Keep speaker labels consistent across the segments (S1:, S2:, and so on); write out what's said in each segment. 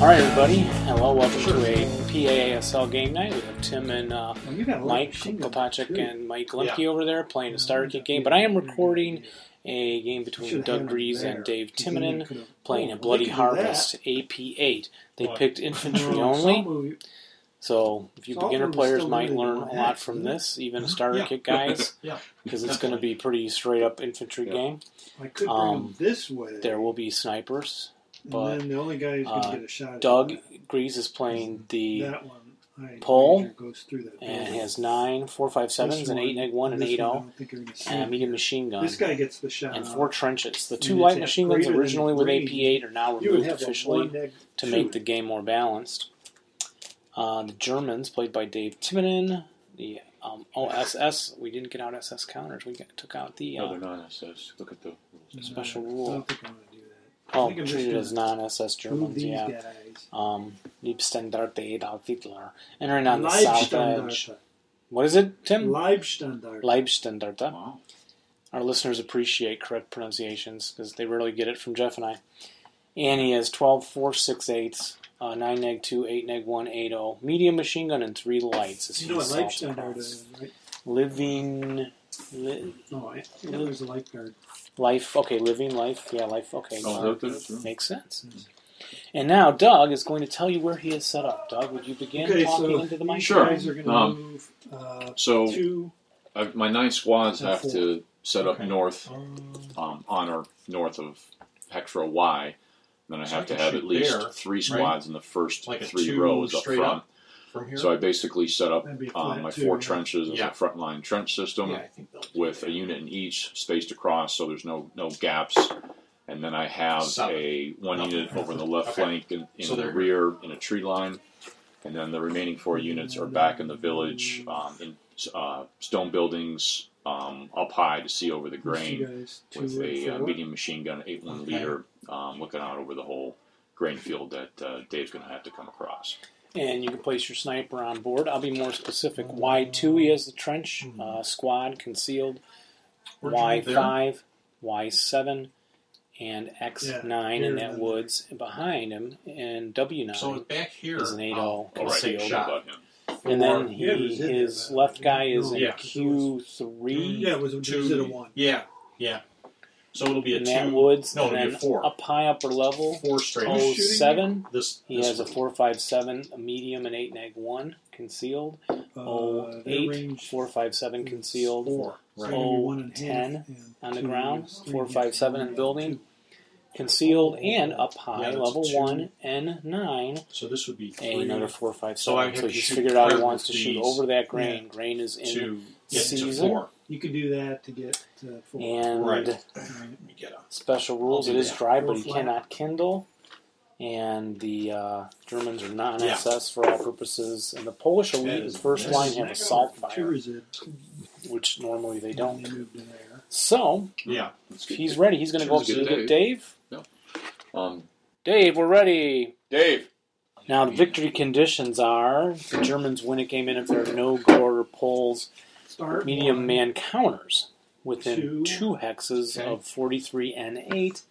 S1: right, everybody. Hello, welcome to a PAASL game night. We have Tim and uh,
S2: Well, you got a
S1: Mike Kopacek and Mike Lemke over there playing a Star Kick game. But I am recording a game between
S2: Should've
S1: Doug
S2: had it
S1: Greaves
S2: there.
S1: and Dave Timonen
S2: Timonen
S1: playing a Bloody Harvest AP8. They
S3: What?
S1: picked infantry only, so if you
S2: Some
S1: beginner
S2: moves
S1: players
S2: still
S1: might
S2: limited
S1: learn
S2: on
S1: a
S2: that,
S1: lot from
S2: isn't it?
S1: this, even Star
S3: Yeah.
S1: Kick guys,
S3: Yeah.
S1: because it's going to be pretty straight up infantry
S4: Yeah.
S1: game.
S2: I could bring
S1: Um,
S2: him this way.
S1: There will be snipers. but,
S2: and then the only guy who's going to
S1: uh,
S2: get a shot at
S1: Doug Greaves is playing the
S2: that one. I
S1: Paul
S2: wager goes through that
S1: and
S2: building.
S1: has nine four five sevens, an eight neg one, an
S2: This
S1: eight
S2: one I
S1: oh,
S2: don't think you're gonna see.
S1: and a medium machine gun,
S2: This guy uh, gets the shot.
S1: and four trenches. The two
S2: And it's
S1: light
S2: at
S1: machine guns
S2: greater than
S1: originally with
S2: green.
S1: AP8 are now
S2: you would
S1: removed
S2: have a
S1: officially
S2: one neg
S1: to make
S2: two.
S1: the game more balanced. Uh, the Germans, played by Dave Timonen, the um, OSS. We didn't get out SS counters. We got, took out the
S4: No,
S1: uh,
S4: they're non-SS. Look at the rules.
S1: special
S2: I
S1: rule.
S2: don't think I want to do that. I
S1: Oh,
S2: think I'm just
S1: treated
S2: gonna
S1: as non-SS
S2: Move
S1: Germans.
S2: these
S1: Yeah.
S2: guys.
S1: Um, Liebstandarte Adolf Hitler. Entering on the south edge.
S2: Leibstandarte.
S1: What is it, Tim?
S2: Leibstandarte.
S1: Leibstandarte.
S4: Wow.
S1: Our listeners appreciate correct pronunciations because they rarely get it from Jeff and I. And he has 12, 4, 6, 8, uh, 9, neg 2, 8, neg 1, 8, oh, medium machine gun, and 3 lights. as
S2: You
S1: he
S2: know what
S1: assaults
S2: Leibstandarte
S1: across.
S2: is, right?
S1: Living. Li-
S2: No, I, it was a lifeguard.
S1: life. Okay, living life. Yeah, life. Okay.
S4: Oh, is that the-
S1: Makes sense. And now Doug is going to tell you where he is set up. Doug, would you begin
S2: Okay,
S1: talking
S2: so
S1: into the mic?
S2: these
S4: Sure.
S2: guys are going to
S4: Um,
S2: move uh,
S4: So
S2: two.
S4: i my nine squads
S2: And
S4: have
S2: four.
S4: to set up
S3: Okay.
S4: north,
S2: Um,
S4: um, on or north of Hexra Y. Then I
S3: So
S4: have
S3: I
S4: to
S3: can
S4: have
S3: shoot
S4: at least
S3: there,
S4: three
S3: right?
S4: squads in the first
S3: Like a
S4: three
S3: two
S4: rows up
S3: straight
S4: front.
S3: From here?
S4: So I basically set up
S2: That'd be a
S4: um,
S2: flat
S4: my
S2: two,
S4: four
S2: yeah.
S4: trenches as
S3: Yeah.
S4: a frontline trench system
S3: yeah, I think they'll do
S4: with
S3: that.
S4: a unit in each spaced across, so there's no no gaps. And then I have
S3: Seven.
S4: a one
S3: Nothing.
S4: unit over the left
S3: Okay.
S4: flank in, in
S3: So
S4: the
S3: they're-
S4: rear in a tree line, and then the remaining four units are back in the village um, in uh, stone buildings um, up high to see over the
S2: you
S4: grain
S2: guys, two
S4: with
S2: and
S4: a uh,
S2: four.
S4: medium machine gun, eight one
S3: Okay.
S4: leader, um, looking out over the whole grain field that uh, Dave's going to have to come across.
S1: and you can place your sniper on board. I'll be more specific.
S3: Oh.
S1: Y two, he has the trench uh, squad concealed.
S3: Mm-hmm. Where'd you
S1: Y
S3: move there?
S1: five, Y seven, and X nine
S2: Yeah,
S1: in
S2: here,
S1: that
S2: then.
S1: woods behind him, and W nine.
S3: So it's back here.
S1: Is an eight
S3: um,
S1: all
S4: All right,
S1: concealed.
S3: shot.
S4: about him.
S1: and then he,
S2: Yeah, it was in there,
S1: his
S2: but-
S1: left guy is in
S3: Yeah.
S1: Q three
S2: Yeah, it was, it
S3: two,
S2: was at a one.
S3: Yeah, yeah. So it'll be a
S1: in
S3: two.
S1: that woods,
S3: No,
S1: and
S3: it'll be
S1: then
S3: a four.
S1: up high upper level.
S3: Four straight.
S2: Who's
S1: Oh
S2: shooting you?
S1: seven.
S3: This,
S1: He
S3: this
S1: has a
S3: one.
S1: four five seven, a medium, and eight neg one concealed.
S2: Uh,
S1: Oh
S2: their
S1: eight,
S2: range
S1: four five seven concealed.
S3: Four.
S2: is
S3: Right.
S2: gonna be
S1: Oh,
S2: one and a half, and
S1: on the
S2: two
S1: ground,
S2: is three
S1: four,
S2: and
S1: five, seven in
S2: two.
S1: building. concealed and up high,
S3: Yeah, that's
S1: level
S3: two.
S1: one and nine,
S3: So this would be three,
S1: and another four, five,
S3: So I
S1: seven.
S3: have
S1: So,
S3: to
S1: he's
S3: shoot
S1: figured out he
S3: clear
S1: wants
S3: with
S1: to shoot
S3: these.
S1: over that grain. Grain is in,
S3: two, get to
S1: season.
S3: four.
S2: You could do that to get to four.
S1: and
S3: Right.
S2: Right.
S3: Let me get a
S1: special rules. It
S3: I'll do
S1: is
S3: that.
S1: dry, but
S2: Roll
S1: he
S2: flat.
S1: cannot kindle. And the uh, Germans are non-SS for all purposes, and the Polish elite
S3: That
S1: and
S3: is-
S1: first
S3: that
S1: line
S3: is
S1: have
S3: nice.
S1: assault
S2: Two
S1: fire,
S2: is it.
S1: which normally they
S2: And
S1: don't.
S2: they moved to there.
S1: So
S3: Yeah.
S4: Let's
S1: if
S4: get-
S1: he's ready. He's going to go up
S4: Let's
S1: to
S4: get
S1: Dave.
S4: Dave.
S1: Dave.
S4: um,
S1: Dave, we're ready.
S4: Dave.
S1: Now, the victory conditions are the Germans win a game in if there are no gore poles,
S2: Start
S1: medium
S2: one,
S1: man counters within two,
S2: Two.
S1: hexes
S3: Okay.
S1: of 43 and 8,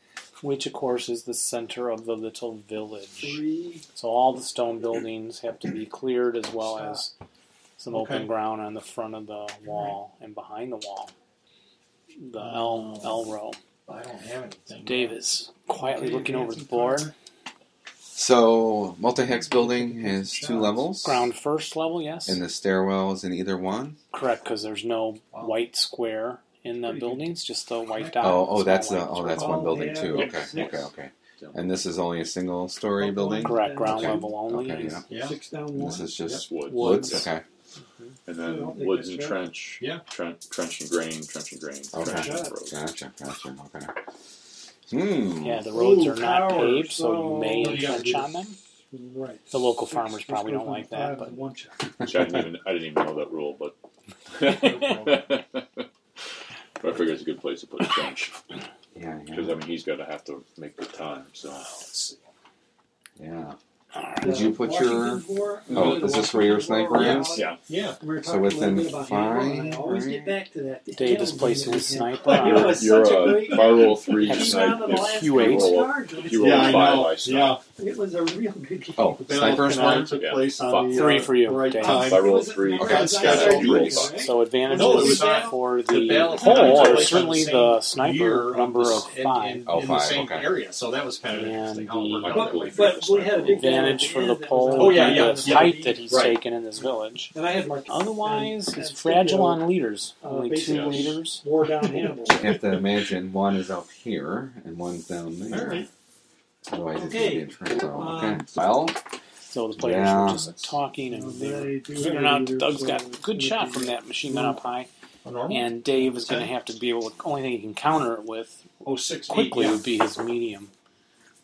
S1: which, of course, is the center of the little village.
S2: Three.
S1: So, all the stone buildings have to be cleared as well as some open
S3: Okay.
S1: ground on the front of the wall and behind the wall. The
S2: Oh.
S1: L, L row.
S3: I don't have anything.
S1: Dave is quietly
S2: Okay,
S1: looking over the
S2: advancing
S1: board.
S2: fire.
S5: So, multi hex building has two levels.
S1: Ground first level, yes?
S5: And the stairwell is in either one.
S1: Correct, because there's no
S3: Wow.
S1: white square in the
S2: Pretty good.
S1: buildings, just the white dot.
S5: Oh, oh,
S1: small
S5: that's
S1: white
S5: the, oh,
S1: square.
S5: that's one building too. Okay, okay, okay. And this is only a single story building.
S1: correct. Ground
S5: Okay.
S1: level only.
S5: Okay,
S1: is-
S5: yeah.
S3: Yeah.
S2: Six down
S5: And
S2: one.
S5: this is just
S4: Woods.
S5: woods.
S1: Woods.
S5: Okay.
S4: And
S2: Yeah, I'll
S4: then
S2: take
S4: woods
S2: that
S4: and
S2: shot.
S4: trench.
S3: Yeah.
S4: Trench, trench and grain, trench and grain,
S5: Okay.
S4: trench and road.
S5: Gotcha. Gotcha. Okay. Hmm.
S1: Yeah, the roads
S2: Ooh,
S1: are not
S2: towers,
S1: paved, so you may
S2: Oh,
S3: so- Yeah,
S1: trench on them.
S2: Right.
S1: The local
S2: Six,
S1: farmers
S2: let's
S1: probably
S2: go
S1: don't
S2: from
S1: like that,
S2: five
S1: but-
S2: to one shot.
S4: Which I didn't even I didn't even know that rule, but but I figure it's a good place to put a trench
S5: Yeah.
S4: because
S5: Yeah.
S4: I mean he's got to have to make good time. So
S3: Let's see.
S5: yeah.
S1: Alright.
S5: Did you put your?
S2: Washington four,
S5: Oh,
S2: uh,
S5: is this where your sniper
S2: Yeah.
S5: is?
S4: yeah,
S3: Yeah.
S2: We were
S5: So
S2: talking a little
S5: within
S2: bit about
S5: five,
S2: handball, and I always
S5: right?
S2: get back to that.
S1: Dave is placing his sniper
S2: It
S1: on
S2: was
S4: you're
S2: such a
S4: uh,
S2: great-
S4: if I roll three
S1: Have you
S4: tonight.
S2: Down to the
S4: If
S2: last
S1: you eight?
S4: roll,
S2: charge.
S4: if you roll
S3: yeah,
S4: a five,
S3: I know.
S4: I stop.
S2: It was a real good game.
S5: Oh,
S6: The
S5: sniper
S6: Battle
S5: sniper.
S6: tonight took
S4: Yeah.
S6: place on
S1: Fuck,
S6: the,
S1: three
S6: uh,
S1: for you,
S6: Right
S1: Dave.
S6: time.
S4: If I roll
S2: Was it
S4: three,
S2: not-
S4: I've
S2: okay,
S4: got
S2: it was
S4: scattered
S2: not-
S4: rolls.
S2: right?
S1: So advantages
S7: No, it was
S1: for
S7: not-
S1: the,
S7: battle
S1: whole,
S7: took
S1: or
S7: place on
S1: certainly
S7: same
S1: the sniper
S7: year of
S1: number
S7: the
S1: of
S7: s- in-
S1: five.
S7: in,
S5: Oh,
S7: in the
S5: five,
S7: same
S5: okay.
S7: area. So that was kind of
S1: And
S7: interesting. how it worked
S4: the-
S7: out
S2: But,
S7: that way for
S2: but
S7: this
S2: we
S7: time.
S2: had a big
S1: Advantage for the pole.
S7: Oh, yeah,
S1: and
S7: yeah,
S1: The
S7: yeah.
S1: height that he's
S7: Right.
S1: taken in this village.
S2: And I had Marcus.
S1: Otherwise,
S2: and-
S1: he's
S2: and
S1: fragile
S2: Scipio
S1: on leaders.
S2: uh,
S1: Only two
S2: basically-
S1: leaders.
S2: Wore down Hannibal.
S5: You have to imagine one is up here and one's down there.
S7: Alright.
S5: Otherwise,
S7: Okay.
S5: it's going to be a trickle. Okay.
S7: Um,
S5: well,
S1: So the players
S5: Yeah.
S1: were just talking and they were
S3: They do
S1: figuring out.
S3: either,
S1: Doug's
S3: so
S1: got a
S3: it's
S1: good
S3: gonna
S1: shot
S3: be-
S1: from that machine gun up high,
S7: A normal?
S1: and Dave is going to have to be able. to Only thing he can counter it with
S7: oh, six, eight,
S1: quickly
S7: yeah.
S1: would be his medium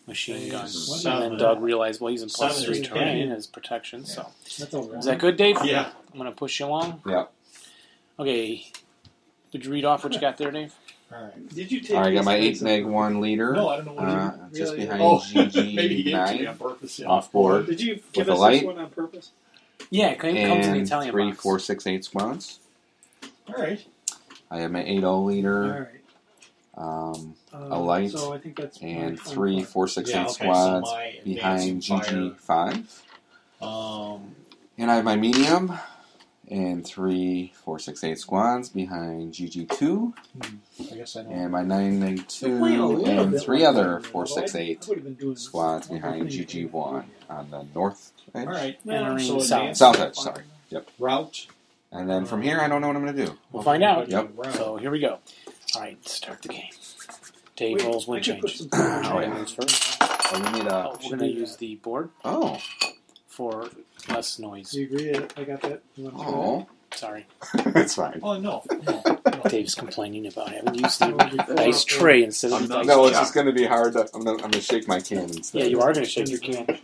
S1: machine gun.
S7: Seven.
S1: And then Doug realized, well, he's in plus
S7: Seven
S1: three
S7: is
S1: terrain as protection. So
S3: That's all right.
S1: is that good, Dave?
S7: Yeah.
S1: I'm going to push you along.
S5: Yeah.
S1: Okay. Did you read off what you got there, Dave?
S7: All right.
S2: Did you take?
S5: I got my
S2: these
S5: 8 meg 1 leader.
S7: No, I don't know what
S5: uh,
S7: it
S5: just
S2: Really?
S5: behind
S7: Oh, maybe he
S5: GG
S7: gave it to me on
S5: 9
S7: purpose. Yeah.
S5: off board.
S2: Did you
S5: With
S2: give
S5: the
S2: us
S5: light.
S2: this one on purpose?
S1: Yeah, it comes in the
S5: And
S1: Italian
S5: three,
S1: box.
S5: four, six, eight swans.
S7: All right.
S5: I have my 8 0
S3: All
S5: leader.
S3: right.
S5: Um,
S3: Um,
S5: A light
S3: so I think that's
S5: and
S3: fine.
S5: three, four, six, eight
S7: yeah, okay,
S5: squads
S7: so my
S5: behind
S7: advancing
S5: GG five.
S7: fire, Um,
S5: And I have my medium and three, four, six, eight squads behind GG two.
S7: I guess I don't.
S5: And my nine neg
S2: You're playing a
S5: two
S2: little
S5: and
S2: bit
S5: three
S2: like
S5: other
S2: that,
S5: four,
S2: though.
S5: six,
S2: I- I
S5: eight
S3: would've been doing this.
S5: squads behind
S3: Hopefully you
S5: GG
S3: can-
S5: one on the north edge.
S7: All right.
S1: Entering
S7: so
S1: south.
S7: advancing
S5: South edge,
S7: fire
S5: sorry. Yep.
S7: Route.
S5: And then from here I don't know what I'm gonna do.
S1: We'll find out.
S5: Yep.
S7: Route.
S1: So here we go. All right, start the game. Dave
S2: Wait,
S1: rolls
S2: I
S1: wind
S2: could put
S1: change.
S2: some-
S5: Oh, yeah.
S1: Moves first.
S5: Oh, we need
S1: Oh,
S5: a
S1: we're going to use the board
S5: Oh.
S1: for less noise.
S3: Do you agree? that I got that. You want to do
S5: Oh.
S1: Sorry,
S5: That's fine.
S7: Oh no. no,
S1: Dave's complaining about having used the
S3: that?
S1: dice tray instead of
S4: I'm
S1: the
S4: not-
S1: dice.
S5: No, it's
S4: Yeah.
S5: just gonna be hard to I'm gonna I'm gonna shake my can instead.
S1: Yeah, you are going to shake your can.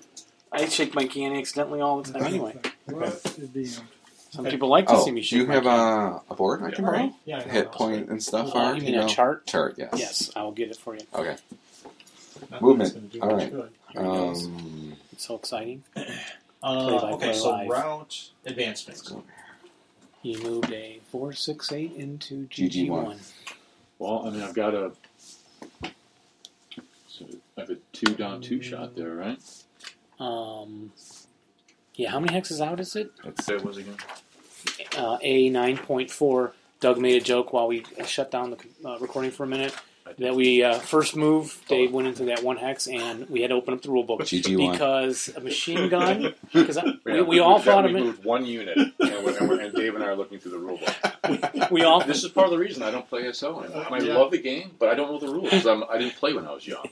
S1: I shake my can accidentally all the time anyway.
S3: Well, it'd be, um,
S1: Some people like to
S5: Oh,
S1: see me
S5: do
S1: shake
S5: you
S1: my
S5: have
S1: can.
S5: a, a board I can
S7: All
S5: borrow?
S7: right. Yeah. I know,
S5: Hit
S7: no,
S5: point and stuff
S1: Uh,
S5: are
S1: you mean
S5: know?
S1: a chart?
S5: Chart, yes.
S1: Yes, I will get it for you.
S5: Okay.
S7: it's not-
S5: Movement.
S7: it's
S5: Uh,
S7: gonna do
S5: All
S7: much
S5: right.
S7: good.
S1: Here it goes.
S5: Um,
S1: It's so exciting.
S7: Uh,
S1: Play by
S7: okay.
S1: play
S7: So
S1: live.
S7: route advancement.
S1: He moved a four six eight into GG
S5: GG1.
S1: one.
S4: Well, I mean, I've got a. So I have a two down two shot there, right?
S1: Um, yeah, how many hexes out is it?
S5: it's,
S4: Say it was again.
S1: uh, A nine point four. Doug made a joke while we shut down the uh, recording for a minute that we uh, first move. Dave went into that one hex, and we had to open up the rule book
S5: GG1.
S1: because a machine gun. Because we, we all thought
S4: we
S1: a mi-
S4: moved one unit, and, we're, and, we're, and Dave and I are looking through the rule book.
S1: we all
S4: This is part of the reason I don't play SO anymore. I
S7: Yeah.
S4: love the game, but I don't know the rules. I'm, I didn't play when I was young.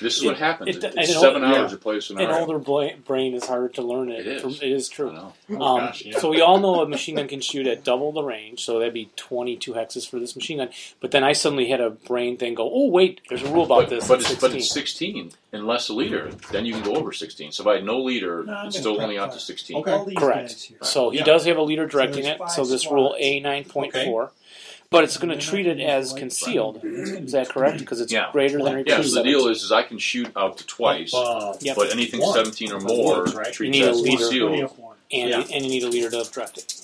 S4: This is what
S1: It-
S4: happens.
S1: it-
S4: it's
S1: and it
S4: seven
S1: all-
S4: hours to play a
S1: an
S4: scenario.
S1: older bla- brain is harder to learn it.
S4: It is.
S1: It is
S4: I
S1: true.
S4: know.
S7: Oh,
S1: Um,
S7: gosh, yeah.
S1: So we all know a machine gun can shoot at double the range, so that'd be 22 hexes for this machine gun. But then I suddenly had a brain thing go, oh, wait, there's a rule about
S4: But,
S1: this. in
S4: but, it's,
S1: 16.
S4: but it's 16, unless a leader. Then you can go over 16. So if I had no leader,
S3: No, I'm
S4: it's
S3: gonna
S4: still
S3: prep
S4: only out to
S3: that.
S4: 16.
S7: Okay.
S3: all these
S1: Correct.
S3: guys here.
S1: So he
S4: Yeah.
S1: does have a leader directing
S3: there's
S1: it.
S3: five
S1: So this rule
S3: squads.
S1: A nine point four, but it's going
S3: They're
S1: to
S3: not
S1: treat it
S3: gonna use
S1: as
S3: light
S1: concealed.
S3: brown. It's gonna
S1: Is that
S3: be-
S1: correct? Because it's
S4: Yeah.
S1: greater than or
S4: Yeah,
S1: equals
S4: so the deal
S1: 17.
S4: is, is I can shoot out to twice,
S7: Uh,
S1: Yep.
S4: but anything
S7: One.
S4: 17 or more
S7: Right.
S4: treats
S1: You need a
S4: as
S1: leader.
S3: Plenty
S4: concealed.
S3: of one.
S1: and
S7: yeah.
S1: and you need a leader to direct it.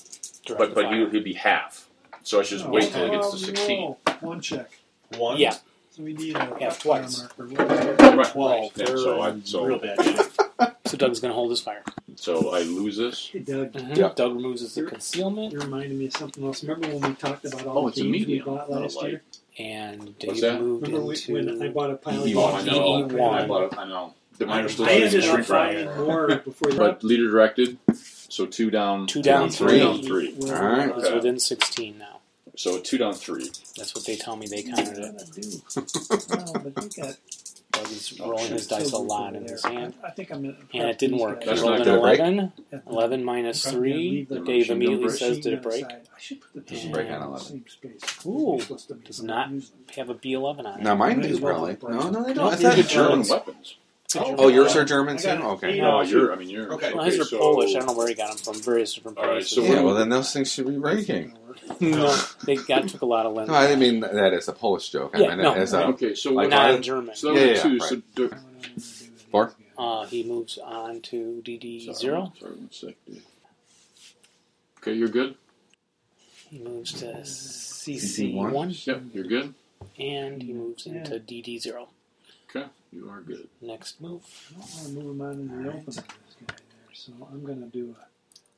S1: Direct
S4: But
S1: the
S4: but he
S1: fire.
S4: he'd be half. So I should just wait till it gets to 16.
S3: Oh, no. Oh, One check.
S7: One.
S1: yeah,
S3: So we need a
S1: Yeah, twice.
S3: marker. What-
S4: Right.
S7: Twelve.
S4: Yeah,
S7: They're
S4: so I-
S7: in
S4: so-
S7: real bad. shape.
S1: so Doug's going to hold his fire.
S4: So I lose this.
S3: Hey, Doug,
S5: Yeah.
S1: Doug removes his concealment
S3: you reminded me of something else. Remember when we talked about all
S4: Oh, it's
S3: the
S4: a
S3: games we
S4: medium,
S3: bought
S4: not a
S3: last
S4: light.
S3: year?
S1: and
S4: What's
S1: Dave
S4: that?
S1: moved
S3: Remember we, when I
S1: into.
S3: bought a pile of
S1: You
S3: games?
S1: want
S4: I
S1: to know.
S3: and
S4: know. I
S1: One.
S4: know. I know. The mine are still
S3: I ended
S4: trying
S3: up
S4: to shrink,
S3: buying more before that.
S4: But leader directed. So two down.
S1: Two down
S5: three.
S4: down three.
S3: Well,
S5: All right.
S1: It's
S4: Okay.
S1: within sixteen now.
S4: So two down three.
S1: That's what they tell me. They counted it.
S5: Um,
S3: No, but they got
S1: Doug is
S3: Oh,
S1: rolling his dice a
S3: silvers
S1: lot
S3: over
S1: in
S3: there.
S1: his hand,
S3: I, I think I'm gonna
S1: and it didn't work. He
S4: That's
S1: rolled
S4: not
S1: an
S5: good, right?
S1: eleven.
S3: At the-
S1: Eleven minus
S3: I'm gonna
S1: three.
S3: leave the
S1: Dave
S4: machine
S1: immediately
S4: number.
S1: says, "Did it
S3: machine
S1: break?"
S3: outside. I should put the
S1: Yeah.
S3: machine
S1: Break
S5: on
S3: in the
S5: 11.
S3: same space.
S1: Ooh,
S3: It's supposed to be-
S1: does not-
S3: use them.
S1: Have a B eleven on it.
S5: now mine
S3: Might
S5: do
S3: as well
S5: probably.
S3: break
S5: No,
S3: them.
S5: no, they
S3: No,
S5: don't.
S3: these
S5: Is
S3: are
S5: that
S4: German,
S5: German?
S4: weapons.
S7: Oh,
S5: Oh, yours are German
S3: I
S5: too.
S3: got an
S5: Okay.
S3: eight.
S4: No, you're. I mean, you're.
S7: Okay.
S1: Well, his are
S4: so-
S1: Polish. I don't know where he got them from. Various different
S4: All right,
S1: places.
S4: so
S5: Yeah, well then those things should be breaking.
S1: no, they got took a lot of lens.
S5: No, I didn't mean that as a Polish joke. I
S1: Yeah,
S5: meant
S1: no.
S5: it as a
S4: Okay, so we're-
S5: Like that?
S1: non-German.
S4: So
S5: Yeah,
S4: that was
S5: yeah,
S4: two.
S5: right.
S4: So do-
S5: Four?
S1: Uh, he moves on to DD zero.
S4: Sorry, one sec. dude. Okay, you're good.
S1: He moves to CC
S5: CC1.
S1: one,
S4: Yep, you're good.
S1: and he moves into DD zero.
S4: Okay. You are good.
S1: Next move.
S3: I don't want to move him out into the
S5: All right.
S3: open with this guy there, so I'm going to do a.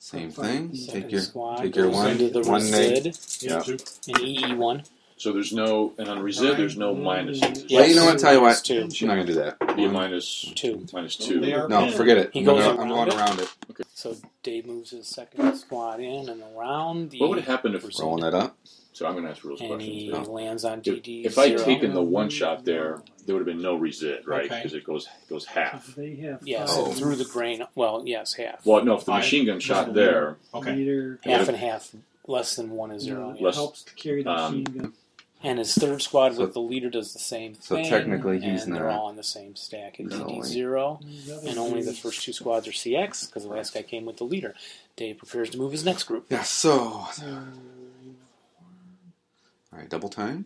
S5: Same
S3: Fine.
S5: thing.
S3: Second
S5: Take your
S1: squad
S5: take your
S1: goes
S5: one
S1: into the
S5: one neg.
S1: Resid
S5: Yeah.
S7: two.
S1: and EE one.
S4: So there's no, and on resid, there's no minuses.
S5: Well, you know what?
S1: Yes.
S5: Tell you what.
S1: Two.
S5: I'm not gonna do that.
S4: Be a minus
S1: Two.
S4: minus
S7: They
S4: two.
S7: are
S5: No,
S7: pinned.
S5: forget it.
S1: He
S5: I'm
S1: goes
S5: gonna- I'm
S1: around
S5: going
S1: it?
S5: around it.
S1: So Dave moves his second squad in and around the
S4: What would happen if?
S1: Resid.
S5: Rolling that up.
S4: So I'm going to ask rules
S1: and
S4: questions.
S1: he
S4: now.
S1: lands on
S4: If,
S1: GD.
S4: if I'd
S1: zero.
S4: taken the one shot there, there would have been no resid, right?
S7: Okay.
S4: Because it goes goes half.
S3: They have
S1: yes,
S3: five
S5: Oh.
S1: through the grain. Well, yes, half,
S4: Well, no, if the
S7: Five.
S4: machine gun shot there,
S7: Okay.
S3: meter.
S1: half and half, less than one is
S3: You
S1: zero.
S3: know,
S1: yeah.
S3: it helps to carry the
S4: um,
S3: machine gun.
S1: And his third squad
S5: So-
S1: with the leader does the same
S5: so
S1: thing.
S5: technically he's
S1: and they're
S5: not
S1: all on the same stack at
S5: really-
S1: GD zero.
S3: These other
S1: And only the
S3: dudes-
S1: first two squads are CX because the last guy came with the leader. Dave prepares to move his next group.
S5: Yeah. So. All
S3: Um,
S5: right. Double time.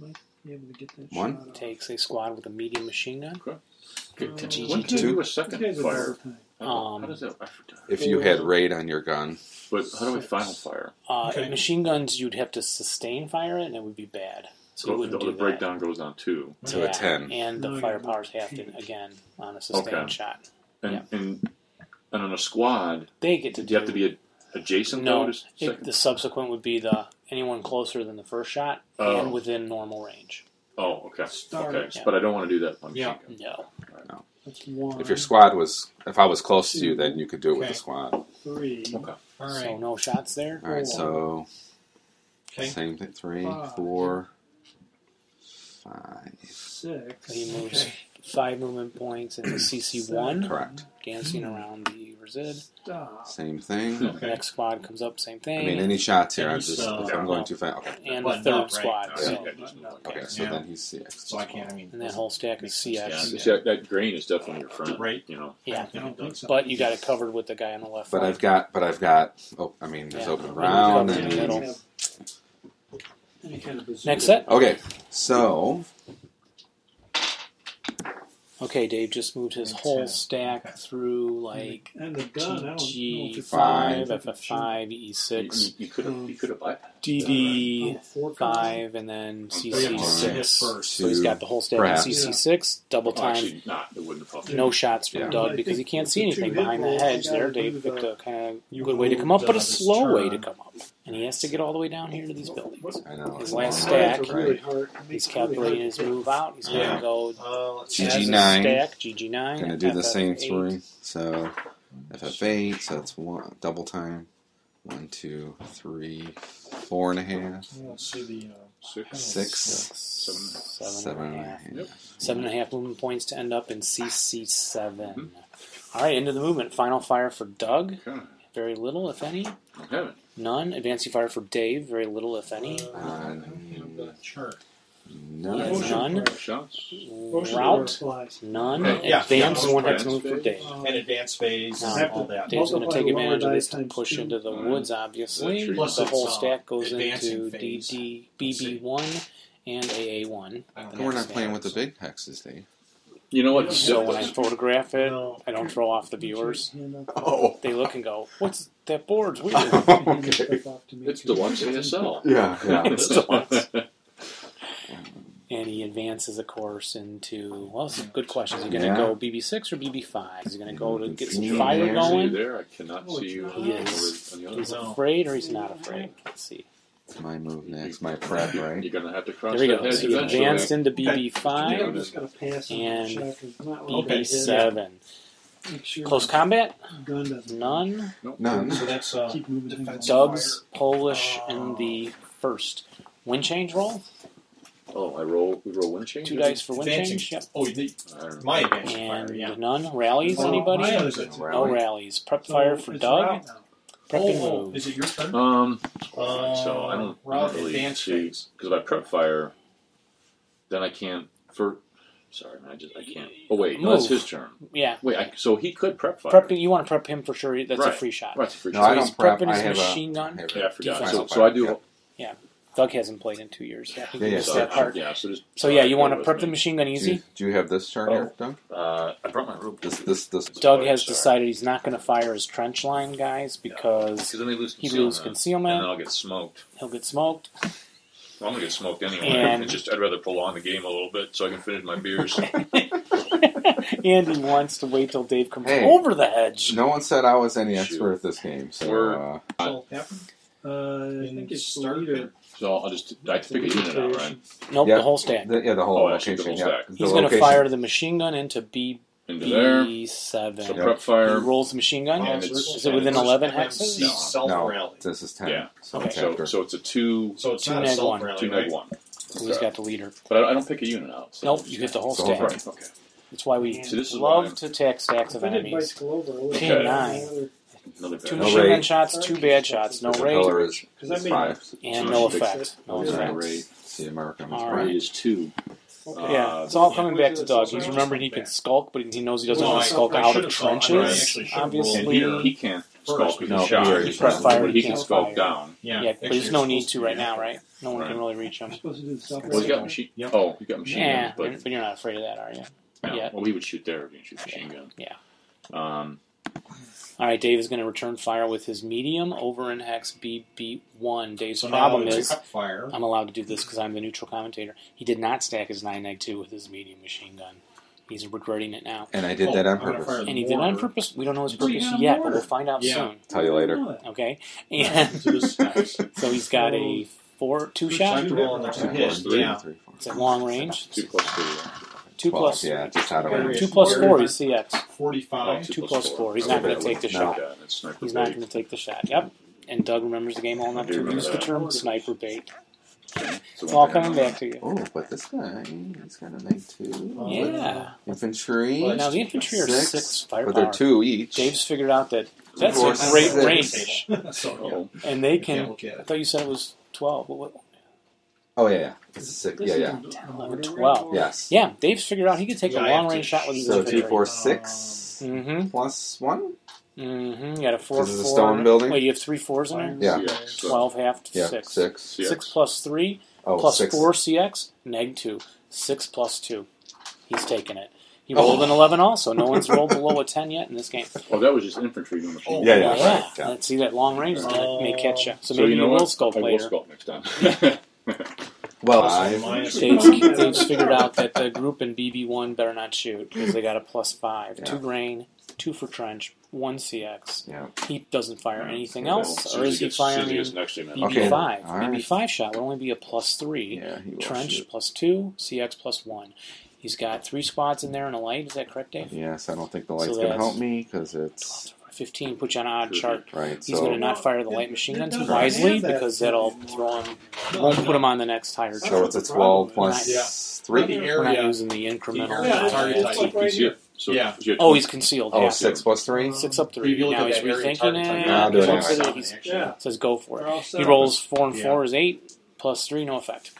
S3: be able to get that
S5: One.
S3: shot off.
S1: Takes a squad with a medium machine gun.
S4: okay,
S3: Uh,
S4: t- when Um, can
S5: Two.
S4: you do a
S3: These
S4: second
S3: guys are
S4: fire?
S3: double time.
S4: How
S1: Um,
S4: how does that? I forgot.
S5: If you had raid on your gun.
S4: But how do I final fire?
S1: Uh,
S7: Okay.
S1: Machine guns, you'd have to sustain fire it, and it would be bad. So you
S4: So the,
S1: wouldn't
S4: the
S1: do that. Oh,
S4: breakdown goes down two,
S5: to a 10.
S1: And the
S3: No, you're
S1: firepower's
S3: not.
S1: half to- again on a sustained
S4: Okay.
S1: shot.
S4: and
S1: Yeah.
S4: and and on a squad,
S1: They get to
S4: did you have
S1: do-
S4: to be a, adjacent?
S1: no.
S4: though, to
S1: it-
S4: second?
S1: the subsequent would be the anyone closer than the first shot
S4: Oh.
S1: and within normal range.
S4: Oh, okay.
S3: Start.
S4: Okay,
S1: Yeah.
S4: but I don't want to do that. on machine
S7: Yeah.
S4: gun.
S1: No,
S3: That's one.
S5: If your squad was, if I was close to you, then you could do it with
S7: Okay.
S5: the squad. All
S3: three,
S7: All
S1: so
S7: right.
S1: no shots there.
S5: right, so
S7: Okay.
S5: same thing. Three,
S3: Five.
S5: four, five.
S1: So
S3: six.
S1: he moves
S7: Okay.
S1: five movement points into CC one,
S5: Correct.
S1: dancing around the resid.
S3: Stop.
S5: Same thing.
S4: Hmm.
S1: The
S7: Okay.
S1: next squad comes up, same
S5: I
S1: thing,
S5: mean, any shots here.
S7: And
S5: I'm
S7: he's,
S5: just
S7: uh,
S5: if I'm going too fast. Okay.
S1: and the
S7: Button
S1: third
S7: up, right?
S1: squad.
S4: All
S1: So,
S4: right.
S3: No, no,
S5: Okay. So
S7: Yeah.
S5: then he's CX.
S7: So I can't. I mean,
S1: and that whole stack is
S7: Yeah.
S4: Yeah,
S1: CX.
S4: see, that- that grain is definitely your friend.
S7: Right.
S4: You know,
S1: Yeah,
S3: I don't think so.
S1: but you got it covered with the guy on the left.
S5: But
S1: flank.
S5: I've got, but I've got. Oh, I mean, there's
S1: Yeah.
S5: open round.
S1: in
S5: I
S1: the
S5: mean,
S1: middle.
S3: Any kind of bazooka.
S1: next set.
S5: okay. So
S1: Okay, Dave just moved his
S7: Me
S1: whole
S7: too.
S1: stack through like
S3: and the gun. I don't know
S1: TG
S3: if
S1: five,
S5: Fine.
S1: FF five, E
S4: you,
S1: six,
S4: could have you could have bypassed.
S1: DD
S3: it's four
S1: five, and then
S3: Oh,
S7: we
S1: CC
S7: have to send it
S1: six.
S7: first.
S1: So he's got the whole stack of
S5: Perhaps.
S1: CC six. Double
S4: Oh,
S1: time,
S4: actually, not. It wouldn't have helped.
S1: no shots from
S5: Yeah.
S1: Doug
S3: I
S1: because he
S3: think
S1: can't see
S3: it's a
S1: anything
S3: two-hit
S1: behind
S3: roll.
S1: the hedge.
S3: You
S1: There,
S3: gotta
S1: Dave
S3: move
S1: picked
S3: the-
S1: a kind of
S7: you
S1: good way to
S7: move
S1: come up, but a
S7: Doug's
S1: slow way to
S7: turn.
S1: come up, and he has to get all the way down here to these buildings.
S5: I know
S1: His
S5: it's a
S1: last
S5: long ride,
S1: stack.
S5: Right.
S1: He's calculating his move out. He's going
S7: Yeah.
S1: to go
S7: Uh, let's see.
S1: as a
S5: GG9.
S1: stack, GG9.
S5: Gonna do the same
S1: FF8.
S5: three. So FF8, so that's one double time. One, two, three, four and a half,
S7: Let's see the. Uh,
S4: Six.
S5: six,
S1: Seven
S5: seven
S1: and a
S5: and
S1: half.
S5: a half.
S1: Seven and a half movement points to end up in CC7. All right, end of the movement. Final fire for Doug.
S4: Okay.
S1: Very little, if any.
S4: I haven't.
S1: None. Advancing fire for Dave. Very little, if any.
S7: uh, I don't have the chart.
S5: None.
S1: Motion. None.
S4: Shots.
S1: Route. None.
S7: Yeah, yeah,
S1: Advance
S7: yeah.
S1: one hex move for Dave.
S3: Uh,
S7: And advanced phase,
S1: No.
S7: and all that.
S1: Dave's going to take advantage of this to
S3: Multiply the
S1: push
S3: lower
S1: into the
S3: dice
S4: times two.
S1: woods, obviously.
S4: That's
S1: The
S4: true.
S1: whole
S7: Plus, uh,
S1: stack goes into
S7: advancing phase.
S1: DD, BB1, and AA1.
S7: I don't
S5: We're
S7: have
S5: not
S7: the
S5: playing with the
S7: stats.
S5: big hexes, Dave.
S4: You know what?
S1: So when I
S4: Zip-
S1: photograph it,
S7: No.
S1: I don't throw off the viewers.
S5: Oh.
S1: They look and go, "What's that board's weird."
S5: okay.
S4: It's deluxe ASL.
S5: Yeah, yeah.
S1: It's deluxe. and he advances, of course, into well, this is a good question. Is he going to
S5: Yeah.
S1: go BB6 or BB5? Is he going to go to get some
S5: Yeah.
S1: fire
S5: Yeah.
S4: I see you
S1: going?
S4: there. I cannot
S3: Oh,
S4: see you.
S3: it's
S4: on
S1: not.
S4: the
S1: Yes.
S4: other- on the
S1: He's
S4: other.
S7: No.
S1: afraid or he's not afraid. Let's see.
S5: It's my move next, my prep,
S4: You're
S5: right?
S4: gonna have to cross
S1: There we
S4: that
S1: go.
S4: hedge
S1: So he
S4: eventually.
S1: advanced into
S3: Yeah,
S1: BB5,
S3: I'm just gonna pass on
S1: And E
S3: the check. It's not like I did.
S1: BB7.
S3: Make sure
S1: E Close
S3: my
S1: combat?
S3: Gun doesn't
S1: None.
S5: None.
S7: So that's uh,
S3: Keep moving. things
S7: Defense
S3: along.
S1: Dubs, Polish, and the first. Wind change roll?
S4: Oh, I roll. We roll wind change.
S1: Two dice for wind
S7: advancing.
S1: change. Yep.
S7: Oh, the,
S4: I don't know.
S7: my advanced fire,
S1: And
S7: yeah.
S1: none. Rallies,
S3: Oh,
S1: anybody?
S3: my
S7: Is
S3: other-
S7: it-
S1: No rallies. Prep
S3: So
S1: fire for
S3: it's
S1: Doug.
S3: out now.
S1: Prep and
S7: oh,
S1: move.
S7: is it your turn?
S4: Um.
S7: Uh,
S4: so I don't, I
S7: Route
S4: don't really
S7: advanced
S4: see
S7: phase.
S4: because if I prep fire, then I can't. For sorry, man, I just I can't. Oh wait, no, it's
S1: Move.
S4: his turn.
S1: Yeah.
S4: Wait, I, so he could prep fire.
S1: Prepping. You want to prep him for sure. That's a
S4: Right.
S1: free shot.
S4: Right, it's a free
S5: No,
S4: shot.
S5: I
S1: he's
S5: don't prep.
S1: prepping
S5: I
S1: his
S5: have
S1: machine
S5: a,
S1: gun?
S5: I have a-
S4: Yeah, I forgot.
S1: Defense.
S4: So, so I do.
S5: Yeah.
S1: Doug hasn't played in two years. Yeah. he
S5: Yeah, yeah,
S1: missed
S4: So,
S1: that
S4: I-
S1: part.
S4: yeah, so, just,
S1: So yeah, you
S4: go
S1: want to
S4: with
S1: prep the
S4: me.
S1: machine gun
S5: Do
S1: easy.
S5: you, do you have this chart here, Doug?
S4: Uh, I brought my rule.
S5: This, this, this.
S1: Doug has
S4: Sorry.
S1: decided he's not going to fire his trench line guys because
S4: Because then they lose
S1: he loses
S4: concealment, and then
S1: concealment.
S4: I'll get smoked.
S1: He'll get smoked.
S4: Well, I'm gonna get smoked anyway.
S1: And-
S4: It's just I'd rather prolong the game a little bit so I can finish my beers.
S1: Andy wants to wait till Dave comes
S5: Hey.
S1: over the hedge.
S5: No one said I was any
S4: Shoot.
S5: expert at this game,
S4: Word.
S5: so
S7: All happen.
S3: Uh, I
S7: And
S3: think it's the
S7: start
S3: leader.
S4: so I'll just I have to pick a unit out, right?
S1: Nope,
S5: Yeah.
S1: the whole
S5: uh,
S1: stack.
S5: the, yeah, the whole
S4: Oh, I see
S5: location.
S4: the whole
S5: yeah.
S4: stack.
S5: The
S1: He's going to
S5: location.
S1: fire the machine gun into
S4: Into there. So
S1: BB7.
S4: prep fire.
S1: He rolls the machine gun.
S4: And it's-
S1: Is it within
S4: and it's-
S1: 11
S7: MMC
S1: hexes?
S7: self
S5: No.
S7: rally.
S5: This is ten.
S4: Yeah.
S5: So
S1: Okay.
S5: it's
S4: So
S5: after.
S4: so it's a two
S7: So it's
S1: Two
S7: not a
S1: neg
S7: self
S1: one.
S7: rally,
S4: two
S7: right?
S4: neg one.
S1: Who's got the leader?
S4: But I, I don't pick a unit out. So
S1: Nope, you hit the whole
S5: So-
S1: stack.
S4: Right. Okay.
S1: That's why we
S4: So this is why I'm-
S1: love to attack stacks
S3: If
S1: of
S3: I did
S1: enemies.
S3: bicycle over, I would
S1: Okay,
S3: have
S1: nine.
S4: Another
S1: Two
S5: No
S4: bad.
S1: machine gun
S5: raid.
S1: shots, two bad shots, no
S5: the
S1: raid,
S5: propeller is,
S3: Because I
S5: is
S3: made
S5: five.
S1: and no effect. No
S4: Oh,
S5: All
S4: sorry.
S5: right.
S1: effect.
S4: Raid.
S5: See, American
S1: All
S5: was
S1: right.
S5: right.
S4: Raid is two.
S3: Okay.
S1: Yeah, it's all coming back to Doug. He's
S7: Yeah.
S1: remembering he can skulk, but he knows he doesn't
S3: No,
S1: want
S3: I-
S1: to skulk
S3: I
S1: out
S7: should've
S1: of
S7: thought- I
S1: trenches.
S7: actually should've rolled.
S4: And
S1: Obviously,
S4: here he can't skulk with
S5: No,
S4: the shot.
S5: he already pressed
S4: But
S1: fire, he
S4: He can
S1: can't
S4: skulk
S1: fire.
S4: down.
S1: yeah, but there's no need to right now, right? No one can
S4: Right.
S1: really reach him.
S3: I'm supposed to do the self
S4: Well, he's got
S3: rally.
S4: machine.
S7: Yep.
S4: Oh, he's got machine
S1: Yeah,
S4: guns, but
S1: but you're not afraid of that, are you?
S4: No.
S1: Yeah.
S4: Well, he would shoot there if he didn't shoot the machine gun.
S1: Yeah.
S4: Um,
S1: All right, Dave is going to return fire with his medium over in hex BB1. Dave's
S7: So now
S1: problem
S7: it's a
S1: is
S7: cut fire.
S1: I'm allowed to do this because I'm the neutral commentator. He did not stack his 992 with his medium machine gun. He's regretting it now.
S5: And I did
S7: Oh,
S5: that on
S7: I'm gonna fire
S5: purpose.
S7: the
S1: And he did it on
S7: mortar.
S1: purpose. We don't know his
S7: Well, you
S1: purpose
S7: got a
S1: yet, but
S7: mortar.
S1: we'll find out
S7: Yeah.
S1: soon.
S5: Tell you later.
S1: Okay? And
S7: So this is-
S1: so he's got a four, two shot.
S7: Time to roll another
S5: Two,
S7: hit.
S5: one, three,
S7: Yeah.
S5: three, four.
S1: It's at long range.
S4: two plus three.
S1: Two
S5: Twelve,
S1: plus,
S5: Yeah, just out of
S7: Okay.
S5: range.
S1: two plus
S7: Where-
S1: four is CX.
S4: Oh,
S7: 45.
S1: Two plus four. He's not
S5: Okay.
S1: going to take the
S5: No.
S1: shot.
S4: Yeah, that's sniper
S1: He's not
S4: bait.
S1: going to take the shot. Yep. And Doug remembers the game well enough
S4: I do
S1: to
S4: remember
S1: use the
S4: that.
S1: term sniper bait.
S4: So
S1: It's
S4: one
S1: all
S4: thing I
S1: coming
S4: know.
S1: back to you.
S5: Oh, but this guy, he's got a knife too.
S1: Yeah.
S5: Infantry.
S7: Well,
S1: Now the infantry are
S5: Six,
S1: six
S5: but they're
S1: firepower.
S5: two each.
S1: Dave's figured out that that's
S5: Four,
S1: a great
S5: six.
S1: range,
S7: so,
S1: and they
S7: yeah, can't
S1: can.
S7: look at
S1: I
S7: it.
S1: thought you said it was twelve. But what,
S5: Oh yeah, yeah. It's a six.
S3: This
S5: Yeah,
S3: is
S5: yeah.
S3: a
S1: 11,
S3: order
S1: 12.
S3: raid.
S5: Yes.
S1: yeah, Dave's figured out he could take
S7: Yeah,
S1: a
S7: I
S1: long
S7: have
S1: range
S7: to-
S1: shot with his
S5: So
S1: infantry. Um,
S5: two, four, six
S1: Mm-hmm.
S5: plus one.
S1: Mm-hmm. You got a four,
S5: This is a
S1: four.
S5: stone building?
S1: Wait, you have three fours in there.
S5: Yeah.
S4: CX, so
S1: Twelve half to
S5: Yeah,
S1: six.
S5: six.
S4: CX.
S1: Six plus three
S5: Oh,
S1: plus
S5: six.
S1: four CX neg two. Six plus two. He's taking it. He
S5: Oh.
S1: rolled an eleven also. No one's rolled below a ten yet in this game.
S4: Oh, that was just infantry doing machine.
S7: Oh,
S5: Yeah, yeah.
S1: Yeah,
S5: right, yeah.
S1: Let's see that long range is gonna
S7: Oh.
S1: may catch you. So
S4: So
S1: maybe
S4: you know
S1: will
S4: what?
S1: scope
S4: I will
S1: later.
S4: sculpt next time.
S5: Well,
S7: Plus
S5: five.
S7: minus
S1: Dave's,
S7: one.
S1: Dave's figured out that the group in BB1 better not shoot because they got a plus five.
S5: Yeah.
S1: Two grain, two for trench, one CX.
S5: Yeah.
S1: He doesn't fire anything
S5: Well,
S1: else,
S4: Susie
S1: or is he
S4: gets-
S1: firing
S4: Susie gets
S1: BB5?
S4: next to him.
S5: Okay. all right.
S1: BB5 shot would only be a plus three.
S5: Yeah. He will
S1: trench
S5: shoot.
S1: plus two, CX plus one. He's got three squads in there and a light. Is that correct, Dave?
S5: Yes, I don't think the light's
S1: So
S5: gonna
S1: that's-
S5: help me because it's
S1: 15 put you on an odd chart.
S5: right.
S1: He's
S5: so
S1: going to not fire the light machine guns
S3: Doesn't
S1: wisely
S3: have that
S1: because that'll
S3: thing
S1: throw him,
S7: No,
S1: won't
S7: no.
S1: put him on the next higher
S3: So
S5: so
S1: chart.
S5: it's a
S3: That's
S5: twelve
S3: the problem.
S5: plus
S7: Yeah.
S5: three.
S7: Not the
S1: We're not
S7: area.
S1: using the incremental.
S7: Yeah,
S1: on
S7: target
S1: that.
S7: type.
S3: Like right
S4: He's here.
S3: here.
S4: So
S7: Yeah.
S4: you have
S1: Oh,
S4: to-
S1: he's concealed.
S5: Oh,
S1: yeah.
S5: six plus three.
S1: Six up
S7: If
S1: three.
S7: you look at
S1: Now he's
S7: that area,
S1: rethinking
S7: target
S1: it.
S7: type,
S5: I'll do it
S1: He looks
S5: anyway.
S1: at it, he's-
S3: Yeah.
S1: Says go for
S3: They're
S1: it.
S3: all
S1: He
S3: set.
S1: rolls four and
S7: Yeah.
S1: four is eight, plus three, no effect.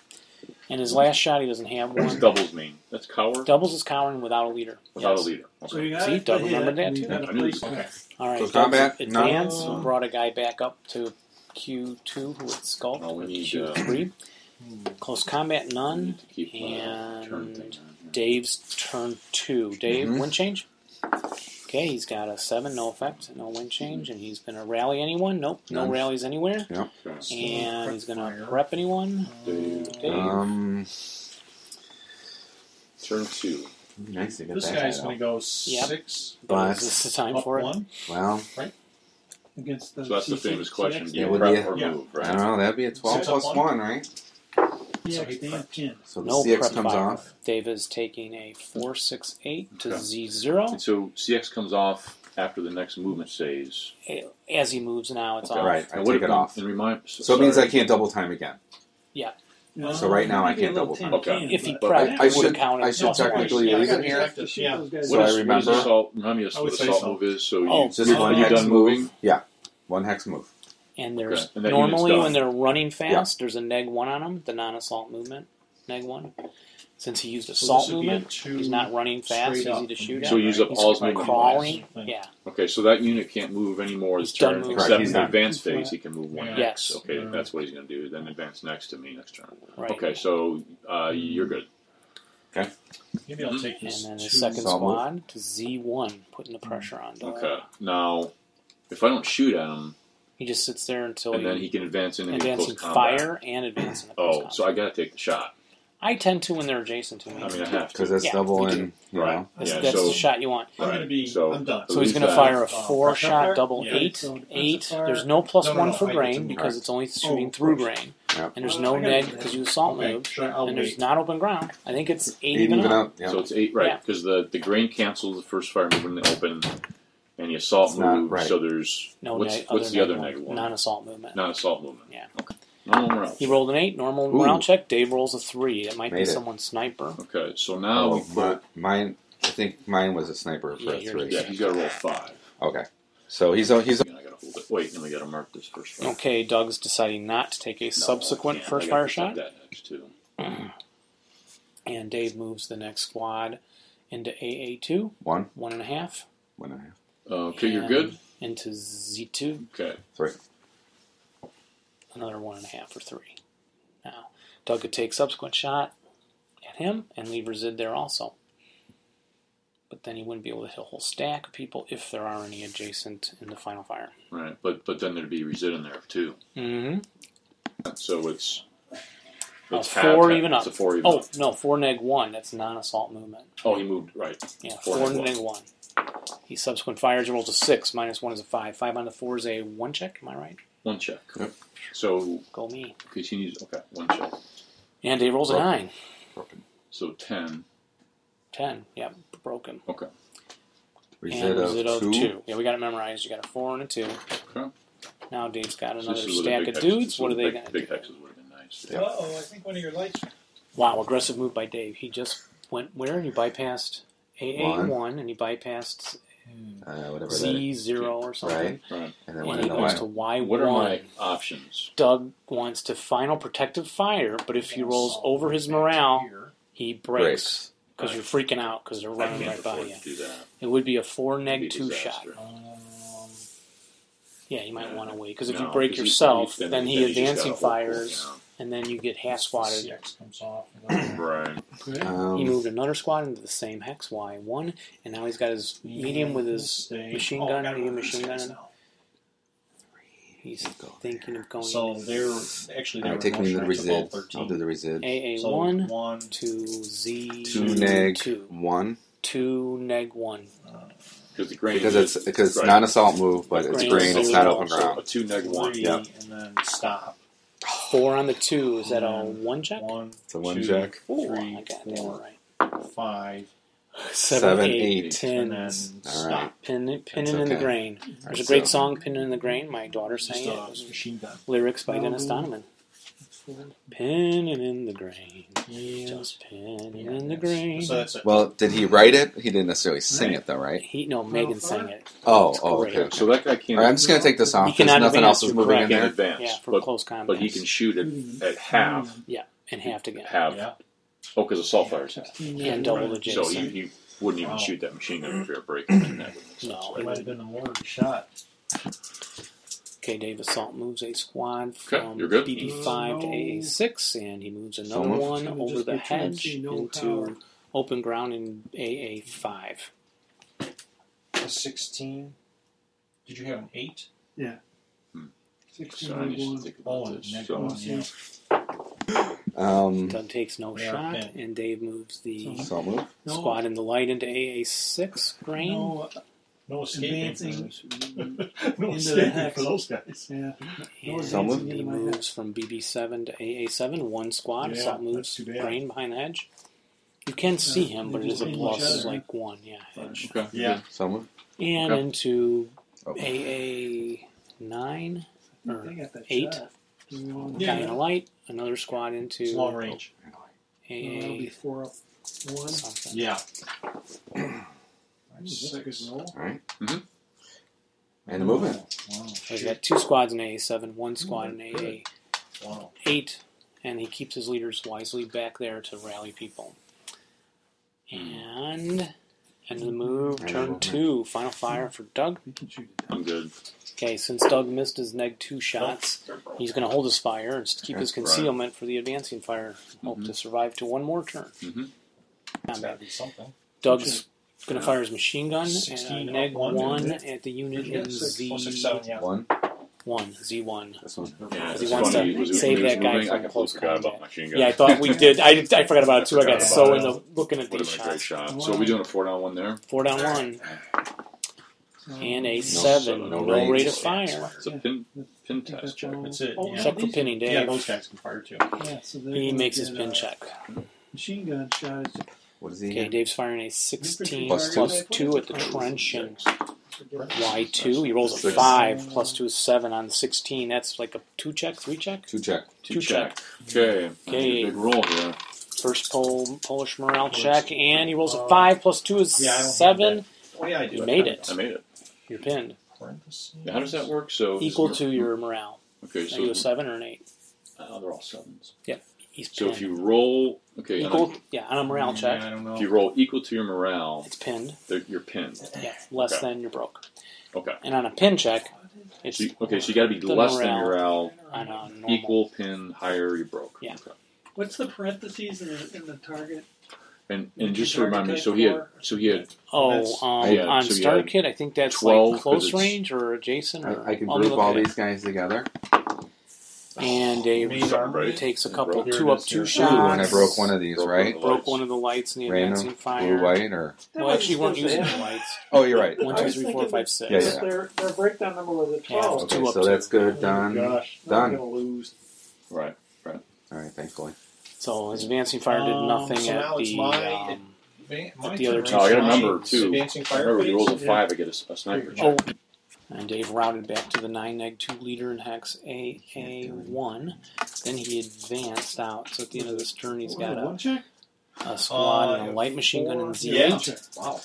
S1: And his last shot, he doesn't have
S4: What's
S1: one.
S4: doubles mean? That's cower
S1: Doubles is cowering without a leader.
S4: without a
S1: Yes.
S4: leader.
S3: So
S4: Okay.
S3: you got
S1: See,
S3: it,
S1: Doug
S3: but
S1: remembered
S3: yeah,
S1: that
S3: you
S1: too.
S3: got
S4: I
S3: a
S4: knew
S3: place
S4: this.
S7: Okay.
S1: All right,
S5: So
S1: Doug's
S5: combat, no.
S1: advance
S7: Uh,
S1: brought a guy back up to Q2 who had sculpt
S5: Oh,
S4: No, we
S1: with
S4: need,
S1: Q3.
S5: uh,
S1: Close combat
S4: We
S1: none.
S4: need to keep, uh, turn
S1: and
S4: thing on here.
S1: Dave's turn two. Dave,
S5: Mhm.
S1: wind change. Okay, he's got a seven, no effect, no wind change, and he's going to rally anyone. Nope, no
S5: None.
S1: rallies anywhere.
S4: Okay.
S1: And he's going to
S7: Prep
S1: prep anyone.
S4: Dave,
S1: Dave.
S5: Um,
S4: turn two.
S5: nice to get
S7: This
S5: that
S7: guy's
S5: out.
S7: going to go
S1: Yep.
S7: six.
S5: But-
S1: Is this the time
S7: up
S1: for it?
S7: one.
S5: Well,
S3: against the
S4: So that's the
S3: CC
S4: famous question. Do
S5: Yeah,
S4: you
S5: would
S4: prep
S5: you-
S4: or
S7: yeah.
S4: move,
S5: I don't
S4: right?
S5: know. That'd be a twelve
S7: Six up
S5: plus
S7: one.
S5: one, right?
S3: Yeah,
S7: So he
S3: they
S7: prepped.
S3: have 10.
S5: So the
S1: No
S5: CX
S1: prep
S5: comes
S1: fire.
S5: off.
S1: Dave is taking a 468 to
S4: Okay.
S1: Z0.
S4: And so CX comes off after the next movement saves.
S1: As he moves now, it's
S4: Okay.
S1: off.
S5: Right, I
S4: And what
S5: take
S4: if-
S5: it off.
S4: And remind,
S5: So it means I can't double time again.
S3: Yeah.
S5: So right now I
S3: Maybe a
S5: can't
S3: little
S5: double
S3: tin
S5: tap.
S4: Okay.
S3: can,
S1: If he
S3: but-
S4: Right,
S1: prepped,
S5: I
S1: it would
S5: should-
S1: have counted.
S5: I should
S1: No, sorry.
S5: technically
S3: Yeah, I
S5: leave
S3: gotta
S5: it here.
S3: protect the shield,
S7: Yeah.
S3: guys.
S4: What
S5: So
S4: is,
S5: I remember-
S4: What is assault, remind me of
S7: I would
S4: what
S7: say
S4: assault
S7: so.
S4: move is. So you,
S1: Oh,
S5: Just
S4: are
S5: one
S4: you
S5: hex
S4: done moving?
S5: move. Yeah, one hex move.
S1: And there's
S4: Okay, and that
S1: normally
S4: unit's
S1: when
S4: done.
S1: they're running fast, there's a neg one on them, the non-assault movement, neg one. Since he used
S7: So
S1: assault
S7: this would be a
S1: movement,
S7: two
S1: he's not running fast,
S7: straight
S1: easy
S7: up.
S1: to shoot
S4: So
S1: at.
S4: you use up
S1: He's
S4: all his movement.
S1: crawling.
S7: Right.
S1: Yeah,
S4: Okay, so that unit can't move any more
S1: He's
S4: this
S1: done
S4: turn,
S1: moving.
S5: Correct,
S4: except
S5: he's
S4: in the
S5: not.
S4: advance phase he can move one
S7: Yeah.
S1: Yes.
S4: hex. Okay,
S7: Yeah.
S4: that's what he's going to do. Then advance next to me next turn.
S1: right.
S4: Okay, so uh, you're good.
S7: Maybe I'll take
S1: And
S7: this.
S1: then
S7: two.
S1: his second
S5: Assault move.
S1: squad
S7: Hmm.
S1: Mm. to Z1, putting the pressure on. Doug.
S4: Okay, now if I don't shoot at him,
S1: He just sits there until
S4: and
S1: you
S4: then he can advance into
S1: advancing
S4: close combat.
S1: fire and advancing. a close
S4: Oh, so I
S1: combat.
S4: gotta take the shot.
S1: I tend to when they're adjacent to me.
S4: I mean, I have
S5: because
S4: to.
S5: that's
S1: Yeah,
S5: double
S1: you do.
S5: in. You
S4: Right.
S5: know.
S1: that's
S4: yeah,
S1: that's
S4: so-
S1: the shot you want.
S7: I'm
S4: Right,
S7: gonna be.
S4: so-
S7: I'm done.
S1: So uh, he's
S4: Who's
S1: going to fire a
S4: that?
S1: four shot double
S7: Oh, Yeah.
S1: eight.
S3: So defensive
S1: Eight.
S3: fire.
S1: There's no plus
S7: No, no,
S1: one
S7: no,
S1: for
S7: I
S1: grain
S7: didn't-
S1: because it's only shooting
S3: Oh, of
S1: through
S3: course.
S1: grain.
S5: Yep.
S1: And there's
S3: Oh,
S1: no
S3: I gotta
S1: neg
S3: do that.
S1: because you assault
S7: Okay,
S1: moved.
S7: sure, I'll
S1: And
S7: wait.
S1: there's not open ground. I think it's eight,
S5: Eight
S1: even,
S5: even
S1: up.
S5: up. Yeah.
S4: So it's eight, right?
S1: Yeah.
S4: Because the the grain cancels the first fire move in the open, and the assault
S5: It's not
S4: move.
S5: right.
S4: So there's
S1: No
S4: what's
S1: neg-
S4: what's the other
S1: neg
S4: negative one?
S1: Non-assault movement.
S4: Non-assault movement.
S1: Yeah.
S4: Okay. No more else.
S1: He rolled an eight, normal
S5: Ooh.
S1: round check. Dave rolls a three. That might
S5: Made
S1: be
S5: it.
S1: someone's sniper.
S4: Okay, so now
S5: Oh,
S4: we
S5: my,
S4: put,
S5: mine. I think mine was a sniper for
S1: Yeah,
S5: a
S1: yours
S5: three.
S1: was-
S4: yeah, he's got to roll five.
S5: Okay. So he's a, he's
S4: And I got to hold it. Wait, and we got to mark this first fire.
S1: Okay, Doug's deciding not to take a
S4: No,
S1: subsequent
S4: I can't.
S1: first
S4: I gotta
S1: fire
S4: protect
S1: shot.
S4: That next too.
S1: And Dave moves the next squad into AA2,
S5: one.
S1: one and a half.
S5: One and a half.
S4: Okay, you're
S1: and
S4: good.
S1: Into Z2.
S4: Okay,
S5: Three.
S1: another one and a half or three. Now, Doug could take subsequent shot at him and leave Resid there also. But then he wouldn't be able to hit a whole stack of people if there are any adjacent in the final fire.
S4: right, but but then there'd be resid in there too.
S1: Mm-hmm.
S4: So it's
S1: Oh,
S4: it's half,
S1: four
S4: half.
S1: even up.
S4: It's a four even
S1: Oh
S4: up.
S1: no, four neg one. That's non-assault movement.
S4: Oh, he moved right.
S1: Yeah,
S4: Four
S1: four,
S4: neg one.
S1: neg one. He subsequent fires rolls a six. Minus one is a five. Five on the four is a one check. Am I right?
S4: One check.
S5: Yep.
S4: So
S1: Go me.
S4: continues. Okay, one check.
S1: And he rolls a
S5: Broken.
S1: nine.
S5: Broken.
S4: So ten.
S1: Ten. Yep, broken.
S4: Okay.
S5: Reset
S1: and Zid
S5: of two.
S1: Yeah, we got it memorized. You got a four and a two.
S4: Okay.
S1: Now Dave's got
S4: So
S1: another
S4: this is where the
S1: stack
S4: big
S1: of
S4: hexes-
S1: dudes. What are
S4: this
S1: they
S4: is where
S1: going
S4: the
S1: to do?
S4: Big big hexes would have been nice.
S5: Yeah.
S3: Uh-oh, I think one of your lights.
S1: Wow, aggressive move by Dave. He just went where? He bypassed AA1 and he bypassed
S3: Hmm.
S5: Uh, whatever that is.
S1: Z0 or something.
S5: Right.
S4: Right.
S5: And then
S1: And
S5: went
S1: he
S5: in the
S1: goes
S5: line.
S1: to Y1.
S4: What are my options?
S1: Doug wants to final protective fire, but if he rolls over his morale, he breaks.
S5: Breaks.
S1: Because you're freaking out because they're
S4: I
S1: running
S4: can't
S1: right by
S4: afford
S1: you.
S4: to do that.
S1: It would be a 4
S4: It'd be
S1: neg
S4: a
S1: 2
S4: disaster.
S1: shot.
S3: Um,
S1: Yeah, you might
S4: Yeah.
S1: want to wait because if
S4: No,
S1: you break
S4: 'cause he-
S1: yourself,
S4: then
S1: then,
S4: he-
S1: he
S4: then he just
S1: advancing
S4: got a whole pool
S1: fires,
S4: down.
S1: and then you get half
S3: Spotted.
S1: swatted.
S3: CX comes off. and all.
S4: Right.
S3: Good.
S1: He
S5: Um,
S1: moved another squad into the same hex Y one, and now he's got his medium with his
S3: Stay.
S1: machine
S3: Oh, I
S1: gun,
S3: gotta
S1: medium
S3: roll these
S1: machine
S3: things
S1: gun.
S3: now.
S1: He's thinking of going
S3: So they're actually they're
S5: I'm taking
S3: in
S5: the
S3: motion
S5: resid.
S3: at all
S5: I'll
S3: 13.
S5: do the resid.
S1: AA
S3: So
S1: one
S3: one,
S1: to Z
S5: Two neg
S1: two
S5: one
S1: two neg one.
S4: Because the grain
S5: because
S4: is-
S5: it's because it's
S4: right.
S5: not assault move, but it's
S1: Grain.
S5: green. It's not open
S4: So
S5: ground.
S4: A two neg one.
S3: three,
S5: Yeah.
S3: and then stop.
S1: Four on the two is that a
S3: And
S1: one check?
S3: One,
S5: It's a one
S3: two,
S5: check.
S1: Ooh,
S3: three,
S1: I got that
S3: four.
S1: one right.
S3: five,
S5: Seven,
S1: eight,
S5: eight.
S3: and
S1: ten.
S3: then
S5: All
S3: stop.
S5: right.
S1: Pin, pinning
S5: That's
S1: in the
S5: okay.
S1: grain.
S5: Alright,
S1: There's a great
S5: so-
S1: song, Pinning in the Grain. My daughter
S3: Just uh,
S1: sang it. It
S3: a
S1: was
S3: machine gun.
S1: lyrics by Dennis
S3: Um,
S1: Donovan. Pinning in the grain.
S3: Yes.
S1: Just pinning
S3: Yeah,
S1: in the
S3: yes.
S1: grain.
S3: So that's it.
S5: Well, did he write it? He didn't necessarily sing
S3: Right.
S5: it though, right?
S1: He, no, Megan sang it.
S5: Oh,
S1: It's
S5: oh,
S1: great.
S5: okay. okay.
S4: So that guy can't.
S5: All right, I'm just gonna take this
S1: He
S5: off. There's
S1: cannot
S5: nothing
S1: advance,
S5: else is
S1: you're
S5: moving in
S1: correct.
S4: can't
S5: there.
S4: advance,
S1: Yeah, for
S4: but
S1: close combat.
S4: but he can shoot at, at half.
S1: Yeah, and half to get.
S4: Half.
S3: yeah.
S4: Oh, because assault fires half.
S1: And double the
S4: So he,
S1: Jason.
S4: he wouldn't even
S3: Wow.
S4: shoot that machine gun if you're breaking it. That wouldn't make sense,
S1: No,
S4: right?
S3: It might have been a more shot.
S1: Okay, Dave Assault moves a squad from
S4: you're good.
S1: BB5 to
S2: No.
S1: AA6, and he moves another
S5: Someone?
S1: one
S2: Should've
S1: over
S2: just
S1: the
S2: been trying to
S1: hedge
S2: see no
S1: into
S2: power.
S1: open ground in AA5.
S3: A 16. Did you have an 8?
S4: So I need to
S2: 16
S4: think about
S3: Oh, and
S4: this.
S3: next
S4: So-
S3: one, yeah.
S4: Mm-hmm.
S5: Um,
S1: Doug takes no
S3: Yeah,
S1: shot,
S3: yeah.
S1: and Dave moves the
S5: assault move.
S2: No.
S1: squad in the light into AA6 grain.
S3: No, no escaping. from
S2: Advancing.
S3: those. no
S2: the
S3: escaping
S2: hex.
S3: for those guys.
S2: Yeah.
S1: And
S5: Someone?
S1: he moves from BB7 to AA7, one squad.
S3: Yeah,
S1: Assault
S3: that's
S1: moves
S3: too bad.
S1: grain behind the hedge. You can see him, but
S2: they
S1: it is
S2: just
S1: a
S2: hang each
S1: plus
S2: other.
S1: like one, yeah. hedge.
S4: Okay.
S3: Yeah.
S5: Assault move.
S1: And
S4: Okay.
S1: into
S5: Oh.
S1: AA9, or
S2: They got that
S1: Eight.
S2: shot. They're all-
S1: guy
S3: Yeah.
S1: in a light, another squad
S3: It's long
S1: into
S3: range.
S2: Well, that'll be
S1: AA
S2: four up. One.
S1: something.
S3: Yeah.
S2: Ooh, that's a good roll.
S5: All right.
S4: Mhm.
S5: And moving.
S3: Wow.
S1: So he's got two squads in AA7, one
S2: Mm-hmm.
S1: squad in AA
S3: Wow.
S1: eight, and he keeps his leaders wisely back there to rally people. And end of the move,
S5: End of
S1: turn
S5: movement.
S1: two, final fire for Doug.
S3: We can shoot it.
S4: I'm good.
S1: Okay, since Doug missed his neg two shots, he's going to hold his fire and keep his concealment for the advancing fire. Hope to survive to one more turn.
S4: Mhm.
S3: It's got to
S1: Combat.
S3: be something.
S1: Doug's going
S4: Yeah.
S1: to fire his machine gun and
S3: 16
S1: a neg
S3: up one,
S1: one
S3: isn't
S1: at the unit
S3: Yeah,
S1: in
S3: six,
S1: Z
S3: four, six, seven, yeah.
S5: One.
S1: One Z one.
S5: This one.
S4: Yeah,
S1: He
S4: it's
S1: wants
S4: funny.
S1: to
S4: Was it-
S1: save
S4: when he was
S1: that guy
S4: moving, I
S1: from
S4: completely
S1: close
S4: forgot about
S1: combat.
S4: machine gun.
S1: Yeah, I thought we did. I, I forgot about it too. I got
S4: Forgot
S1: so
S4: about
S1: into looking at
S4: Would
S1: these
S4: have been a great
S1: shots.
S4: shot. So are we doing a four down one there?
S1: Four down one
S2: Oh,
S1: and a
S4: seven,
S1: seven.
S5: no
S1: No,
S5: range.
S1: rate of fire.
S4: It's a pin pin test check.
S7: That's it.
S2: Oh,
S7: Yeah.
S1: Check for pinning, Dave.
S7: yeah, those guys can fire too.
S2: Yeah, so they're
S1: He
S2: gonna
S1: makes his
S2: get uh,
S1: pin
S2: a
S1: check.
S2: Machine gun shot is
S5: What is he?
S1: Okay,
S5: Okay,
S1: Dave's firing a 16
S5: Plus
S1: plus,
S5: two.
S1: plus 2 at the trenching. Y2. He rolls a
S5: Six.
S1: 5, plus 2 is 7 on 16. That's like a 2 check, 3 check?
S5: Two check.
S1: Two check.
S4: Okay. I
S1: Okay.
S4: need a Big roll here.
S1: First pole, Polish morale check, and he
S4: Uh,
S1: rolls a 5, plus 2 is
S3: Yeah, I don't have
S1: 7.
S3: Oh yeah, I do.
S1: You made it.
S4: I made it.
S1: You're pinned.
S3: Parentheses.
S4: Now, how does that work? So
S1: Equal to your morale.
S4: Okay,
S1: Are you a
S4: so
S1: 7 or an 8?
S3: Uh,
S4: oh, they're all sevens.
S1: He's
S4: So
S1: pinned.
S4: if you roll, okay, and
S1: Equal, yeah, on a morale
S3: Yeah,
S1: check,
S3: I don't
S4: if
S3: know.
S4: you roll equal to your morale,
S1: it's pinned.
S4: they're- you're pinned.
S1: Yeah, less
S4: Okay.
S1: than you're broke.
S4: Okay.
S1: And on a pin check, it's
S4: So you, okay, so you got to be
S1: The
S4: less than
S1: morale.
S4: morale,
S1: on a normal.
S4: equal pin, higher you broke.
S1: Yeah.
S4: Okay.
S2: What's the parentheses in the, in the target?
S4: And and
S2: Which
S4: just
S2: is
S4: to remind me, so he had
S2: archetype
S4: so he had
S1: Oh,
S3: That's-
S1: um,
S4: Yeah,
S1: on
S4: so you
S1: Star
S4: had
S1: Kid, I think that's
S4: 12,
S1: like
S4: 'cause
S1: close
S4: it's-
S1: range or Jason or
S5: I, I can
S1: I'll
S5: group
S1: look
S5: all
S1: at it.
S5: these guys together.
S1: And Dave
S3: Made arm.
S4: Right.
S1: takes a
S4: Oh, I
S1: couple,
S4: broke-
S1: two up, two
S5: Ooh, and I
S1: shots.
S5: broke one of these,
S4: Broke one
S5: right?
S4: of the
S1: Broke
S4: lights.
S1: one of the lights in the advancing
S5: Random
S1: fire.
S5: blue, white, or
S1: Well, actually, we weren't using the
S2: Yeah,
S1: lights.
S5: oh, you're right.
S1: One,
S2: I
S1: two,
S2: was
S1: three, four,
S2: thinking
S1: five, six.
S5: Yeah, yeah.
S2: Their, their breakdown number was a
S1: Yeah.
S2: 12.
S5: Okay,
S1: Two up,
S5: so
S1: two.
S5: that's good.
S2: Oh,
S5: Done.
S2: Gosh, now
S5: Done.
S2: I'm going to lose.
S4: right.
S5: All right, thankfully.
S1: So his advancing fire did
S3: Um,
S1: nothing
S3: so now
S1: at
S3: it's
S1: the.
S3: my-
S1: um,
S3: Van-
S1: But
S3: my
S1: the other
S3: turn,
S1: two
S4: No, Oh, I got to
S3: right?
S4: remember too.
S3: Advancing
S4: I remember if you
S3: fireplace.
S4: roll a five, I get a s- a, sniper.
S1: oh, and Dave routed back to the nine neg two leader in hex AA one. Then he advanced out. So at the end of this turn, he's got a,
S2: one check?
S1: a squad and a
S3: Uh,
S1: light machine gun
S2: four,
S1: and Z
S3: yeah.
S1: eight.
S3: Wow.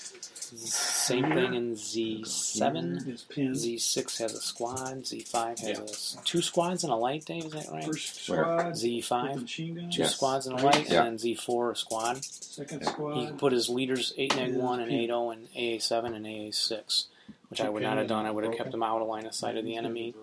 S1: Same thing in Z7.
S2: Is pin.
S1: Z6 has a squad. Z5 has
S3: Yeah.
S1: a s two squads and a light, Dave, is that right?
S2: First
S5: Where?
S2: squad. with the
S1: Z5,
S2: machine gun.
S1: two
S5: Yes.
S1: squads and a light,
S5: Yeah.
S1: and then Z4 a squad.
S2: Second
S5: Yeah.
S1: He can
S2: squad.
S1: put his leaders 8 neg
S2: Yeah.
S1: 1 and 8 0 and AA7 and AA6, which I would
S3: Okay,
S1: not have done. I would have
S3: broken.
S1: kept him out of line of sight of the enemy,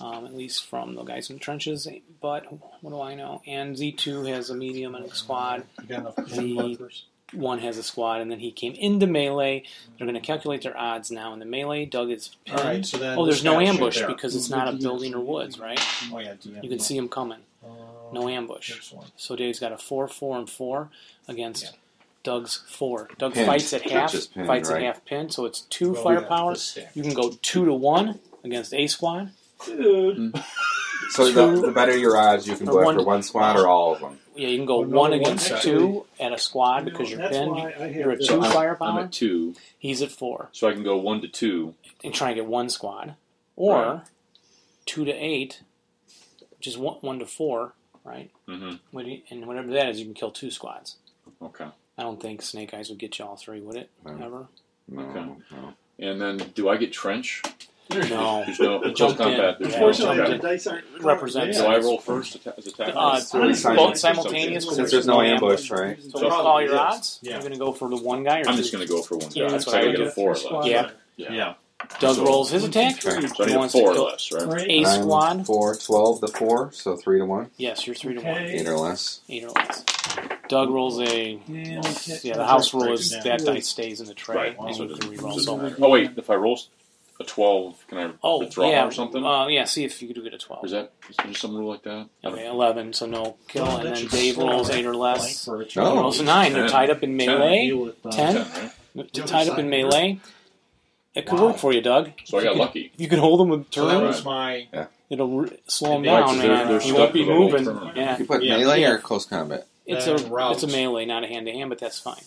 S1: um, at least from the guys in the trenches. But what do I know? And Z2 has a medium and a squad.
S3: You got enough
S1: The-
S3: markers?
S1: One has a squad, and then he came into melee. They're going to calculate their odds now in the melee. Doug is
S3: All
S1: pinned.
S3: right. So then.
S1: Oh, there's
S3: this
S1: no
S3: guy should
S1: ambush
S3: there.
S1: because it's not a building or woods, right?
S3: Oh yeah, DM.
S1: You can see him coming.
S3: Um,
S1: No ambush.
S3: here's one.
S1: So Dave's got a four, four, and four against
S3: Yeah.
S1: Doug's four. Doug
S5: Pinned.
S1: fights at half,
S5: Just pinned,
S1: fights
S5: right?
S1: at half pin, so it's two
S3: Well,
S1: firepower.
S3: yeah, this stack.
S1: You can go two to one against A squad.
S2: Dude.
S5: So the, the better your odds, you can
S1: Or
S5: go
S1: one-
S5: after one squad or all of them.
S1: Yeah, you can go
S2: Well, no,
S1: one
S2: one
S1: against
S3: actually.
S1: two at a squad
S2: You know,
S1: because you're
S2: that's
S1: pinned.
S2: why I have
S1: You're a
S2: this.
S1: two
S4: I'm- I'm
S1: firepower.
S4: at two,
S1: He's at four,
S4: so I can go one to two.
S1: and try and get one squad, or
S4: Right.
S1: two to eight, which is one, one to four, right?
S4: hmm
S1: What do you- And whatever that is, you can kill two squads.
S4: Okay.
S1: I don't think Snake Eyes would get you all three, would it?
S5: No.
S1: Ever?
S5: No,
S4: Okay.
S5: no.
S4: And then, do I get trench?
S1: No.
S4: There's no it's
S1: Jump
S4: just
S1: in.
S4: combat. There's
S1: Yeah.
S4: no
S2: Unfortunately, the
S4: okay.
S2: dice aren't
S1: Represents-
S4: Do
S2: Yeah.
S4: I roll first? atta- As attack?
S1: Uh,
S5: So it's
S1: both
S5: silent.
S1: simultaneous. 'cause
S5: Since there's no ambush, right?
S1: So we'll call your
S3: Yes.
S1: odds.
S3: Yeah.
S1: You're going to go for the one guy, or
S4: I'm
S1: two?
S4: just going to go for one.
S1: Yeah,
S4: guy,
S1: that's
S4: so
S1: what
S4: I
S1: I
S4: gotta
S1: would
S4: get a
S1: do.
S4: four or less.
S1: Yeah.
S4: Yeah.
S1: Doug
S4: So-
S1: rolls his attack.
S5: Right.
S4: So I
S1: He
S4: need a
S1: wants to
S4: four or
S1: kill-
S4: less, right?
S1: A
S5: Nine,
S1: squad.
S5: Four, 12 to four, so three to one.
S1: Yes, you're three to
S2: Okay.
S1: one,
S5: Eight or less.
S1: eight or less. Doug rolls a.
S2: Yeah,
S1: Yeah, the house rule is that dice stays in the tray,
S4: Right.
S1: and
S4: So
S1: you can
S4: it
S1: reroll.
S4: doesn't
S1: So,
S4: matter. oh wait, if I roll a twelve, can I
S1: oh
S4: withdraw
S1: yeah,
S4: or something?
S1: Uh, yeah, see if you do get a twelve.
S4: is that is there some rule like that? I don't-
S1: Okay, eleven. So no kill,
S3: Well,
S1: and
S3: that
S1: then
S3: should
S1: Dave
S3: slow down
S1: rolls eight or
S3: Blank
S1: less.
S3: for a
S5: Oh.
S1: He
S3: turn.
S1: rolls a nine. They're
S4: Ten.
S1: tied up in melee. Ten.
S4: Ten, right?
S1: They're
S3: other
S1: tied up
S3: side.
S1: in melee. It could
S3: Wow.
S1: work for you, Doug.
S4: So I got lucky.
S1: You can hold them with
S3: So that
S1: turns.
S3: was my.
S1: It'll r slow him
S3: They like
S1: down,
S3: to-
S1: man.
S3: they're- they're
S1: he
S3: stuck
S1: won't be
S4: with a whole
S1: moving.
S4: turn.
S1: Uh, Yeah,
S5: You put
S3: Yeah.
S5: melee
S1: Yeah.
S5: or close combat?
S1: it's
S3: Uh,
S1: a
S3: routes.
S1: it's a melee, not a hand to hand, but that's fine.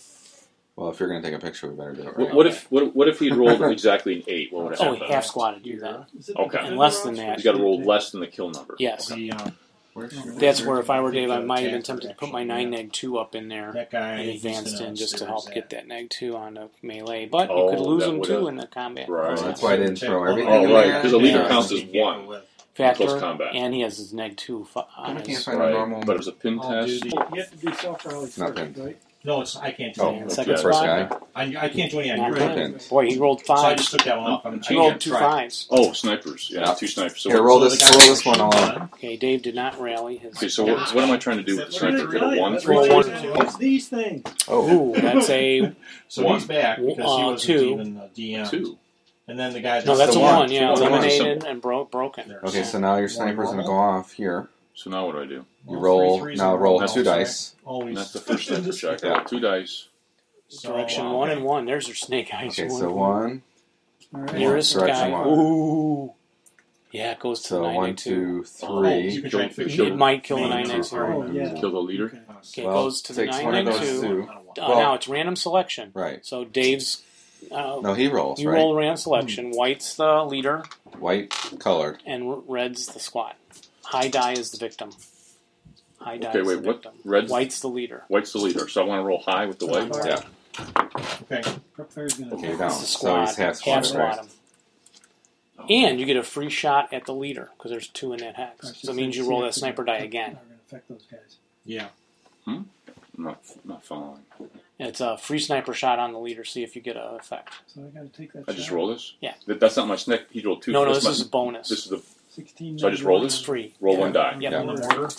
S5: Well, if you're going to take a picture, we better do it
S4: What,
S5: right.
S4: what if what, what if he rolled exactly an eight? What would
S1: Oh,
S4: happen?
S1: he half squatted you then.
S4: Okay.
S1: And less than that.
S4: He's got to roll less than the kill number.
S1: Yes,
S3: The, uh,
S1: that's where if I were Dave, I might have been
S3: Attack
S1: tempted to put my
S3: action,
S1: nine
S3: yeah.
S1: neg two up in there
S3: that guy
S1: and
S3: he's
S1: advanced
S3: gonna
S1: in just to
S3: upstairs
S1: help
S3: at.
S1: get that neg two on a melee. But you
S4: Oh,
S1: could lose
S4: that
S1: him
S4: would've-
S1: too in the combat.
S4: Right.
S5: That's why I didn't throw everything.
S4: Oh,
S5: in
S4: right,
S5: there.
S4: 'cause the leader
S1: Yeah.
S4: counts as one.
S1: Factor,
S4: Close combat.
S1: and he has his neg two uh, fu- on
S5: I can't
S1: his
S5: find
S4: Right,
S5: a normal.
S4: But it was a
S1: Oh,
S4: pin
S3: I'll do
S4: test.
S3: the-
S2: You have to do self rally first,
S5: Nothing.
S2: right?
S3: No, it's I can't do
S5: Oh,
S3: that.
S1: and second
S4: yeah,
S5: first
S1: spot.
S5: guy.
S3: I, I can't do anything.
S1: Not
S3: on your
S1: good.
S3: end.
S5: Depends.
S1: Boy, he rolled
S3: So I
S1: five.
S3: just took that one off. I'm
S1: He
S4: I
S1: rolled
S4: can't
S1: two
S3: try.
S1: fives.
S4: Oh, snipers. Yeah,
S5: Yeah.
S4: two snipers. So
S5: Here,
S4: what-
S5: roll
S3: So
S5: this.
S3: the guy
S5: Roll
S3: with
S5: this one
S3: machine
S5: along.
S3: gun-
S1: Okay, Dave did not rally his.
S4: Okay, so what, what am I trying to do with the sniper? Get a one, three,
S1: Roll
S4: two?
S1: one.
S2: What's these things?
S5: Oh,
S1: Ooh, that's a
S3: So
S4: One.
S3: he's back because he
S1: Uh,
S3: wasn't
S1: two.
S3: even uh, DM.
S4: Two.
S3: And then the guys.
S1: No, that's
S5: the
S1: a
S5: one.
S1: one. Yeah,
S4: It's the one.
S1: eliminated and bro- broken.
S5: Okay, so now your sniper's gonna go off here.
S4: So now what do I do?
S5: You roll now roll two dice.
S4: And
S3: Always.
S4: that's the first sniper check. I
S5: Yeah.
S4: roll two dice.
S3: So,
S1: Direction
S3: uh,
S1: one and one. There's your snake eyes.
S5: Okay, so one.
S2: All right.
S1: Nearest
S5: Direction
S1: guy.
S5: one.
S1: Ooh. Yeah, it goes to
S5: So
S1: nine
S5: one,
S1: nine two.
S5: two,
S3: Oh, you
S5: three.
S3: can try and fix
S1: It
S3: your-
S1: might kill the
S3: Main
S1: nine nine two.
S3: two.
S2: Oh, yeah.
S4: Kill the leader.
S3: Okay.
S1: Okay,
S5: Well,
S1: goes to the
S5: takes
S1: nine
S5: one of
S1: nine two.
S5: those two.
S1: Uh,
S5: Well-
S1: now it's random selection.
S5: Right.
S1: So Dave's. Uh,
S5: No, he rolls
S1: you
S5: right. Hmm.
S1: roll random selection. White's the leader,
S5: White, colored.
S1: and red's the squad. High die is the victim. High die
S4: Okay,
S1: is
S4: wait,
S1: the
S4: what-
S1: victim.
S4: red's-
S1: White's the leader.
S4: White's the leader. So I want to roll high with the white.
S1: Alright.
S5: Yeah.
S3: Okay.
S2: Prepared's gonna
S5: Okay,
S2: go.
S5: down.
S1: It's the
S5: Oh, So
S1: squad.
S5: he's half
S1: half
S5: squad.
S1: squad
S5: right?
S1: him. And you get a free shot at the leader because there's two in that hex. So it means you roll that sniper die again.
S2: Not gonna affect those guys.
S3: Yeah.
S4: I'm not, I'm not following.
S1: It's a free sniper shot on the leader. See if you get a effect.
S2: So I gotta take that.
S4: I just
S2: shot.
S4: roll this.
S1: Yeah.
S4: That, that's not my snake. He rolled two.
S1: No, no,
S4: That's
S1: this is a
S4: my-
S1: bonus.
S4: This is the
S2: 16.
S4: So I just roll
S1: It's
S4: this?
S1: free.
S4: roll
S2: Yeah.
S4: one die.
S1: Yep.
S3: On the border.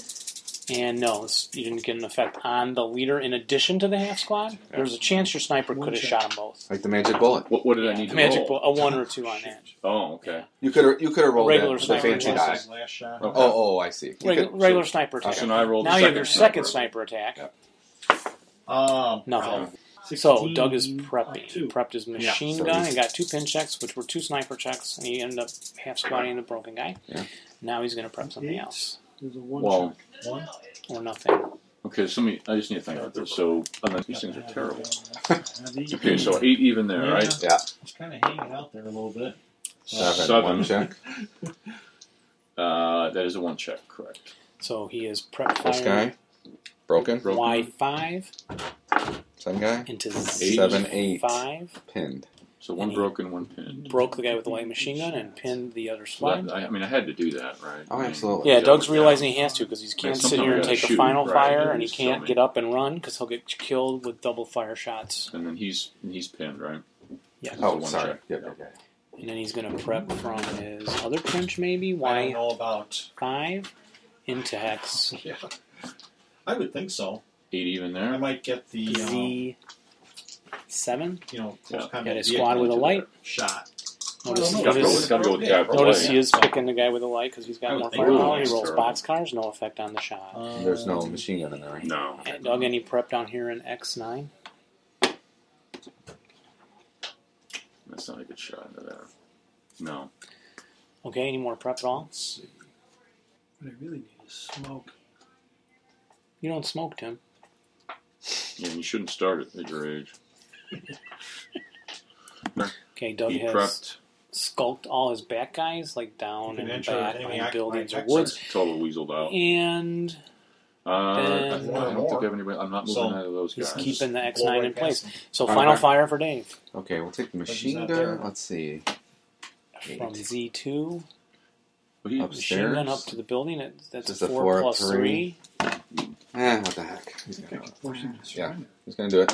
S1: And no, it's, you didn't get an effect on the leader. In addition to the half squad, there's a chance your sniper could have shot them both.
S5: Like the magic bullet.
S4: What, what did I need to
S1: Magic
S4: roll?
S1: bullet, a one or two on that.
S4: Oh, okay.
S5: You could have you could have rolled it
S1: Regular
S5: with a
S1: sniper
S5: fancy
S1: roll.
S5: die.
S3: Last- last shot.
S5: Oh, oh, I see. You
S1: Regular,
S5: could-
S1: regular sniper attack.
S4: So now I rolled.
S1: now
S4: the
S1: you have your second
S4: sniper.
S1: sniper attack.
S5: Yeah.
S3: Um,
S1: Nothing. So
S2: 16,
S1: Doug is
S2: uh,
S1: prepping. He
S2: two.
S1: prepped his machine
S5: So
S1: gun
S5: he's-
S1: and got two pin checks, which were two sniper checks, and he ended up half squatting the broken guy.
S5: Yeah.
S1: Now he's going to prep something
S2: Eight.
S1: else
S2: There's a one
S4: Well,
S3: One.
S1: or nothing.
S4: okay. So let me. I just need to think about this. So I mean, these things are terrible. Okay,
S2: Okay,
S4: so eight even there,
S3: Yeah.
S4: right?
S5: Yeah.
S3: It's kind of hanging out there a little bit.
S5: Seven.
S4: Seven.
S5: One check.
S4: Uh, that is a one check, correct?
S1: So he is prep
S5: This
S1: firing
S5: guy. Broken.
S4: Broken.
S1: Y five
S5: Some guy.
S1: into
S4: Eight.
S1: Z
S5: Seven, eight.
S1: five.
S5: Pinned.
S4: So one
S1: Any-
S4: broken, one pinned.
S1: broke the guy with the light machine gun and pinned the other
S4: So
S1: squad.
S4: that, I, I mean, I had to do that, right?
S5: Oh,
S4: I mean,
S5: absolutely.
S1: Yeah, Doug's
S4: uh, yeah.
S1: realizing he has to because he can't sit
S4: sometimes
S1: here
S4: you
S1: and
S4: gotta
S1: take a
S4: shoot,
S1: final
S4: right?
S1: fire,
S4: Yeah,
S1: and he
S4: just
S1: can't
S4: shoot.
S1: get up and run because he'll get killed with double fire shots.
S4: And then he's he's pinned, right?
S1: Yeah.
S5: Oh,
S4: One
S5: sorry.
S4: check.
S5: Yeah, yeah, yeah.
S1: And then he's gonna prep from his other pinch, maybe
S3: I don't
S1: Y
S3: know about.
S1: five into hex
S3: Yeah. I would think so.
S4: Eight even
S3: I
S4: there.
S3: might get the uh,
S1: Z seven.
S3: you know
S4: Yeah.
S3: close combat
S1: Got a
S3: vehicle
S1: squad with a
S3: into
S1: light.
S3: the shot.
S1: Notice,
S3: I don't know.
S4: Gotta go
S1: notice,
S4: with, gotta go with the guy for
S1: notice
S4: light.
S1: he is picking the guy with the light because he's
S3: I
S1: got
S3: would
S1: more
S3: think-
S1: firepower.
S4: Ooh,
S1: He
S4: that's
S1: rolls
S4: terrible.
S1: boxcars, no effect on the shot.
S4: Uh,
S3: Um,
S5: There's no machine gun in there, right?
S4: No.
S1: And Doug, any prep down here in X nine?
S4: That's not a good shot into there. No.
S1: Okay, any more prep at all?
S3: Let's see.
S2: What I really need is smoke.
S1: You don't smoke, Tim.
S4: Yeah, you shouldn't start it at your age.
S1: Okay, Doug
S4: he
S1: has
S4: prepped
S1: sculpt all his back guys like down
S3: You can
S1: and
S3: enter
S1: back
S3: enemy
S1: behind
S3: occupied
S1: buildings or
S3: hex
S1: woods.
S4: total weaseled out.
S1: And
S4: Uh, I
S1: Then-
S4: don't think I have anybody. I'm not moving
S3: So,
S4: out of those
S1: he's
S4: guys.
S1: keeping the X
S3: Blow
S1: nine
S3: right
S1: in place.
S3: past him.
S1: So
S5: Alright.
S1: final fire for Dave
S5: Okay, we'll take the
S3: he's
S5: machine
S3: not
S5: gun.
S3: there.
S5: Let's see.
S1: from
S5: Eight.
S1: Z two
S4: But he-
S1: machine
S5: Upstairs.
S1: gun up to the building. It, that's
S5: Just
S1: a
S5: a
S1: four,
S5: four up
S1: plus
S5: three.
S1: three.
S5: Eh, what the heck?
S2: I
S5: He's
S2: think I
S5: gonna,
S2: can force him to
S5: Yeah.
S2: surrender.
S5: he's gonna do it.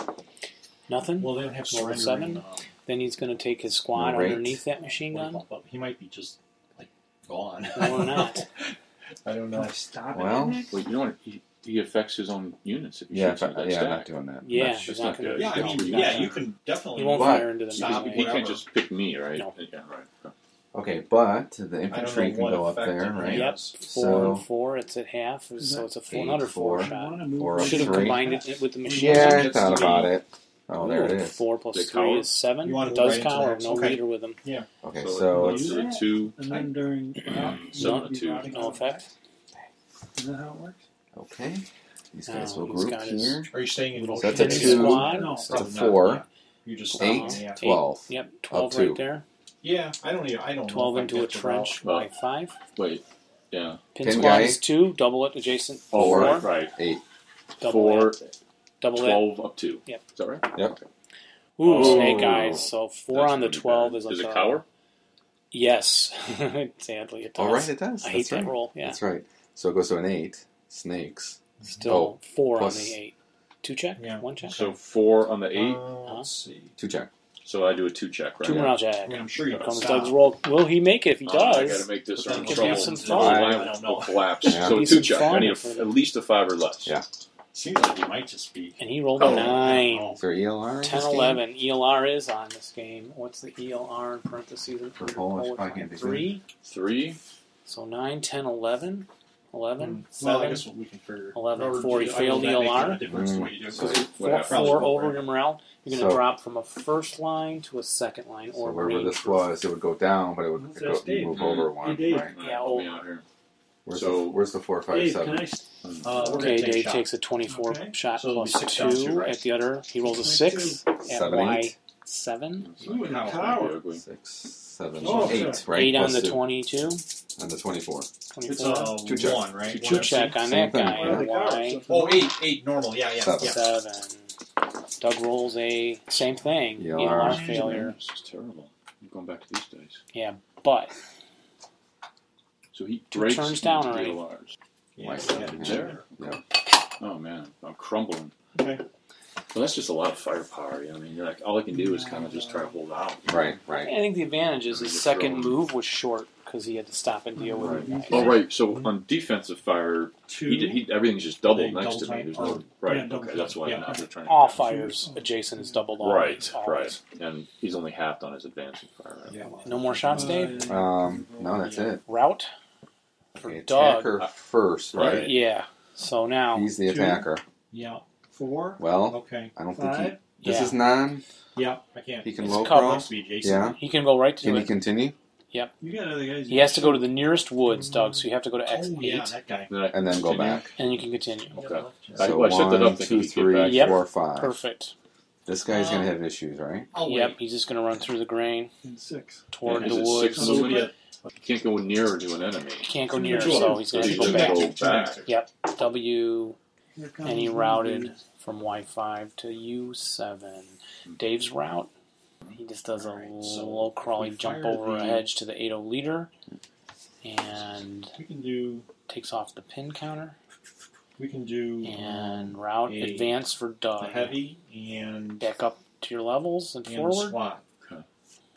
S1: nothing.
S3: Well, they don't have
S1: Roll
S3: surrender.
S1: seven.
S3: in, uh,
S1: then he's going to take his squad
S5: Great.
S1: underneath that machine
S3: what do you
S1: gun.
S3: call it? He might be just like gone.
S1: No, we're not.
S3: I don't
S2: Can I
S3: know.
S2: stop it?
S5: Well,
S4: Wait, you know what? He, he affects his own units if he
S5: Yeah,
S4: shoots into
S5: but-
S4: that
S5: yeah, I'm
S4: stack.
S5: not doing that.
S1: Yeah,
S5: That's
S1: he's
S5: just
S1: not
S5: not
S1: gonna
S5: good.
S1: do
S3: Yeah, I mean,
S1: No,
S3: yeah,
S1: no.
S3: you can definitely.
S1: He won't
S5: But-
S1: fire into the
S4: He,
S3: Stop
S1: machine
S4: can, he
S1: gun.
S4: can't just pick me, right?
S1: No.
S4: Yeah, right.
S5: Okay, but
S3: I
S5: the
S3: don't
S5: infantry
S3: know
S5: can
S3: what
S5: go up
S3: effect
S5: there,
S3: it
S5: right?
S1: Yep, four
S5: So-
S1: and four. It's at half,
S2: Is
S1: so
S2: that
S1: it's a four,
S5: eight,
S1: another four,
S5: four?
S1: shot.
S2: wanna move
S5: Four
S2: on.
S5: up
S1: Should have
S5: three.
S1: combined it with the machine gun.
S5: Yeah, I
S4: Gets
S5: thought
S4: to be-
S5: about it. Oh, there it
S1: Ooh,
S5: is.
S1: Four plus
S4: They
S1: three
S4: cower?
S1: is seven.
S3: You wanna
S1: It
S3: go
S1: does
S3: right into
S1: cower.
S3: that.
S1: No
S3: Okay.
S1: leader with him.
S5: Okay,
S4: So,
S5: so
S4: one
S5: it's
S2: it's-
S4: through two.
S2: And then during
S5: Mm-hmm.
S4: Seven to two.
S1: No effect.
S2: Is that how it works?
S5: okay. These guys
S1: No,
S5: will
S1: he's
S5: group
S1: got his-
S5: here.
S3: Are you staying in
S1: Little
S3: motion?
S5: So that's a
S1: kidding
S5: two.
S1: squad.
S2: No,
S5: That's a
S3: Probably not,
S5: four,
S3: yeah. You just
S5: eight,
S3: Yeah,
S5: twelve.
S1: Yep, twelve
S5: two.
S1: right there.
S3: yeah I don't. Even, I don't.
S1: Twelve
S3: know if I
S1: into a
S3: get the route.
S1: trench.
S4: Well,
S1: By five.
S4: Wait. Yeah.
S1: Pin,
S5: Pin
S1: squad
S5: guy.
S1: is two. Double it adjacent.
S4: Oh,
S5: Four.
S4: right, right.
S5: Eight.
S1: Double
S4: Four,
S1: it. Double it.
S4: twelve up two.
S1: Yep.
S4: Is that right?
S1: Ooh,
S4: Oh.
S1: snake eyes. So four
S4: That's
S1: on the
S4: pretty
S1: twelve
S4: bad.
S1: is like
S4: Does it
S1: a-
S4: cower?
S1: Yes, sadly it does.
S5: All right, it does.
S1: I
S5: That's
S1: hate that
S5: right.
S1: roll. Yeah,
S5: That's right. So it goes to an eight. Snakes.
S1: still four on
S5: Oh, plus-
S1: the eight. Two check.
S3: Yeah.
S1: One check.
S4: So four on the eight.
S3: Uh, let's see.
S5: Two check.
S4: So I do a two check, right?
S1: Two morale
S3: I
S1: check.
S3: mean, I'm sure you
S1: Here comes
S3: can
S1: Doug's roll. Will he make it? If he
S4: Oh, I
S1: does,
S4: gotta make this
S3: But
S4: or
S3: that
S4: I'm in
S3: could
S1: be
S4: trouble.
S1: some
S4: The whole
S1: fun.
S4: line
S3: I don't know.
S4: will collapse.
S5: Yeah.
S4: So
S1: Be
S4: two
S1: some
S4: check. I
S1: fun
S4: need
S1: for
S4: a,
S1: them.
S4: at least a five or less.
S5: Yeah.
S7: Seems like he might just be.
S1: And he rolled
S4: Oh.
S1: a 9.
S7: Oh,
S5: Is there ELR? in
S1: 10
S5: this game?
S1: 11. ELR E is on this game. What's the ELR in parentheses? in
S5: For Polish,
S1: Polish?
S5: probably can't be good.
S1: 3.
S4: Three.
S1: So 9, 10, 11. 11,
S7: Hmm. Well, I
S1: 7,
S7: guess what we can figure.
S1: 11,
S7: Or do
S1: four, he
S7: you- I mean,
S1: failed
S7: that makes
S1: ELR.
S7: a difference the way you do it.
S4: So
S3: Uh,
S4: what
S1: 4,
S4: happened?
S1: four over your morale. You're going to
S5: So-
S1: drop from a first line to a second line
S5: So
S1: or
S5: wherever
S1: Marine
S5: this
S1: troops.
S5: was, it would go down, but it would
S2: What's
S5: go,
S2: that, Dave?
S5: move over one.
S2: Dave.
S5: Right.
S4: Alright,
S1: Yeah, oh.
S4: help me
S1: over.
S4: out here.
S5: Where's,
S4: So-
S5: the, where's the four, five,
S2: Dave,
S5: seven?
S2: can I? s-
S7: Uh, we're
S1: Okay,
S7: gonna take
S1: Dave
S7: shot.
S1: takes a 24
S2: Okay.
S1: shot
S7: So it'll be
S1: plus
S7: six
S1: 2
S7: down to your right.
S1: at the other. He rolls a
S2: Like
S1: 6 at
S5: Seven,
S1: Y
S5: eight?
S1: 7.
S7: You and
S2: Howard.
S7: Howard.
S4: Ugly.
S5: Six, seven,
S2: Oh,
S5: eight,
S2: sure.
S5: right?
S1: 8 on
S5: Plus
S1: the
S5: two.
S1: 22.
S5: On the 24.
S7: It's
S1: 24.
S7: a
S5: Two check.
S7: one, right?
S1: You
S7: One
S1: two
S7: FC?
S1: check on
S5: Same
S1: that
S5: thing.
S1: guy.
S5: Where
S2: are the
S1: Why?
S2: cards?
S3: Oh, eight, eight, normal. Yeah, yeah,
S5: Seven.
S3: yeah.
S1: Seven. Doug rolls a same thing.
S5: Yeah.
S1: ELR
S5: Mm.
S1: failure.
S4: This is terrible. I'm going back to these dice.
S1: But
S4: So he
S1: Two
S4: breaks
S1: turns down
S4: the
S1: already.
S4: DLRs.
S3: Yeah,
S5: Like
S3: yeah.
S5: that.
S4: There.
S5: Yeah.
S4: Oh man, I'm crumbling.
S7: Okay.
S4: Well, that's just a lot of firepower. you know, I mean, you're like all I can do is kind of just try to hold out.
S5: Right,
S1: I
S5: right.
S1: think the advantage is his
S4: Just
S1: second
S4: throwing.
S1: move was short because he had to stop and deal with
S2: Right.
S1: you guys.
S4: All Oh, right. So on defensive fire,
S2: Two.
S4: he, did- he, everything's just double
S7: They
S4: next
S7: double
S4: to me.
S7: time?
S4: There's no
S7: Oh, yeah,
S4: right.
S7: double
S4: okay, that's
S7: time.
S4: why
S7: Yeah.
S4: I'm not trying. to-
S1: All fires adjacent is doubled.
S4: Right,
S1: Always, always.
S4: right. And he's only halved on his advancing fire. Right?
S3: Yeah.
S1: No more shots, Dave.
S2: Uh,
S5: Um, no, that's it.
S1: Route for
S5: Okay,
S1: Doug.
S5: attacker first, right?
S4: Right.
S1: Yeah. So now
S5: He's the
S7: Two.
S5: attacker.
S3: Yeah.
S2: Four.
S5: Well,
S3: Okay.
S5: I don't think he.
S2: Five.
S5: This
S1: Yeah.
S5: is non.
S3: Yeah, I can't.
S5: He can
S1: It's
S5: low
S1: covered.
S5: crawl.
S7: Must be adjacent.
S5: Yeah.
S1: he can go right to
S5: Can he
S1: it.
S5: continue?
S2: You got other guys.
S1: He has to go to the nearest woods, Doug. So you have to go to X8,
S3: Oh, yeah, that guy.
S4: Then I
S5: And then go
S4: continue.
S5: back.
S1: and you can continue.
S4: Okay. I-
S5: So
S4: well, I set that
S5: one,
S4: up thinking
S5: two,
S4: he'd get
S5: three,
S4: back.
S1: Yep.
S5: four, five.
S1: Perfect.
S5: This guy's gonna have issues, right?
S3: Oh, wait.
S1: Yep. He's just going to run through the grain
S2: And six.
S1: toward
S4: And
S1: the
S4: is it
S1: woods.
S4: six
S2: woods.
S4: movement? You can't go nearer to an enemy.
S1: Can't go near,
S7: Two
S1: so
S7: others.
S1: he's
S4: So
S1: going to
S4: he
S1: have to
S4: just
S1: go back.
S4: go
S7: Two
S4: back.
S7: back.
S1: W
S2: Here comes
S1: and he
S2: one
S1: routed
S2: dude.
S1: from Y5 to U7. Dave's route, he just does a
S3: Alright, so
S1: little crawly
S3: we
S1: jump
S3: fire
S1: over a
S3: the-
S1: hedge to the 80 leader and
S7: We can do.
S1: takes off the pin counter
S7: We can do
S1: and route
S7: Eight.
S1: advance for
S7: the
S1: Doug.
S7: heavy and,
S1: Back up to your levels and
S7: and the
S1: forward.
S7: SWAT.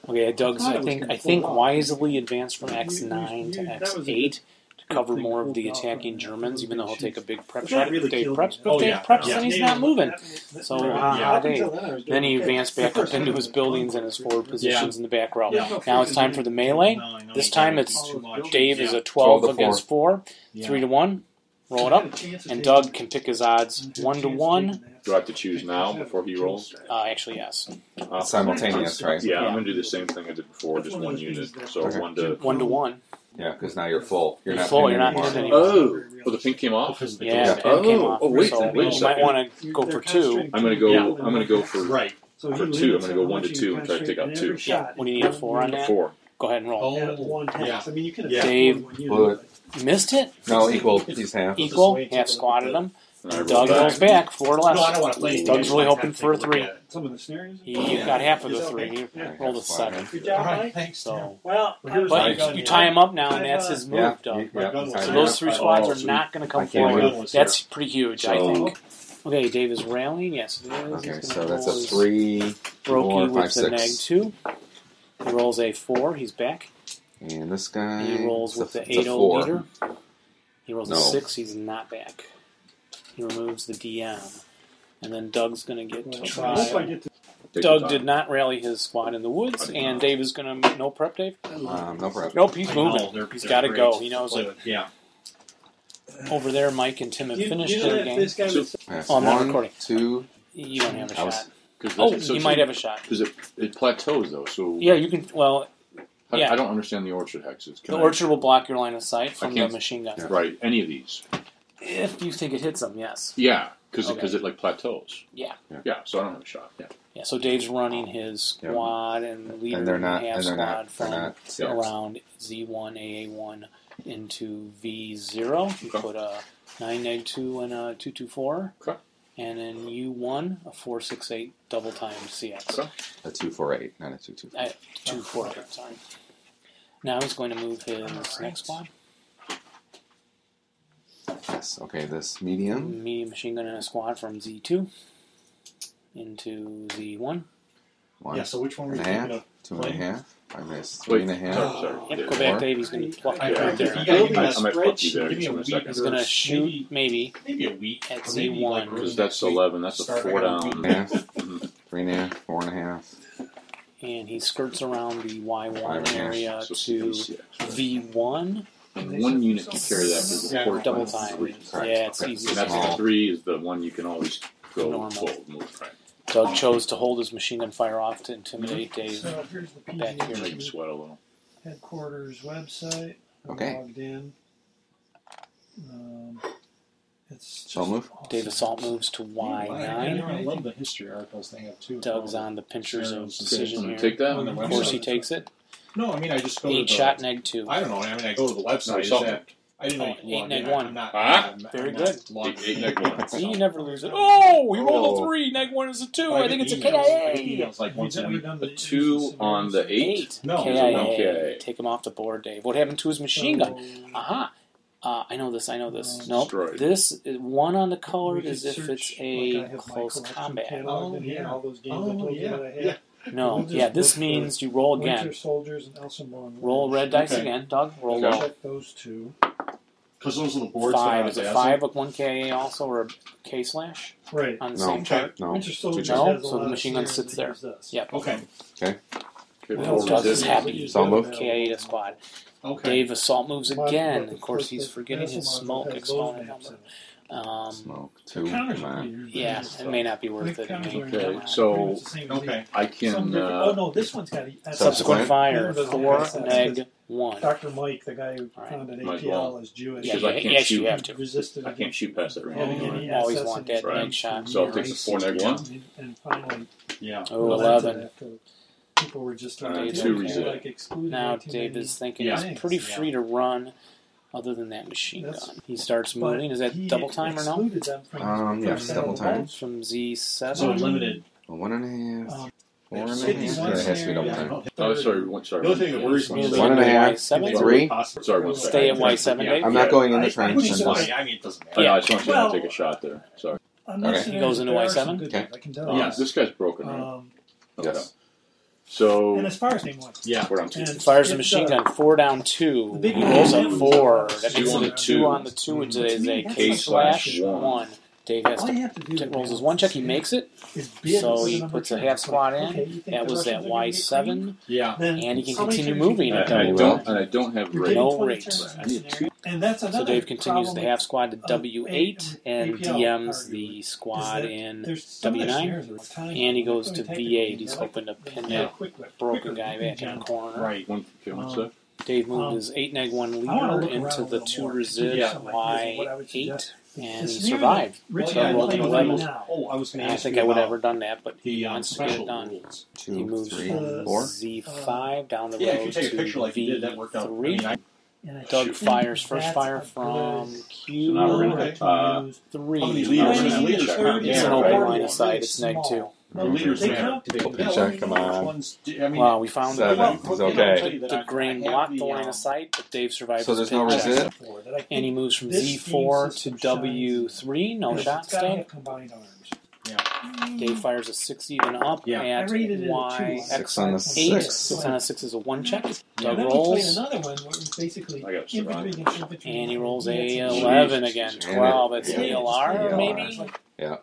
S1: Okay, Doug's.
S2: I
S1: I
S2: thought it
S1: think
S2: was
S1: I
S2: gonna
S1: think
S2: pull off.
S1: wisely advanced from
S2: You-
S1: X nine
S2: you-
S1: to
S2: you- that
S1: X
S2: was a
S1: eight to cover
S2: thing
S1: more of
S2: pulled
S1: the
S2: off on
S1: attacking
S2: that.
S1: Germans, even though he'll take a big prep
S2: But
S1: shot.
S2: that
S1: If
S2: really
S1: Dave
S2: killed
S1: preps,
S2: me.
S1: but
S7: Oh,
S1: Dave
S7: yeah.
S1: preps,
S7: Yeah.
S1: then he's not moving. So,
S2: Yeah.
S1: yeah,
S2: Up
S1: Dave.
S2: until I was doing
S1: Then he
S2: okay.
S1: advanced back up into his buildings and his forward positions in the back row.
S2: Yeah, but
S1: Now it's time
S2: fucking
S1: for the melee.
S7: No, I know
S1: This
S7: you
S1: time
S7: gotta
S1: it's
S7: do too much.
S1: Dave is
S7: Yeah.
S1: a 12
S5: Twelve to
S1: against 4,
S7: Yeah.
S1: 3 to 1. Roll it
S2: I
S1: up.
S2: had a chance of
S1: And
S2: taking-
S1: Doug can pick his odds
S2: I had a
S1: 1 to
S2: chance of
S1: 1.
S2: taking that.
S4: Do I have to choose now before he rolls?
S1: Uh, actually, yes.
S4: Uh,
S5: Simultaneous, right?
S4: Yeah,
S1: Yeah.
S4: I'm gonna do the same thing I did before,
S2: That's
S4: just
S2: one of
S4: one
S2: those
S4: unit.
S2: things that-
S4: So
S5: Okay.
S4: one to.
S1: One to one.
S5: Yeah, because now you're full. You're,
S1: You're
S5: not
S1: full,
S5: pinned
S1: you're not
S5: anymore.
S1: pinned anymore.
S4: Oh, well, the pink came off.
S7: Because of the
S1: Yeah,
S7: door.
S1: the pin came off.
S4: Oh, wait,
S1: so
S4: wait a
S1: you might
S4: second.
S1: want to
S2: You're-
S1: go
S2: they're
S1: for two.
S2: concentrating
S4: I'm gonna
S2: too
S4: go.
S2: much.
S4: I'm gonna go for
S7: Right.
S2: So he
S4: for two,
S2: limits
S4: I'm gonna
S2: how
S4: go one to
S2: much
S4: two
S2: you
S4: and try to take out
S2: concentrate
S4: two.
S2: in every shot.
S1: What do you need, a four on that?
S4: four.
S1: Go ahead and roll.
S2: Yeah, one pass. I mean, you could have
S7: Yeah.
S1: Dave,
S2: one unit,
S5: Bullet.
S2: but-
S7: Oh.
S1: Missed it.
S5: No, equal. He's half.
S7: Equal.
S1: Equal.
S7: way, take
S1: Half
S7: a look
S1: squatted
S7: at
S1: him.
S4: And I roll
S1: Doug
S4: back.
S1: rolls back. Four less.
S3: No, I don't want to play these
S1: Doug's
S3: games.
S1: really
S3: I'm
S1: hoping
S3: trying to
S1: for a
S3: take look
S1: three.
S3: at it.
S2: Some of the scenarios.
S1: He got half of the
S2: It's
S1: three.
S2: okay.
S1: He
S2: Yeah.
S1: rolled a
S5: Squatted.
S1: seven.
S2: Good
S3: All
S2: job,
S3: right,
S2: Mike.
S3: thanks.
S1: So,
S2: Well,
S7: Well, here's
S2: I-
S1: but
S7: my gun
S1: you
S7: here.
S1: tie him up now, and that's his
S5: Yeah,
S1: move,
S5: he-
S1: Doug.
S5: yeah, he's
S1: So
S5: high
S1: those
S5: up.
S1: three squads
S4: Oh,
S1: are not going to
S5: I
S1: come
S5: can't
S1: forward.
S7: do it.
S1: That's pretty huge, I
S5: So-
S1: think. Okay, Dave is rallying. Yes, it is.
S5: Okay,
S1: He's gonna
S5: so that's
S1: roll
S5: a
S1: his
S5: three,
S1: Brokey
S5: four,
S1: with
S5: five,
S1: the neg
S5: six.
S1: two. He rolls a four. He's back.
S5: and this guy.
S1: He rolls with
S5: it's
S1: the
S5: a,
S1: oh
S5: it's a
S1: 8 0
S5: four.
S1: leader. He rolls a
S5: No.
S1: 6. He's not back. He removes the DM. And then Doug's going to get to
S2: Well, I hope I
S1: try.
S2: get to.
S4: Take your
S1: Doug
S4: time.
S1: did not rally his squad in the woods.
S4: I did
S1: And
S4: not.
S1: Dave is going to. No prep, Dave?
S5: Um, no problem.
S1: Nope, he's
S7: I know,
S1: moving.
S7: they're-
S1: he's
S7: they're
S1: got to
S7: great
S1: go.
S7: to
S1: He knows
S7: play
S1: it.
S7: with. Yeah.
S1: Over there, Mike and Tim have
S2: You,
S1: finished
S2: you know
S1: their
S2: that
S1: game.
S2: this guy was
S5: That's
S1: Oh, I'm not
S5: one,
S1: recording.
S5: two.
S1: You don't have a
S5: I was-
S1: shot.
S4: 'Cause
S1: Oh,
S4: that's- so
S1: you
S4: it's-
S1: might have a shot.
S4: Because it, it plateaus though, so
S1: Yeah, you can. Well,
S4: I,
S1: yeah.
S4: I don't understand the orchard hexes. Can
S1: the
S4: I-
S1: orchard will block your line of sight from the
S4: can't-
S1: machine gun.
S5: Yeah.
S4: right? Any of these?
S1: If you think it hits them, yes.
S4: Yeah, because
S1: Okay.
S4: it like plateaus.
S1: Yeah.
S5: Yeah.
S4: yeah. So I don't have a shot. Yeah,
S1: Yeah, so Dave's running his
S5: Yeah.
S1: squad and leader
S5: And they're not.
S1: half
S5: And they're
S1: squad
S5: not.
S1: from
S5: They're not. Six.
S1: around Z1, AA1 into V0. You
S4: Okay.
S1: put a 9, neg 2, and a 224.
S4: Okay.
S1: And then U1, a 468 double time CX.
S4: Okay.
S5: A two, four, eight. Not a two, two.
S1: Uh, 248, sorry. Now he's going to move his next squad.
S5: Yes. Okay. This medium.
S1: Medium machine gun and a squad from Z2 into Z1.
S5: One,
S3: Yeah, so which one were
S5: and
S3: you
S5: a
S3: thinking
S5: half.
S3: of?
S5: Two and a half. I missed three and a half.
S4: Sorry, sorry.
S1: Yep,
S4: There.
S1: go back to 80. He's going to pluck
S3: I-
S1: it right
S4: Yeah.
S1: there.
S3: You gotta give me
S4: I,
S3: a
S4: I might fuck you
S3: spreadsheet.
S4: there
S3: Give me a
S4: in a
S3: week
S4: second.
S1: He's going to
S3: Maybe-
S1: shoot, maybe.
S3: Maybe a week.
S1: At
S3: or maybe,
S1: Z1.
S3: like, really
S4: Because
S3: next
S4: that's
S3: week.
S4: 11. That's a
S3: Start
S4: four
S3: like a
S4: down.
S5: half,
S4: Mhm.
S5: three and a half, four and a half.
S1: And he skirts around the Y1
S5: Right.
S1: area
S4: So
S1: to
S4: it's- yeah.
S1: V1
S4: And one unit can carry that. 'cause the
S3: Yeah,
S4: fourth
S1: double
S4: one's
S1: time.
S4: three.
S1: Yeah,
S5: Right.
S1: it's
S4: Okay,
S1: easy.
S4: so that's
S5: Small.
S4: the three is the one you can always go
S1: Normal.
S4: full move. Right.
S1: Doug chose to hold his machine gun fire off to intimidate Dave.
S2: So here's the
S1: Back here.
S4: Make him
S2: PGA
S4: sweat a little.
S2: headquarters website. I'm
S5: Okay.
S2: Logged in. Um, it's
S5: Shall
S2: just
S5: move?
S2: awesome.
S1: Dave Assault moves to
S3: I,
S1: Y9.
S3: know, I love the history articles they have too.
S1: Doug's on the pinchers of
S4: I'm
S1: decision
S4: gonna
S1: here.
S4: take that.
S3: On the
S1: Of
S3: website.
S1: course, he takes it.
S3: No, I mean I just go
S1: Eight
S3: to the,
S1: shot, neg two.
S3: I don't know. I mean I go to the website. Is
S4: something.
S3: that, I didn't
S1: Oh,
S3: like
S1: eight
S3: log
S1: neg
S3: in.
S1: one.
S3: I'm not,
S4: Huh?
S3: I'm,
S1: Very
S3: I'm
S1: good.
S3: Not logged
S4: Eight- eight
S3: in.
S4: neg one.
S1: See, you never lose it. Oh, we rolled a
S5: Whoa.
S1: three. Neg one is a two.
S3: But
S1: I think
S3: get
S1: it's a
S3: emails. I get
S1: KIA.
S3: emails, like
S2: Have
S3: once
S2: you
S3: a
S2: ever
S3: week.
S2: done
S4: A
S2: the
S4: two
S2: instance
S4: on the
S2: severity?
S4: eight.
S1: Eight.
S3: No,
S1: KIA.
S4: okay.
S1: Take him off the board, Dave. What happened to his machine gun?
S2: So,
S1: Aha. Uh, I know this. I know this.
S2: No.
S1: Nope.
S4: Destroyed.
S1: This is- one on the colored
S2: we
S1: is
S2: could
S1: if
S2: search,
S1: it's a
S2: like, I have my
S1: close
S2: collection
S1: combat.
S2: catalog
S3: Oh,
S2: in here,
S3: yeah.
S2: All those games
S3: Oh,
S2: I told
S3: yeah,
S2: you that I had.
S3: yeah.
S1: No.
S2: We'll just
S1: Yeah. This
S2: look for
S1: means you roll
S2: Winter
S1: again.
S2: Soldiers and Elsinborn.
S1: Roll red dice
S3: Okay.
S1: again, Doug. Roll
S4: Okay.
S1: low.
S2: Check those two.
S3: Because those little boards.
S1: Five.
S3: that
S1: Is it
S3: have
S1: five? Like one KIA also or a K slash
S2: Right.
S1: on the
S5: No.
S1: same chart?
S5: No.
S2: Winter Soldiers
S1: No,
S2: has a
S1: so the
S2: lot of
S1: machine gun
S2: series
S1: sits
S2: that
S1: there.
S2: use this.
S1: Yep.
S3: Okay.
S4: Okay,
S2: Well,
S4: four
S2: it's
S1: Doug
S2: just-
S1: is
S4: resistance.
S1: happy.
S5: So moved.
S1: KIA to squad.
S3: Okay.
S1: Dave assault moves
S2: Lots of
S1: again.
S2: buttons
S1: Of course,
S2: with
S1: he's
S2: the
S1: forgetting his
S2: decimal
S1: smoke
S2: marker has those
S1: exponent
S2: maps
S1: number.
S2: in it.
S1: Um,
S5: Smoke two.
S3: Counters
S5: Come
S3: are
S5: on.
S3: pretty useful.
S1: yeah, it may not be worth it.
S2: The counters are in
S4: Okay,
S2: that.
S4: so-
S2: Pretty much the same as these.
S3: Okay.
S4: I
S2: Some
S4: can.
S2: different-
S4: Uh,
S2: oh no, this one's got. a- that's-
S1: Subsequent
S5: Subsequent?
S1: fire,
S2: Doesn't
S1: four,
S2: make sense.
S1: neg, one.
S2: Dr. Mike, the guy who
S1: All right.
S2: founded
S4: Might as
S2: APL,
S4: well.
S2: is Jewish.
S1: Yeah,
S4: Because
S1: yeah,
S4: I can't
S1: yes, you
S4: shoot.
S1: have to.
S2: Resisted
S4: I can't
S2: against
S4: shoot past that
S1: Oh,
S4: range.
S2: having
S3: Right.
S2: any
S1: Always
S2: access
S1: want
S2: into
S1: that
S2: the
S1: neg shot.
S4: So it takes a four neg one?
S2: And, and finally,
S3: Yeah.
S1: Oh,
S2: relented
S1: 11.
S2: after People were just
S4: Uh,
S2: starting to
S1: two
S2: like,
S4: resist.
S2: like, exclude
S1: Now
S2: 1990.
S1: Dave is thinking
S3: Yeah.
S1: he's pretty
S3: Yeah.
S1: free to run, other than that machine
S2: That's-
S1: gun. He starts
S2: But
S1: moving. Is that
S2: he
S1: double time or no?
S2: excluded them from
S5: Um,
S2: the
S5: yeah,
S2: first
S5: double
S2: round of
S5: time.
S2: votes.
S1: From Z
S3: So
S1: seven.
S3: limited.
S5: A one and a half.
S2: Um,
S5: Four and a half.
S3: Fifty-one
S5: Yeah, it has to be double
S3: yeah,
S5: time.
S3: no,
S4: oh, sorry. One, sorry.
S3: The only thing that worries me is
S1: Moving
S5: One
S3: that
S5: and a
S1: into
S5: half.
S1: Y seven.
S5: It's
S4: Sorry,
S5: three.
S4: one second.
S1: Stay at Y7, Dave?
S5: I'm not going in
S3: I-
S5: the
S3: I
S5: trench.
S3: wouldn't
S5: I'm
S3: say-
S5: just-
S3: I mean, it doesn't matter.
S4: I, know, I just want you
S2: Well-
S4: to take a shot there. Sorry.
S2: Unless
S5: Okay.
S2: there-
S1: He goes into
S2: there are
S1: Y7?
S2: some good
S5: Okay.
S2: ones, I can tell
S4: Uh,
S2: you.
S3: Yeah.
S4: This guy's broken, right?
S2: Um,
S4: Okay.
S5: Yes.
S4: So
S2: and as far as name one,
S3: Yeah.
S4: we're down two.
S2: and
S1: Fires a
S2: it's,
S1: machine
S2: uh,
S1: gun. Four down
S2: the
S1: two.
S2: big
S1: He rolls
S2: one
S1: a
S2: is-
S1: four. That
S4: Two
S1: makes
S4: on
S1: it a
S4: the
S1: two
S4: two.
S1: on the two, which
S2: Mhm.
S1: is a
S2: To me,
S1: K
S2: that's
S1: slash
S4: like one.
S1: one. Dave has
S2: All
S1: to
S2: you have to do to
S1: rolls his
S2: balance
S1: one check.
S2: this
S1: He
S2: game
S1: makes it.
S2: is bid
S1: so
S2: with the
S1: he
S2: number
S1: puts a
S2: ten.
S1: half
S2: It's
S1: squad
S2: like,
S1: in.
S2: okay, you think
S1: That
S2: the
S1: was that
S2: Russians are
S1: Y
S2: gonna get green?
S1: seven,
S3: Yeah.
S2: Then
S1: and he can
S2: how many
S1: continue
S2: turns you
S1: moving
S4: And
S1: at
S2: get?
S5: Yeah,
S4: I, I
S1: double.
S4: don't, and I don't have
S2: You're
S4: rate.
S2: getting
S1: No
S2: 20
S1: rates.
S2: turns in
S4: I
S2: that
S4: need two.
S2: scenario. And that's another
S1: So Dave continues
S2: problem
S1: to
S2: with-
S1: half squad to
S2: uh,
S1: W eight and
S2: APL
S1: DMs
S2: arguably,
S1: the
S2: is
S1: squad
S2: that
S1: in.
S2: there's some
S1: W9,
S2: scenarios where it's time
S1: And he
S2: bomb.
S1: goes
S2: It's
S1: to
S2: gonna take
S1: V
S2: a
S1: eight. He's
S2: minute.
S1: hoping to pin
S2: Yeah,
S1: that
S2: quick, quick,
S1: broken
S2: quick,
S1: guy
S2: quick,
S1: back in the
S2: John.
S1: corner.
S3: Right.
S4: One, okay, one
S2: Um,
S4: sec.
S1: Dave moved
S2: Um,
S1: his eight neg one
S2: I wanna
S1: leader
S2: look around
S1: into
S2: a
S1: the
S2: little
S1: two
S2: more.
S1: resist
S3: Yeah.
S2: Like, this is what I
S1: Y
S2: would
S1: eight,
S2: suggest.
S1: and he
S2: The scenario
S1: survived.
S2: Rich
S1: So I
S2: and
S1: rolled
S2: Clay
S1: an
S2: play
S1: 11.
S2: now.
S3: Oh, I was
S1: And
S3: going
S1: I
S3: to
S1: don't
S3: ask
S1: think
S3: you
S1: I would
S3: about
S1: have ever done that, but
S3: the um,
S1: wants to get it
S3: special
S1: done.
S3: rules.
S1: he
S5: Two,
S1: moves
S5: three,
S1: from
S5: four.
S1: Z five down the
S3: Yeah, if
S1: road
S3: you take a picture
S1: to
S3: like
S1: V
S3: you did, that worked out. I
S1: three.
S3: mean, I,
S2: And I
S1: Doug
S2: think
S1: fires first
S2: that's
S1: fire
S2: a
S1: from
S2: good
S1: Q
S4: So now we're
S2: rule
S4: gonna-
S2: to
S4: uh,
S2: use.
S1: three.
S3: how many
S4: Now
S3: leaders?
S4: we're gonna
S2: Twenty,
S4: check.
S2: thirty,
S1: It's
S4: Yeah,
S1: an
S2: Yeah,
S1: open
S2: right.
S1: line of sight.
S2: Really
S1: It's neg
S2: small.
S1: two.
S3: The leaders
S2: They
S3: matter.
S2: count.
S3: They don't
S5: Check
S3: matter.
S5: them
S3: Which
S5: on.
S3: ones do- I mean,
S1: Wow, we found
S5: Seven.
S1: the,
S3: well,
S5: It's
S3: but, you know,
S5: okay.
S3: I'll tell you that I-
S1: the
S3: I
S1: grain
S3: have
S1: blocked the
S3: the,
S1: line
S3: um,
S1: of sight, but Dave survived.
S5: So
S1: his
S5: there's no
S1: pinch.
S5: resist? Is it?
S2: Jackson Ford, that I
S1: And he
S2: think
S1: moves from
S2: This
S1: Z4 to
S2: game system
S1: W3. No
S2: it's
S1: shots,
S2: gotta
S1: Doug.
S2: have Combined arms.
S1: Dave fires a six even up
S3: Yeah.
S1: at
S2: Mm. I rated it a two.
S1: Y
S5: Six on the
S1: eight.
S5: six.
S1: Six. on a six is a one check.
S2: And
S1: Doug
S2: then
S1: rolls
S2: we played another one where it was basically
S4: I got
S2: infantry
S4: survived.
S2: against infantry.
S1: and he rolls
S2: Yeah,
S1: a
S2: it's
S1: eleven
S4: Jesus.
S1: again.
S5: Damn it.
S1: Twelve. It's
S2: Yeah,
S1: the
S2: it's
S1: LR
S5: ELR.
S1: maybe.
S5: Yeah.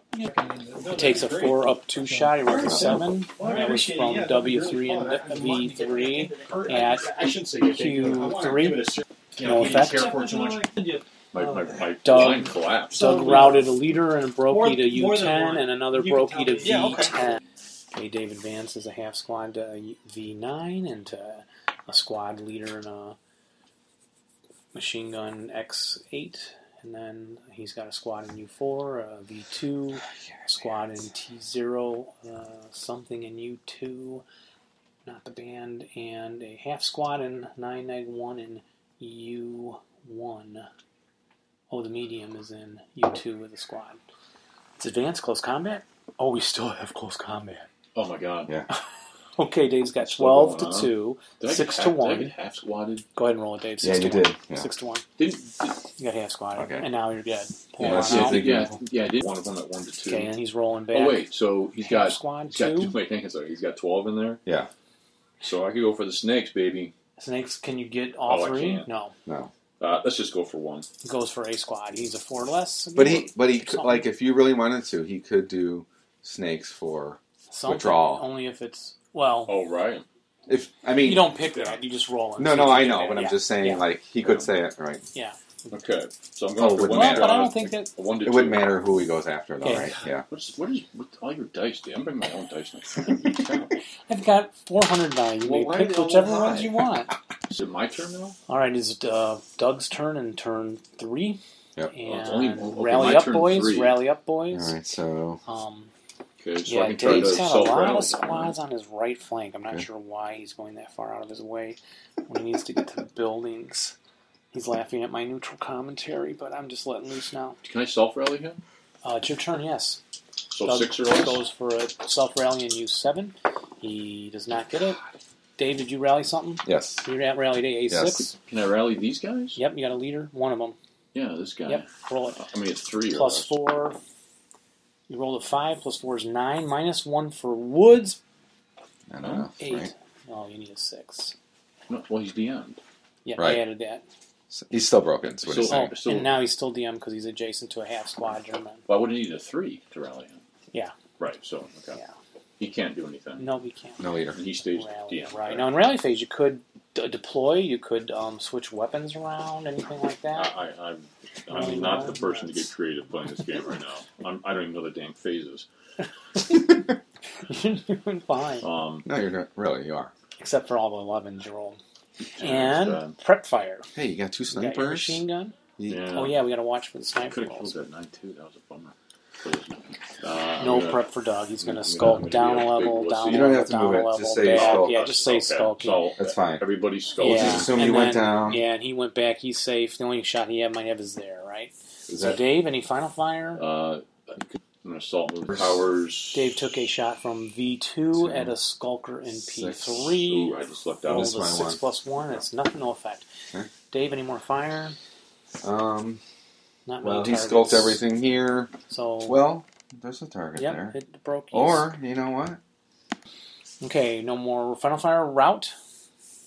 S1: He takes a four up two shot. He rolls a seven.
S3: Well, I
S1: That was
S3: appreciate it.
S1: from
S3: Yeah, that'd be
S1: W three
S3: really
S1: and
S3: fun. I- I'm wanting to get
S1: V3.
S3: back into the- or-
S1: at
S3: I- I shouldn't say get back into it. I wanna
S1: Q3.
S3: give it a ser- you
S1: No
S3: know, you didn't
S1: effect.
S3: care for it too much.
S4: My, my,
S2: Uh,
S4: my
S1: Doug.
S4: line collapsed.
S1: Doug routed a leader and a brokey to
S3: More- more than
S1: U10
S3: one.
S1: and another
S3: You can
S1: brokey to
S3: tell me. Yeah, okay.
S1: V10. Okay, Dave advances a half squad to V9 and to a squad leader and a machine gun X8. And then he's got a squad in U4, a V2, a squad in T0, uh, something in U2, not the band, and a half squad in 9 neg 1 in U1. Oh, the medium is in U2 with the squad. It's advanced close combat? Oh, we still have close combat.
S4: Oh my god.
S1: Okay, Dave's got
S4: Still
S1: 12
S4: going
S1: to
S4: on.
S1: 2.
S4: Did I
S1: Six
S4: get
S1: to
S4: half-
S1: one.
S4: Did I get half squatted?
S1: Go ahead and roll it, Dave.
S5: Yeah,
S1: Six
S5: you
S1: to 1.
S5: did. Yeah.
S1: 6 to 1.
S4: Didn't.
S1: You got half squad.
S5: Okay.
S1: And now you're good. Pull
S5: Yeah,
S1: one
S5: that's it.
S1: out.
S5: Thank you.
S4: yeah, I think- yeah, I did one of them at one to two.
S1: Okay, and he's rolling back.
S4: oh wait, so he's
S1: half
S4: got
S1: squad
S4: he's got
S1: 2.
S4: wait, hang on a second. He's got twelve in there.
S5: Yeah.
S4: So I could go for the snakes, baby.
S1: Snakes, can you get all
S4: Oh, I
S1: three?
S4: can't.
S1: No.
S4: Uh, let's just go for one.
S1: Goes for A squad. He's a four less.
S5: But he, but he,
S1: Or
S5: could-
S1: something.
S5: like, if you really wanted to, he could do snakes for.
S1: Something,
S5: withdrawal.
S1: Only if it's. Well,
S4: Oh right.
S5: If I mean,
S1: you don't pick that. You just roll. and
S5: no,
S1: see
S5: no,
S1: if
S5: I
S1: you
S5: know,
S1: get
S5: but
S1: it.
S5: I'm
S1: Yeah.
S5: just saying,
S1: yeah.
S5: like, he could say it, right?
S4: Okay. So I'm
S5: Oh,
S4: going
S5: it
S4: for
S5: wouldn't
S4: one.
S1: Well,
S5: matter.
S1: but I
S4: squad,
S1: don't think that.
S4: a one to
S5: It wouldn't
S4: two.
S5: matter who he goes after, though,
S1: Okay.
S5: right? Yeah.
S4: What is what is with all your dice? Dude? I'm bringing my own dice next time.
S1: I've got 400 now. You
S4: Well,
S1: may
S4: why
S1: pick
S4: the
S1: whichever
S4: why?
S1: ones you want.
S4: Is it my turn now?
S1: All right, is uh, Doug's turn and turn three.
S5: Yep.
S1: And
S4: it's only- okay,
S1: rally
S4: my
S1: up,
S4: turn
S1: boys.
S4: three.
S1: Rally up,
S5: All
S1: boys.
S5: right. So
S1: Um,
S4: Okay, so I
S1: yeah,
S4: can try to
S1: Dave's got a lot
S4: self-rally.
S1: of squads on his right flank. I'm not
S5: Okay.
S1: sure why he's going that far out of his way when he needs to get to the buildings. He's laughing at my neutral commentary, but I'm just letting loose now.
S4: Can I self rally him?
S1: Uh, it's your turn, yes.
S4: So
S1: Doug
S4: six or less.
S1: goes for a self rally and use seven. He does not get it. Dave, did you rally something?
S5: yes,
S1: You ra- rallied a a6.
S5: Yes.
S4: Can I rally these guys?
S1: Yep, you got a leader, one of them.
S4: Yeah, this guy. Uh,
S1: Yep, roll it.
S4: I mean, it's three or
S1: Plus
S4: less.
S1: four. You rolled a five, plus four is nine, minus one for Woods,
S5: not enough.
S1: eight.
S5: Right?
S1: Oh, you need a six.
S4: No, well, he's DM'd.
S1: Yeah,
S5: Right.
S1: I added that.
S5: So he's still broken. Is what he's
S4: So-
S5: saying.
S1: Oh,
S4: Right, so-
S1: and now he's still DM because he's adjacent to a half squad German.
S4: Well, I would need a three to rally him.
S1: Yeah.
S4: Right. So okay.
S1: Yeah.
S4: He can't do anything.
S1: No, we can't.
S5: No leader.
S4: And he stays
S1: Rally,
S4: DM.
S1: right now, in rally phase, you could d- deploy, you could um, switch weapons around, anything like
S4: I,
S1: that.
S4: I, I'm, I'm not the person to get creative playing this game right now. I'm, I don't even know the damn phases.
S1: You're doing fine,
S4: Um,
S5: No, you're not. Really, you are.
S1: except for all the elevens you rolled.
S4: and,
S1: And
S4: uh,
S1: prep fire.
S5: Hey, you got two
S1: You got your
S5: snipers.
S1: machine gun.
S5: Ye-
S4: yeah.
S1: Oh yeah, we got to watch for the
S4: I
S1: sniper
S4: could have killed
S1: rolls.
S4: that nine too. That was a bummer. But, uh,
S1: No
S4: I'm gonna-
S1: prep for Doug. He's going
S4: I'm
S1: to
S4: gonna- I'm
S1: skulk
S4: gonna
S1: down
S4: be
S1: a
S4: a
S1: level,
S4: big
S1: down
S4: wussy.
S1: a
S5: You don't
S1: level,
S5: have to
S1: down
S5: move
S1: a
S5: it.
S1: level.
S5: Just say you
S1: back.
S5: skulk.
S1: Yeah, just say
S4: okay.
S1: skulk.
S4: So
S5: That's fine.
S4: everybody's skulking.
S1: Yeah,
S5: Just assume
S1: and
S5: you went
S1: then-
S5: down.
S1: Yeah, and he went back. He's safe. The only shot he had might have is there, right?
S5: Is
S1: so
S5: that
S1: Dave, any final fire?
S4: Uh, I'm gonna assault with powers.
S1: Dave took a shot from V
S5: Two.
S1: two at a skulker in P
S5: Six.
S1: three.
S4: Ooh, I just left out.
S1: Rolled a
S5: This is my
S1: six
S5: one.
S1: plus one. It's nothing, no effect.
S5: Okay.
S1: Dave, any more fire?
S5: um?
S1: Not
S5: Well,
S1: many
S5: he
S1: targets.
S5: skulked everything here.
S1: So
S5: Well, there's a target
S1: yep,
S5: there.
S1: it broke. his-
S5: Or you know what?
S1: okay, no more final fire route.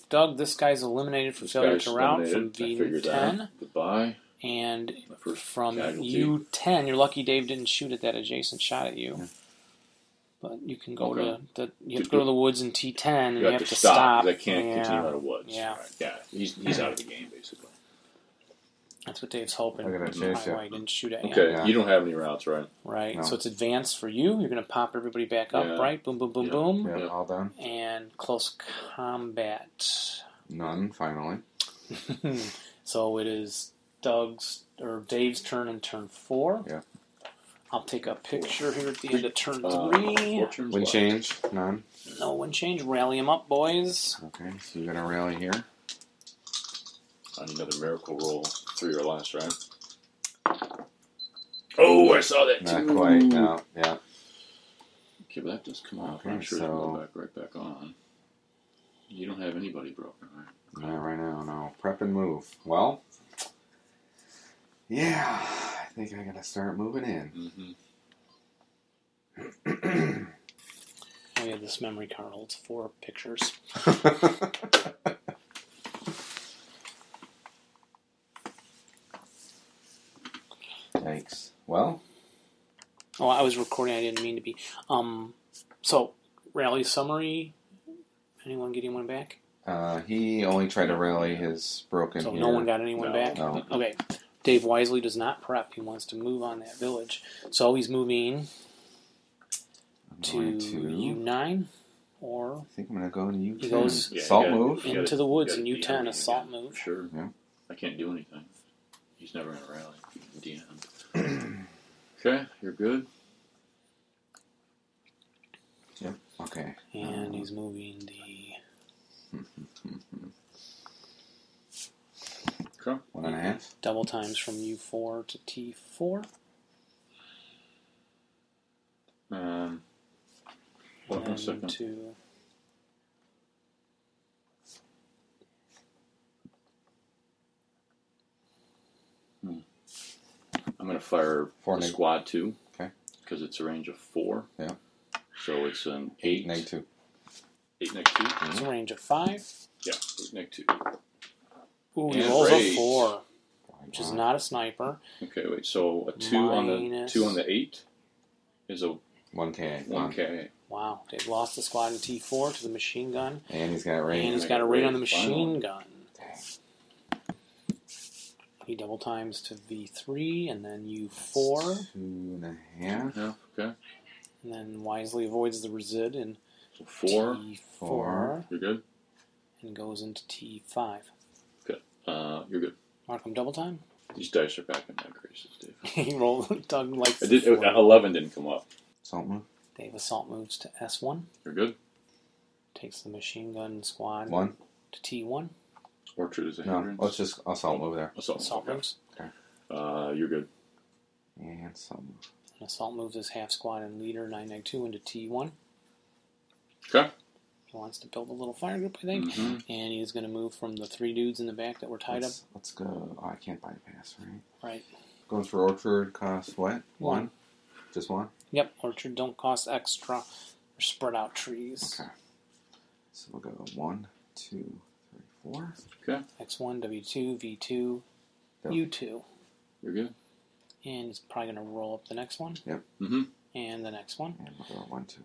S1: Doug, this guy's eliminated for
S4: This
S1: failure
S4: guy's
S1: to route from
S4: eliminated. I
S1: V
S4: figured
S1: ten
S4: that. Goodbye.
S1: and
S4: My first
S1: from
S4: casualty.
S1: U ten. You're lucky Dave didn't shoot at that adjacent shot at you. But you can go
S4: Okay.
S1: to the, you have to
S4: Did
S1: go
S4: you-
S1: to the woods in T ten and
S4: You have to, stop. 'cause I can't
S1: Yeah,
S4: continue out of woods.
S1: Yeah.
S4: Right, Yeah. He's, he's out of the game basically.
S1: that's what Dave's hoping.
S5: Look at that
S1: That's
S5: chase, yeah.
S1: why he didn't shoot at you.
S4: Okay.
S5: Yeah.
S4: You don't have any routes, right?
S1: Right.
S5: No.
S1: So it's advanced for you. You're going to pop everybody back up,
S4: Yeah.
S1: right? Boom, boom, boom,
S4: Yeah.
S1: boom.
S5: Yeah,
S4: Yeah.
S5: all done.
S1: And close combat.
S5: None. Finally.
S1: so it is Doug's or Dave's turn in turn four.
S5: Yeah.
S1: I'll take a picture here at the end of turn
S4: Uh,
S1: three.
S4: four turns
S5: Wind
S4: left.
S5: change. None.
S1: No one change. Rally him up, boys.
S5: Okay. So you're gonna rally here.
S4: On another miracle roll, three or less, right? Oh, I saw that
S5: Not
S4: too.
S5: quite. No. Yeah.
S4: Okay, but that does come off. I'm
S5: Okay,
S4: sure so...
S5: so-
S4: go back right back on. You don't have anybody broken, right?
S5: Not right now. No. Prep and move. Well. Yeah. I think I gotta start moving in.
S4: Mm-hmm.
S1: Oh yeah, this memory card holds four pictures.
S5: Thanks. Well.
S1: Oh, I was recording. I didn't mean to be. Um, so rally summary. Anyone get anyone back?
S5: Uh, he only tried to rally his broken.
S1: So
S5: here.
S1: no one got anyone
S4: No.
S1: back.
S5: No.
S1: Okay. Dave wisely does not prep. He wants to move on that village, so he's moving
S5: I'm
S1: to
S5: going
S1: U nine or
S5: I think I'm gonna go to you.
S1: He goes-
S4: Yeah, you
S5: Salt
S4: gotta-
S5: move.
S4: you gotta-
S1: Into the woods
S4: you
S1: in
S4: gotta
S1: Utah and
S4: DM
S1: assault
S4: again.
S1: move.
S4: Sure.
S5: Yeah.
S4: I can't do anything. He's never gonna rally. DM. okay, you're good.
S5: Okay.
S1: and he's moving the
S4: Okay.
S5: One and a half.
S1: double times from U4 to T4.
S4: Um, hold on a
S1: And
S4: second.
S1: to
S4: I'm gonna fire
S5: Four
S4: the
S5: neg-
S4: squad two.
S5: Okay.
S4: Because it's a range of four.
S5: Yeah.
S4: So it's an eight,
S5: Neg two.
S4: Eight neg two.
S1: It's a range of five.
S4: Yeah, eight neg two.
S1: Ooh, he
S4: And
S1: rolls a
S4: raise.
S1: four, which is not a sniper.
S4: Okay, wait. So a two on the
S1: Minus-
S4: two on the eight is a
S5: one K.
S4: one K.
S1: Wow, they've lost the squad in T4 to the machine gun,
S5: And he's got
S1: and
S5: range.
S1: he's
S4: I
S1: got a
S4: got
S1: raid on the
S4: raised. Final.
S1: machine gun. He double times to V3, and then U4,
S5: Two and a half.
S4: Yeah. Okay.
S1: and then wisely avoids the resid in
S4: So four.
S1: T4
S5: Four.
S4: You're good.
S1: and goes into T5.
S4: Uh, you're good.
S1: Markham double time.
S4: These dice are back in my creases, Dave.
S1: he rolled Doug like
S4: I did, uh, Eleven didn't come up.
S5: Salt move.
S1: Dave assault moves to S1,
S4: You're good.
S1: takes the machine gun squad
S5: One.
S1: to T1.
S4: Orchard is a
S5: No,
S4: hindrance.
S5: let's just I'll salt move there.
S4: Assault.
S1: Assault
S4: okay.
S1: moves.
S4: Uh, you're good.
S5: And salt move.
S1: And assault moves his half squad and leader 992 into T1.
S4: Okay.
S1: He wants to build a little fire group, I think.
S4: Mhm.
S1: And he's going to move from the three dudes in the back that were tied up.
S5: Let's, let's go. Oh, I can't bypass, right?
S1: Right.
S5: Going for orchard costs what?
S1: One.
S5: Just one.
S1: Yep, orchard don't cost extra. They're spread out trees.
S5: Okay. So we'll go one, two, three, four.
S1: X1, W2, V2,
S5: Yep.
S1: U2.
S4: You're good.
S1: And he's probably going to roll up the next one.
S5: Yep.
S4: Mhm.
S1: And the next one.
S5: And we'll go one, two,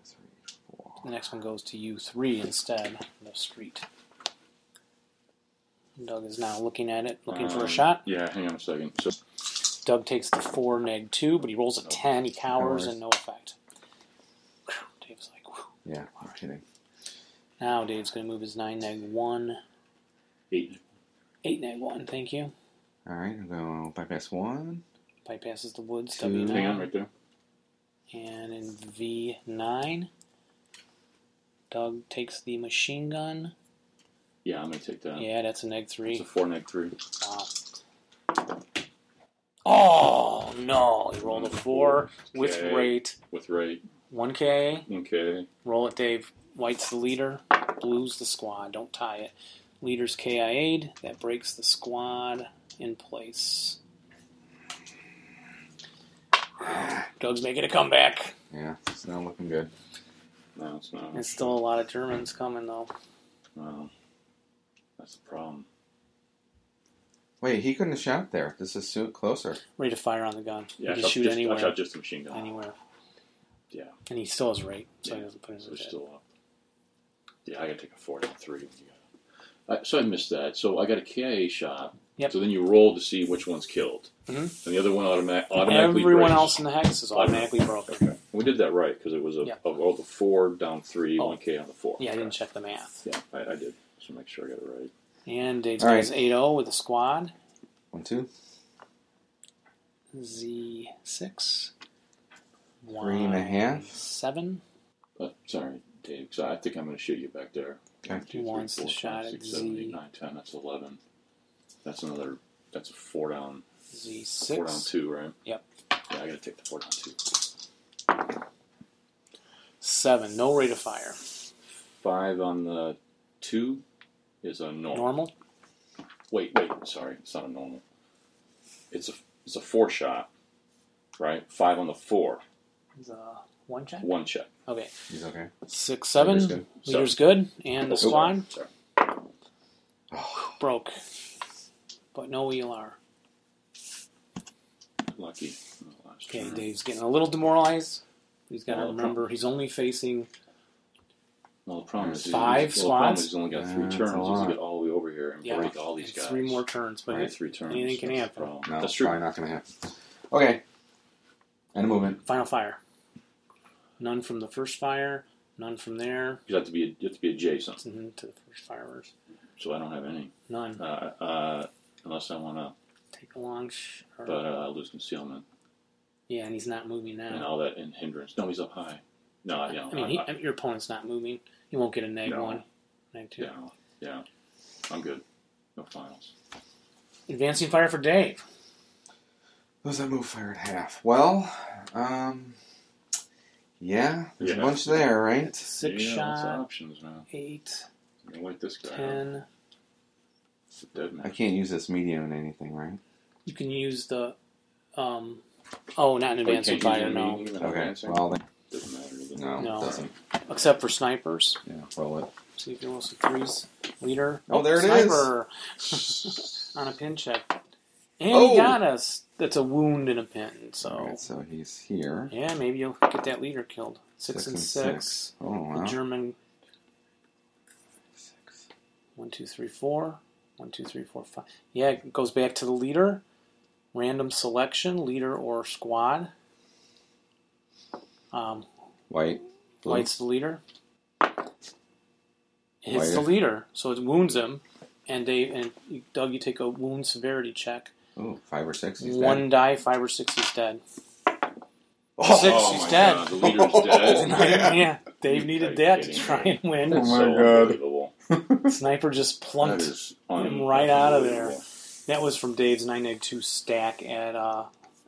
S1: The
S5: three, four.
S1: next one goes to U3 instead, the street. Doug is now looking at it, looking for
S4: Um,
S1: a shot.
S4: Yeah. Hang on a second. So
S1: Doug takes the four neg two, but he rolls a ten. He cowers
S5: Cowers.
S1: and no effect. Whew, Dave's like, whew.
S5: Yeah, I'm kidding.
S1: now Dave's going to move his nine neg one,
S4: eight.
S1: eight neg one. Thank you.
S5: All right, I'm going bypass one.
S1: Bypasses the woods.
S5: Two.
S1: W
S4: Hang on,
S1: nine
S4: right there.
S1: and in V nine. Doug takes the machine gun.
S4: Yeah, I'm gonna take that.
S1: Yeah, that's a neg
S4: It's
S1: three.
S4: a four neg three.
S1: Wow. Oh no! He rolled a four with
S4: Okay.
S1: rate
S4: with rate.
S1: one K.
S4: Okay.
S1: Roll it, Dave. White's the leader. Blue's the squad. Don't tie it. Leader's KIA'd. That breaks the squad in place. Doug's making a comeback.
S5: Yeah, it's not looking good.
S4: No, it's not.
S1: There's still a lot of Germans coming, though.
S4: Well, that's the problem.
S5: Wait, he couldn't have shot there. This is so closer.
S1: Ready to fire on the gun.
S4: Yeah, I
S1: he can
S4: shot
S1: shoot
S4: just, I
S1: anywhere.
S4: shot just a machine gun.
S1: Anywhere.
S4: Yeah.
S1: And he still has rate, so he
S4: Yeah,
S1: doesn't put his
S4: So it's
S1: dead.
S4: still up. Yeah, I gotta take a four down three. You gotta- I- so I missed that. So I got a KIA shot.
S1: Yep.
S4: So then you roll to see which one's killed,
S1: Mhm.
S4: and the other one automatic, automatically.
S1: Everyone
S4: breaks.
S1: else in the hex is automatically broken.
S4: Okay. We did that right because it was a,
S1: Yeah.
S4: a roll the four down three,
S1: Oh.
S4: one K on the four.
S1: Yeah, I didn't check the math.
S4: Yeah, I, I did. So make sure I got it right.
S1: And Dave's
S5: All
S1: got
S5: right.
S1: his 8 0 with the squad.
S5: One, two,
S1: Z6.
S5: Three and a half.
S1: Seven.
S4: But Uh, sorry, Dave, 'cause I think I'm going to shoot you back there.
S5: Okay.
S4: One, two, three,
S1: Wants the
S4: four,
S1: shot
S4: five,
S1: at
S4: six, seven,
S1: Z.
S4: eight, nine, ten. That's eleven. That's another. That's a four down. Four down
S1: Z6.
S4: two, right?
S1: Yep.
S4: Yeah, I got to take the four down two.
S1: Seven. No rate of fire.
S4: Five on the two is a normal.
S1: Normal.
S4: Wait, wait. Sorry, it's not a normal. It's a it's a four shot, right? Five on the four,
S1: The one check.
S4: one check.
S1: Okay.
S5: he's okay.
S1: Six, seven.
S5: Leader's
S1: Leader's
S5: good.
S1: good.
S4: So-
S1: And the
S4: Oh,
S1: squad
S4: Sorry. sorry.
S1: broke. But no E ELR.
S4: Lucky. in the last
S1: Okay,
S4: turn.
S1: Dave's getting a little demoralized. He's got to
S4: Hmm. Well,
S1: remember he's only facing.
S4: Well, the problem is he's-
S1: Five
S4: well, the problem
S1: squads?
S4: is he's only got
S5: Yeah,
S4: three
S5: that's a
S4: turns. He's
S5: lot.
S4: gonna get all the way over here and
S1: Yeah,
S4: break all these guys.
S1: three more turns, but
S4: Only three turns.
S1: anything can
S4: that's the
S1: happen.
S4: problem.
S5: No,
S4: that's
S5: that's
S4: true.
S5: probably not going to happen. Okay. End of movement.
S1: final fire. None from the first fire. None from there.
S4: You have to be you have to be adjacent.
S1: Mhm, To the first fireworks.
S4: So I don't have any
S1: None.
S4: uh, uh, unless I want to.
S1: Take a long. Sh- or-
S4: But uh, I lose concealment
S1: yeah, and he's not moving now.
S4: and all that and hindrance. No, he's up high. No, I, yeah,
S1: I mean, he, I mean, your opponent's not moving. You won't get a neg
S4: No.
S1: one, neg two.
S4: yeah, yeah. I'm good. No finals.
S1: Advancing fire for Dave.
S5: Those that move fire at half. Well, um, yeah, there's a
S4: Yeah.
S5: bunch there, right?
S1: Six
S4: yeah, Uh, lots of
S1: shot,
S4: options now.
S1: eight,
S4: You can wait this guy. out.
S1: ten.
S4: It's a dead man.
S5: I can't use this medium in anything, right?
S1: You can use the, um, oh, not an
S4: Oh, you
S1: advancing
S4: can't use
S1: fire.
S4: any
S1: No,
S4: medium in
S5: Okay.
S4: advancing?
S5: Well, then,
S4: doesn't matter. does it?
S5: no,
S1: No.
S5: it doesn't.
S1: except for snipers.
S5: Yeah, roll it.
S1: See if you roll some threes. Leader.
S5: Oh, there it is.
S1: Sniper. on a pin check. And
S5: Oh.
S1: he got us. That's a wound and a pin. So
S5: All right, so he's here.
S1: yeah, maybe you'll get that leader killed. Six, and six.
S5: Oh wow.
S1: The German
S5: Six.
S1: one, two, three, four. One, two, three, four, five. Yeah, it goes back to the leader. Random selection, leader or squad. Um,
S5: White. Blue.
S1: White's the leader. It hits the
S5: White.
S1: leader, so it wounds him, and they and you- Doug, you take a wound severity check.
S5: Oh, five or six. He's
S1: One
S5: dead.
S1: die, five or six, he's dead.
S5: Oh,
S1: Six,
S4: oh
S1: he's
S4: my
S1: dead.
S4: God, the leader's dead.
S1: yeah. Dave
S4: Are
S1: needed
S4: you
S1: that to
S4: kidding
S1: try
S4: me?
S1: and win.
S5: Oh
S4: That's
S5: my
S4: so
S5: God.
S4: unbelievable.
S1: Sniper just
S4: That
S1: plunked
S4: is
S1: him right out of there.
S4: unbelievable.
S1: That was from Dave's nine egg two stack at uh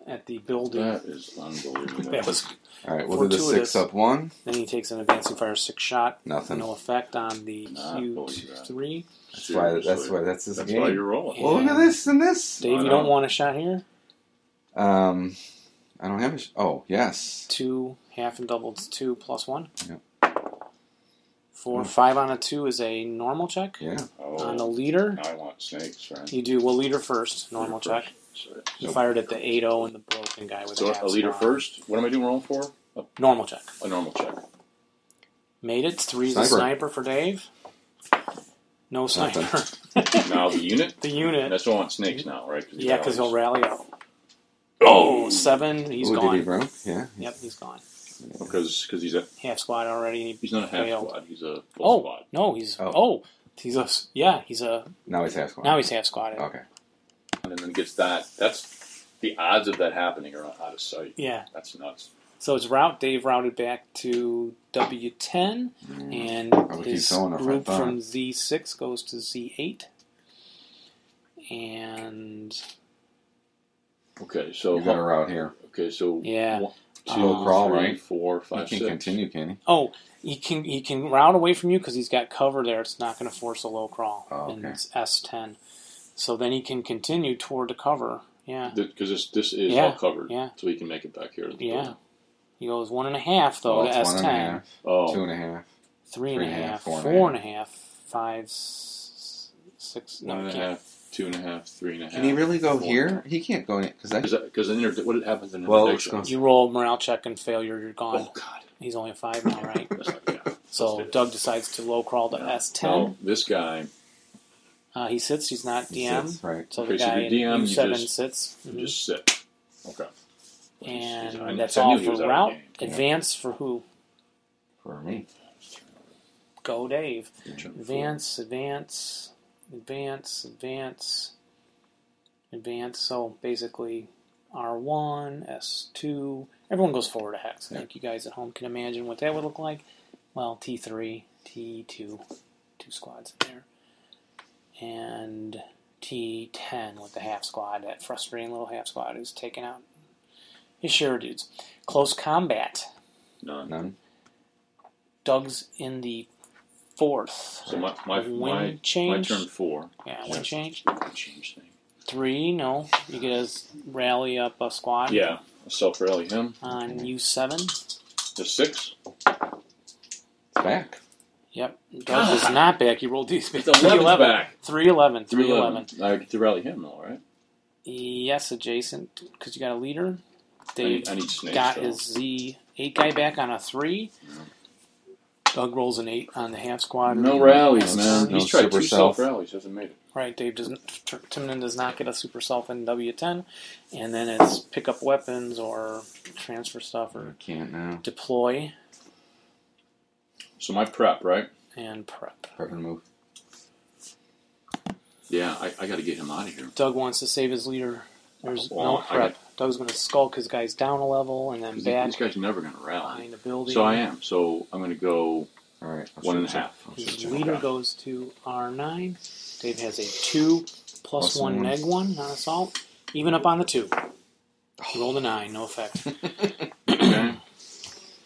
S1: at the building.
S4: That is unbelievable.
S1: That was
S5: All right, we'll do the
S1: Fortuitous.
S5: six up one.
S1: then he takes an advancing fire six shot.
S5: Nothing.
S1: No effect on the
S4: Not
S1: Q
S4: believe that.
S1: three.
S5: That's why. That's
S4: Seriously.
S5: why. That's his
S4: That's
S5: game.
S4: why you're rolling.
S5: Well, look at this and this.
S1: Dave,
S4: I
S1: you
S4: know.
S1: don't want a shot here?
S5: Um, I don't have a. Sh- oh, yes.
S1: Two half and doubled is two plus one.
S5: Yep.
S1: Four
S5: Hmm.
S1: five on a two is a normal check.
S5: Yeah.
S1: On the
S4: Oh,
S1: leader,
S4: I want snakes, right?
S1: you do well leader first, normal
S4: Leader
S1: check.
S4: Sorry.
S1: You fired at the 8-0 and the broken guy with
S4: So
S1: the
S4: a leader
S1: half
S4: first. What am I doing wrong for?
S1: squad. Normal check.
S4: A normal check.
S1: Made it. Three's a sniper
S5: Sniper.
S1: for Dave. No
S5: Nothing.
S1: sniper.
S4: Now the unit.
S1: the unit.
S4: That's why I want snakes now, right? he
S1: Yeah, because he'll
S4: rallies.
S1: rally up. Oh, seven. He's
S5: Ooh, did he
S1: gone.
S5: broke? Yeah.
S1: Yep, he's gone.
S4: Because because he's a
S1: Half squad already.
S4: he's not a half
S1: Failed.
S4: squad. He's a full
S1: Oh
S4: squad.
S1: no, he's
S5: Oh.
S1: oh. he's a s- yeah he's a
S5: Now he's half.
S1: now he's half squad.
S5: Okay.
S4: and then gets that. That's the odds of that happening are out of sight.
S1: Yeah,
S4: That's nuts.
S1: so his route Dave routed back to W ten
S5: Mm.
S1: and
S5: would keep
S1: his
S5: going if I
S1: group
S5: thought.
S1: from Z six goes to Z eight. And
S4: Okay, so
S5: You got a route here.
S4: okay, so
S1: Yeah.
S4: one, two,
S1: Slow
S5: crawl,
S4: Uh, three,
S5: right?
S4: four,
S5: He
S4: five,
S5: can
S4: six.
S5: continue, can he?
S1: oh, he can he can route away from you because he's got cover there. It's not going to force a low crawl
S5: Oh,
S1: in
S5: okay.
S1: S ten. So then he can continue toward the cover. Yeah.
S4: Because this this is
S1: Yeah,
S4: all covered,
S1: yeah.
S4: so he can make it back here. to the
S1: Yeah.
S4: door.
S1: He goes one and a half though
S5: Well,
S1: to
S5: it's
S1: S
S5: one and a
S1: ten.
S5: half,
S4: Oh,
S5: two and a half.
S1: Three and a half,
S5: four and a
S1: four and a half, five, s- six. No,
S4: one
S1: we
S4: and a
S1: can't.
S4: half, two and a half, three and a half.
S5: Can he really go
S4: four.
S5: here? He can't go in because that.
S4: Because because inter- what happens in
S5: Well,
S4: interdiction?
S5: let's
S1: You roll morale check and failure. You're gone.
S4: Oh God.
S1: He's only a five now, right?
S4: That's not- yeah.
S1: So
S4: do it.
S1: Doug decides to low crawl to
S4: Yeah.
S1: S ten.
S4: No, this guy
S1: Uh, he sits. He's not
S5: he
S1: DM.
S5: sits, right.
S1: So the
S4: Okay, so
S1: guy
S4: you're DM,
S1: in
S4: you
S1: U seven
S4: just-
S1: sits. Mhm.
S4: just sit. Okay. He's- he's- I-
S1: And that's
S4: I knew
S1: all
S4: he
S1: for
S4: was out of
S1: route.
S4: game.
S5: Yeah.
S1: Advance for who?
S5: For me.
S1: Go Dave.
S4: Turn four.
S1: Advance, advance, advance, advance, advance. So basically, R1, S2, everyone goes forward a hex. I think you guys at home can imagine what that would look like. Well, T3, T2, two squads in there, and T10 with the half squad. That frustrating little half squad who's taking out his share of dudes. Close combat.
S4: None.
S5: None.
S1: Doug's in the fourth.
S4: So my my
S1: Wind
S4: my, my
S1: change?
S4: turn four.
S1: Yeah, one change.
S4: Change thing.
S1: Three, no. You get a s- rally up a squad
S4: Yeah. Ah. Self rally him.
S1: on U7.
S4: The six.
S5: It's back.
S1: Yep. Doug is not back. You rolled these.
S4: It's 11 back.
S1: 311. 311.
S4: 311. I get to rally him, all right?
S1: Yes, adjacent, because you got a leader.
S4: I
S1: Dave
S4: need, I need snakes.
S1: got
S4: though.
S1: his Z8 guy back on a three. Doug rolls an eight on the half squad.
S4: No rallies,
S5: No,
S4: man.
S5: no
S4: He's tried
S5: super
S4: two
S5: self.
S4: self rallies. Hasn't made it.
S1: Right, Dave doesn't. T- Timnan does not get a super self in W10, and then it's pick up weapons or transfer stuff
S5: I
S1: or
S5: can't now.
S1: deploy
S4: So my prep, right?
S1: and prep.
S5: Prep and move.
S4: Yeah, I, I got to get him out of here.
S1: Doug wants to save his leader. There's
S4: Well,
S1: no
S4: I
S1: prep. Doug's going to skulk his guys down a level and then
S4: 'Cause
S1: back
S4: These guys are never going to rally.
S1: behind the building.
S4: So I am. So I'm going to go
S5: All right. I'll
S4: one and a
S5: switch it.
S4: half.
S1: His
S4: Switch it.
S1: leader
S4: Okay.
S1: goes to R9. Dave has a 2 plus,
S5: Plus
S1: plus 1
S5: one.
S1: neg 1 on assault. Even up on the 2. Roll the 9, no effect.
S4: Okay.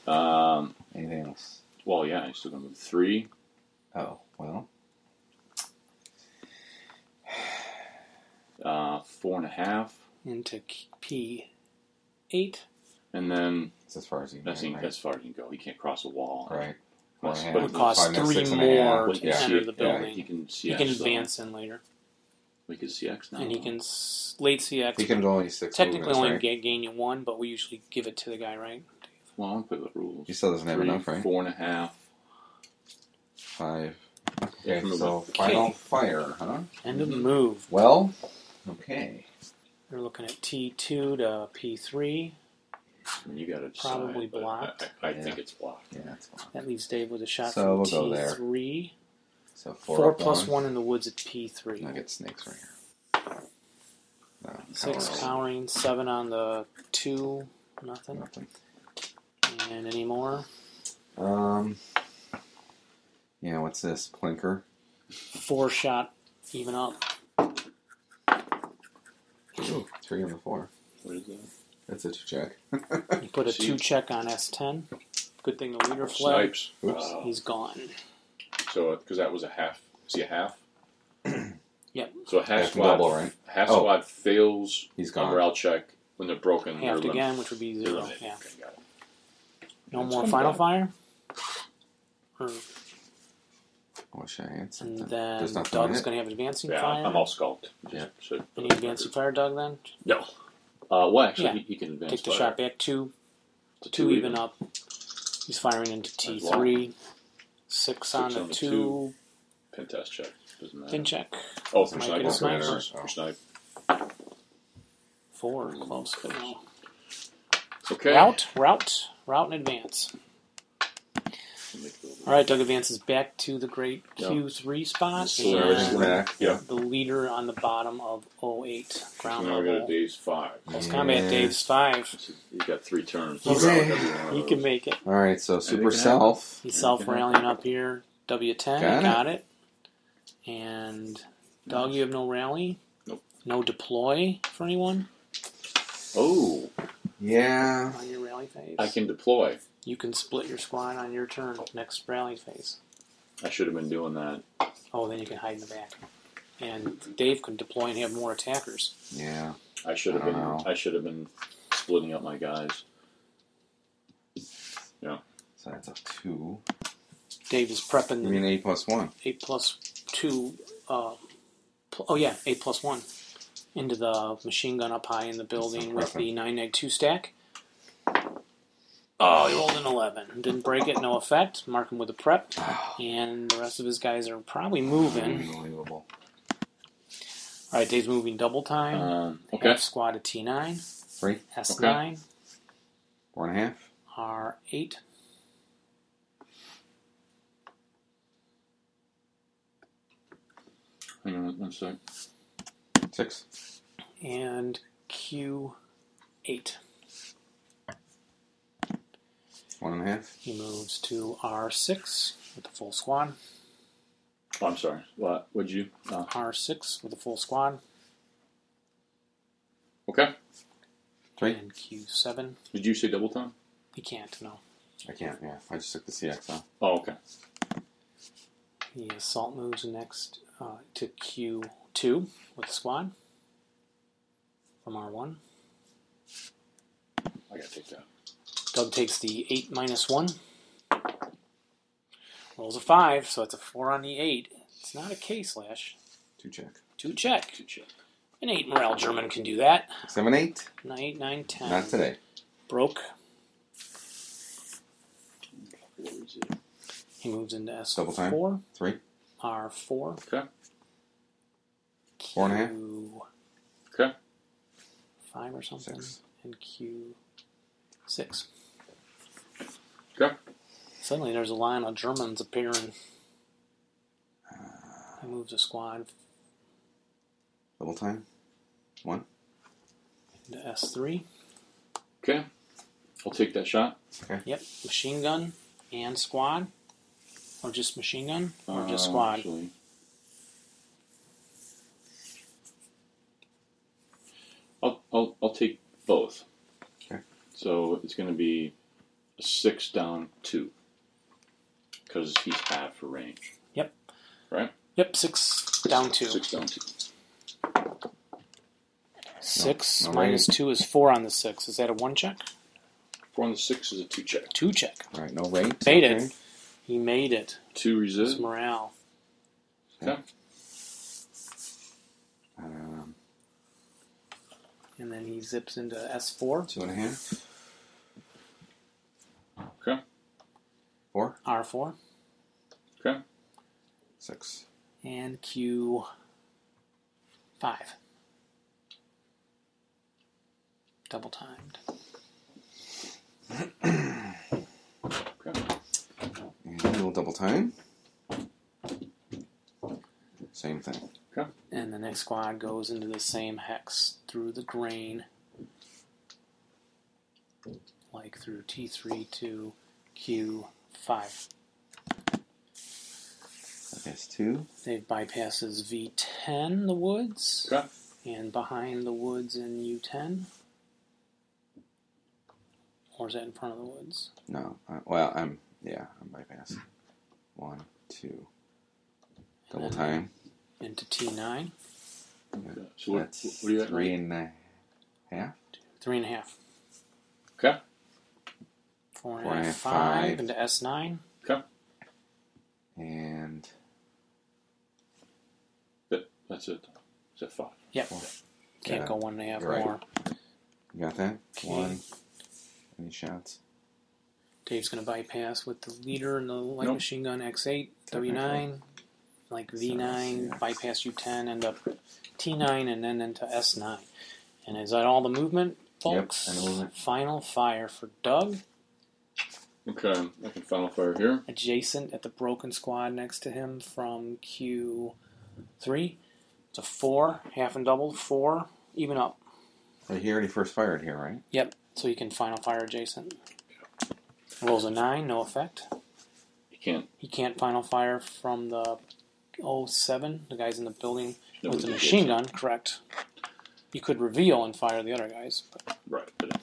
S4: Um,
S5: Anything else?
S4: well, yeah, I'm still going to move three.
S5: Oh well.
S4: uh, four and a half,
S1: Into P8.
S4: and then
S5: It's as far as you can.
S4: that's,
S5: get,
S4: as far as you can go. He can't cross a wall.
S5: Right. Four
S4: Must-
S5: and
S4: but
S5: a half.
S4: it
S1: would cost
S5: Five minutes,
S1: three
S5: six and a half.
S1: more
S4: we
S1: to
S4: can
S5: Yeah.
S4: see
S1: enter
S4: it.
S1: the
S4: yeah,
S1: building.
S4: he can CX.
S1: He can
S4: though.
S1: advance in later,
S4: We can CX now.
S1: and he can s- late CX.
S5: He can only six
S1: technically
S5: movements,
S1: only
S5: right?
S1: ga- gain you one, but we usually give it to the guy, right?
S4: Well, I'm put the rules.
S5: He still doesn't have
S4: Three,
S5: enough, right?
S4: Four and a half.
S5: Five. Okay,
S4: From
S5: so final fire, huh?
S1: End of move.
S5: Well, okay.
S1: We're looking at T two to P three.
S4: And you got to decide.
S1: Probably
S4: but I-
S1: blocked.
S4: I, I
S5: Yeah.
S4: think it's blocked.
S5: Yeah, that's fine.
S1: That leaves Dave with a shot
S5: So
S1: from
S5: we'll go
S1: T
S5: there.
S1: three.
S5: So four,
S1: Four,
S5: up
S1: plus
S5: on.
S1: one in the woods at P three.
S5: And I get snakes right here. Uh, No,
S1: Six
S5: power roll.
S1: powering, seven on the two, nothing.
S5: Nothing.
S1: And any more?
S5: Um. Yeah, what's this? Plinker.
S1: Four shot, even up.
S5: Ooh, three and the four.
S4: What is that?
S5: That's a two check.
S1: You put a
S4: See.
S1: two check on S ten. Good thing the leader fled.
S4: Snipes.
S5: Oops.
S4: Uh,
S1: He's gone.
S4: so, because that was a half. Is he a half?
S1: Yep.
S4: So a half
S5: Half and
S4: squad.
S5: double, right?
S4: Half
S5: Oh.
S4: squad fails
S5: He's
S4: a
S5: gone.
S4: morale check when they're broken. they're
S1: Halved
S4: elim-
S1: again, which would be
S4: they're
S1: zero.
S4: eliminated.
S1: Yeah.
S4: Okay, got it.
S1: No
S3: That's
S1: more
S3: pretty
S1: final
S3: bad.
S1: fire. Or-
S5: I wish I had
S1: and
S5: something.
S1: then
S5: There's nothing in
S1: Doug's
S5: it.
S1: going to have advancing
S4: Yeah,
S1: fire.
S4: I'm all sculpted.
S5: Yeah.
S1: Any advancing fire, Doug? Then
S4: No. Uh, well, actually,
S1: Yeah.
S4: he, he can advance
S1: take the
S4: fire.
S1: shot back two,
S4: It's a
S1: two even up. He's firing into T
S4: That's
S1: three. Six, on
S4: Six
S1: the
S4: on the
S1: two.
S4: Pin test check. Doesn't matter.
S1: Pin check.
S4: Oh, for
S1: Might
S4: sniper.
S1: get a snipe.
S4: For snipe.
S1: Four close, but no.
S4: Okay.
S1: Route, route, route in advance. All right, Doug advances back to the great
S4: Yeah.
S1: Q3 spot.
S4: So
S5: So everything's
S1: and
S5: back.
S4: Yeah.
S1: the leader on the bottom of 08,
S4: So
S1: ground
S4: now we got
S1: level.
S4: a day's five.
S1: Close combat,
S5: Yeah.
S1: Dave's five.
S4: You got three turns.
S1: He's-
S4: Throw out every one of
S1: He
S4: those.
S1: can make it.
S5: All right, so
S4: Anything
S5: super
S4: can
S5: self.
S1: He's self rallying up here. W10,
S5: Got it.
S1: got it. And Doug, you have no rally.
S4: Nope.
S1: No deploy for anyone
S4: Oh,
S5: Yeah.
S1: on your rally phase.
S4: I can deploy.
S1: You can split your squad on your turn next rally phase.
S4: I should have been doing that.
S1: Oh, then you can hide in the back. And Dave can deploy and have more attackers.
S5: Yeah.
S4: I should have
S5: I don't
S4: been.
S5: know.
S4: I should have been splitting up my guys.
S5: So that's a two.
S1: Dave is prepping
S5: You
S1: the
S5: mean eight plus one?
S1: eight plus two. Uh, pl- oh yeah, eight plus one into the machine gun up high in the building with the nine egg two stack. Oh, he rolled an eleven. Didn't break it, no effect. Mark him with a prep, and the rest of his guys are probably moving.
S5: Unbelievable.
S1: All right, Dave's moving double time.
S4: Um, okay.
S1: Half squad to T nine,
S5: Uh, Three,
S1: S nine,
S5: four and a half.
S1: R eight.
S4: Hang on one sec.
S5: Six.
S1: and Q8.
S5: One and a half.
S1: He moves to R6 with the full squad.
S4: Oh, I'm sorry. What? Would you? Uh,
S1: R6 with the full squad.
S4: okay.
S5: Three.
S1: And Q7.
S4: Did you say double time?
S1: He can't, no.
S5: I can't, yeah. I just took the CX off.
S4: Oh, okay.
S1: The assault uh, moves next uh, to Q2 with the squad from R1.
S4: I gotta take that.
S1: Doug takes the 8 minus 1. Rolls a 5, so it's a 4 on the 8. It's not a K slash.
S5: Two check.
S1: Two check.
S4: Good shit.
S1: An 8 morale German can do that.
S5: Seven, eight.
S1: 9, 9, 10.
S5: Not today.
S1: Broke.
S4: What is it?
S1: He moves into S4.
S5: Double time. Three.
S1: R4.
S4: Okay.
S5: Four and a half.
S1: Q
S4: Okay.
S1: Five or something.
S5: Six.
S1: And Q6.
S4: Okay.
S1: Suddenly there's a line of Germans appearing. He moves a squad
S5: Double time. One.
S1: into S3.
S4: Okay. I'll take that shot.
S1: Yep. Machine gun and squad. Or just machine gun. Or just
S4: Uh,
S1: squad.
S4: actually. I'll, I'll, I'll take both.
S5: Okay.
S4: So it's going to be a six down two because he's half for range.
S1: Yep, six down two.
S4: Six down two.
S1: Six
S5: No, no
S1: minus two is four on the six. Is that a one check?
S4: Four on the six is a two check.
S1: Two check.
S5: All right, no rate.
S1: Made
S5: okay.
S1: it. He made it.
S4: Two
S1: His
S4: resist.
S1: morale.
S5: Um,
S1: And then he zips into S4,
S5: two and a half.
S4: Okay.
S5: Four.
S1: R4,
S5: Six.
S1: and Q5. Double timed.
S5: And we'll double time. Same thing.
S1: And the next squad goes into the same hex through the grain, like through T3 to Q5.
S5: That's two.
S1: They've bypasses V10, the woods,
S4: Okay.
S1: and behind the woods in U10. Or is that in front of the woods?
S5: No. Uh, well, I'm. Yeah, I'm bypass. One, two. Double time.
S1: Into T9.
S4: So what,
S5: That's
S4: what are you at?
S5: three
S4: Ryan?
S5: and a half.
S1: Three and a half.
S4: Okay.
S1: Four and
S5: Four
S1: a
S5: and
S1: half,
S5: a
S1: five,
S5: five.
S1: into S9.
S5: And
S4: That, that's it. Is that five?
S1: Can't
S5: Yeah.
S1: go one and a half
S5: You're right.
S1: more.
S5: you got that?
S1: Okay.
S5: One. Any shots?
S1: Dave's going to bypass with the leader and the light
S4: Nope.
S1: machine gun X8,
S5: Technically.
S1: W9, like V9,
S5: yeah.
S1: bypass U10, end up T9, and then into S9. And is that all the movement,
S5: Yep,
S1: folks?
S5: and the movement.
S1: Final fire for Doug,
S4: Okay. I can final fire here.
S1: adjacent at the broken squad next to him from Q3. It's a four, half and double, four, even up.
S5: Right he already first fired here, right?
S1: Yep, so you can final fire adjacent. Rolls a nine, no effect.
S4: You can't.
S1: He can't final fire from the 07, the guys in the building
S4: no,
S1: with
S4: we
S1: the
S4: did.
S1: machine gun, correct. You could reveal and fire the other guys. But
S4: Right. But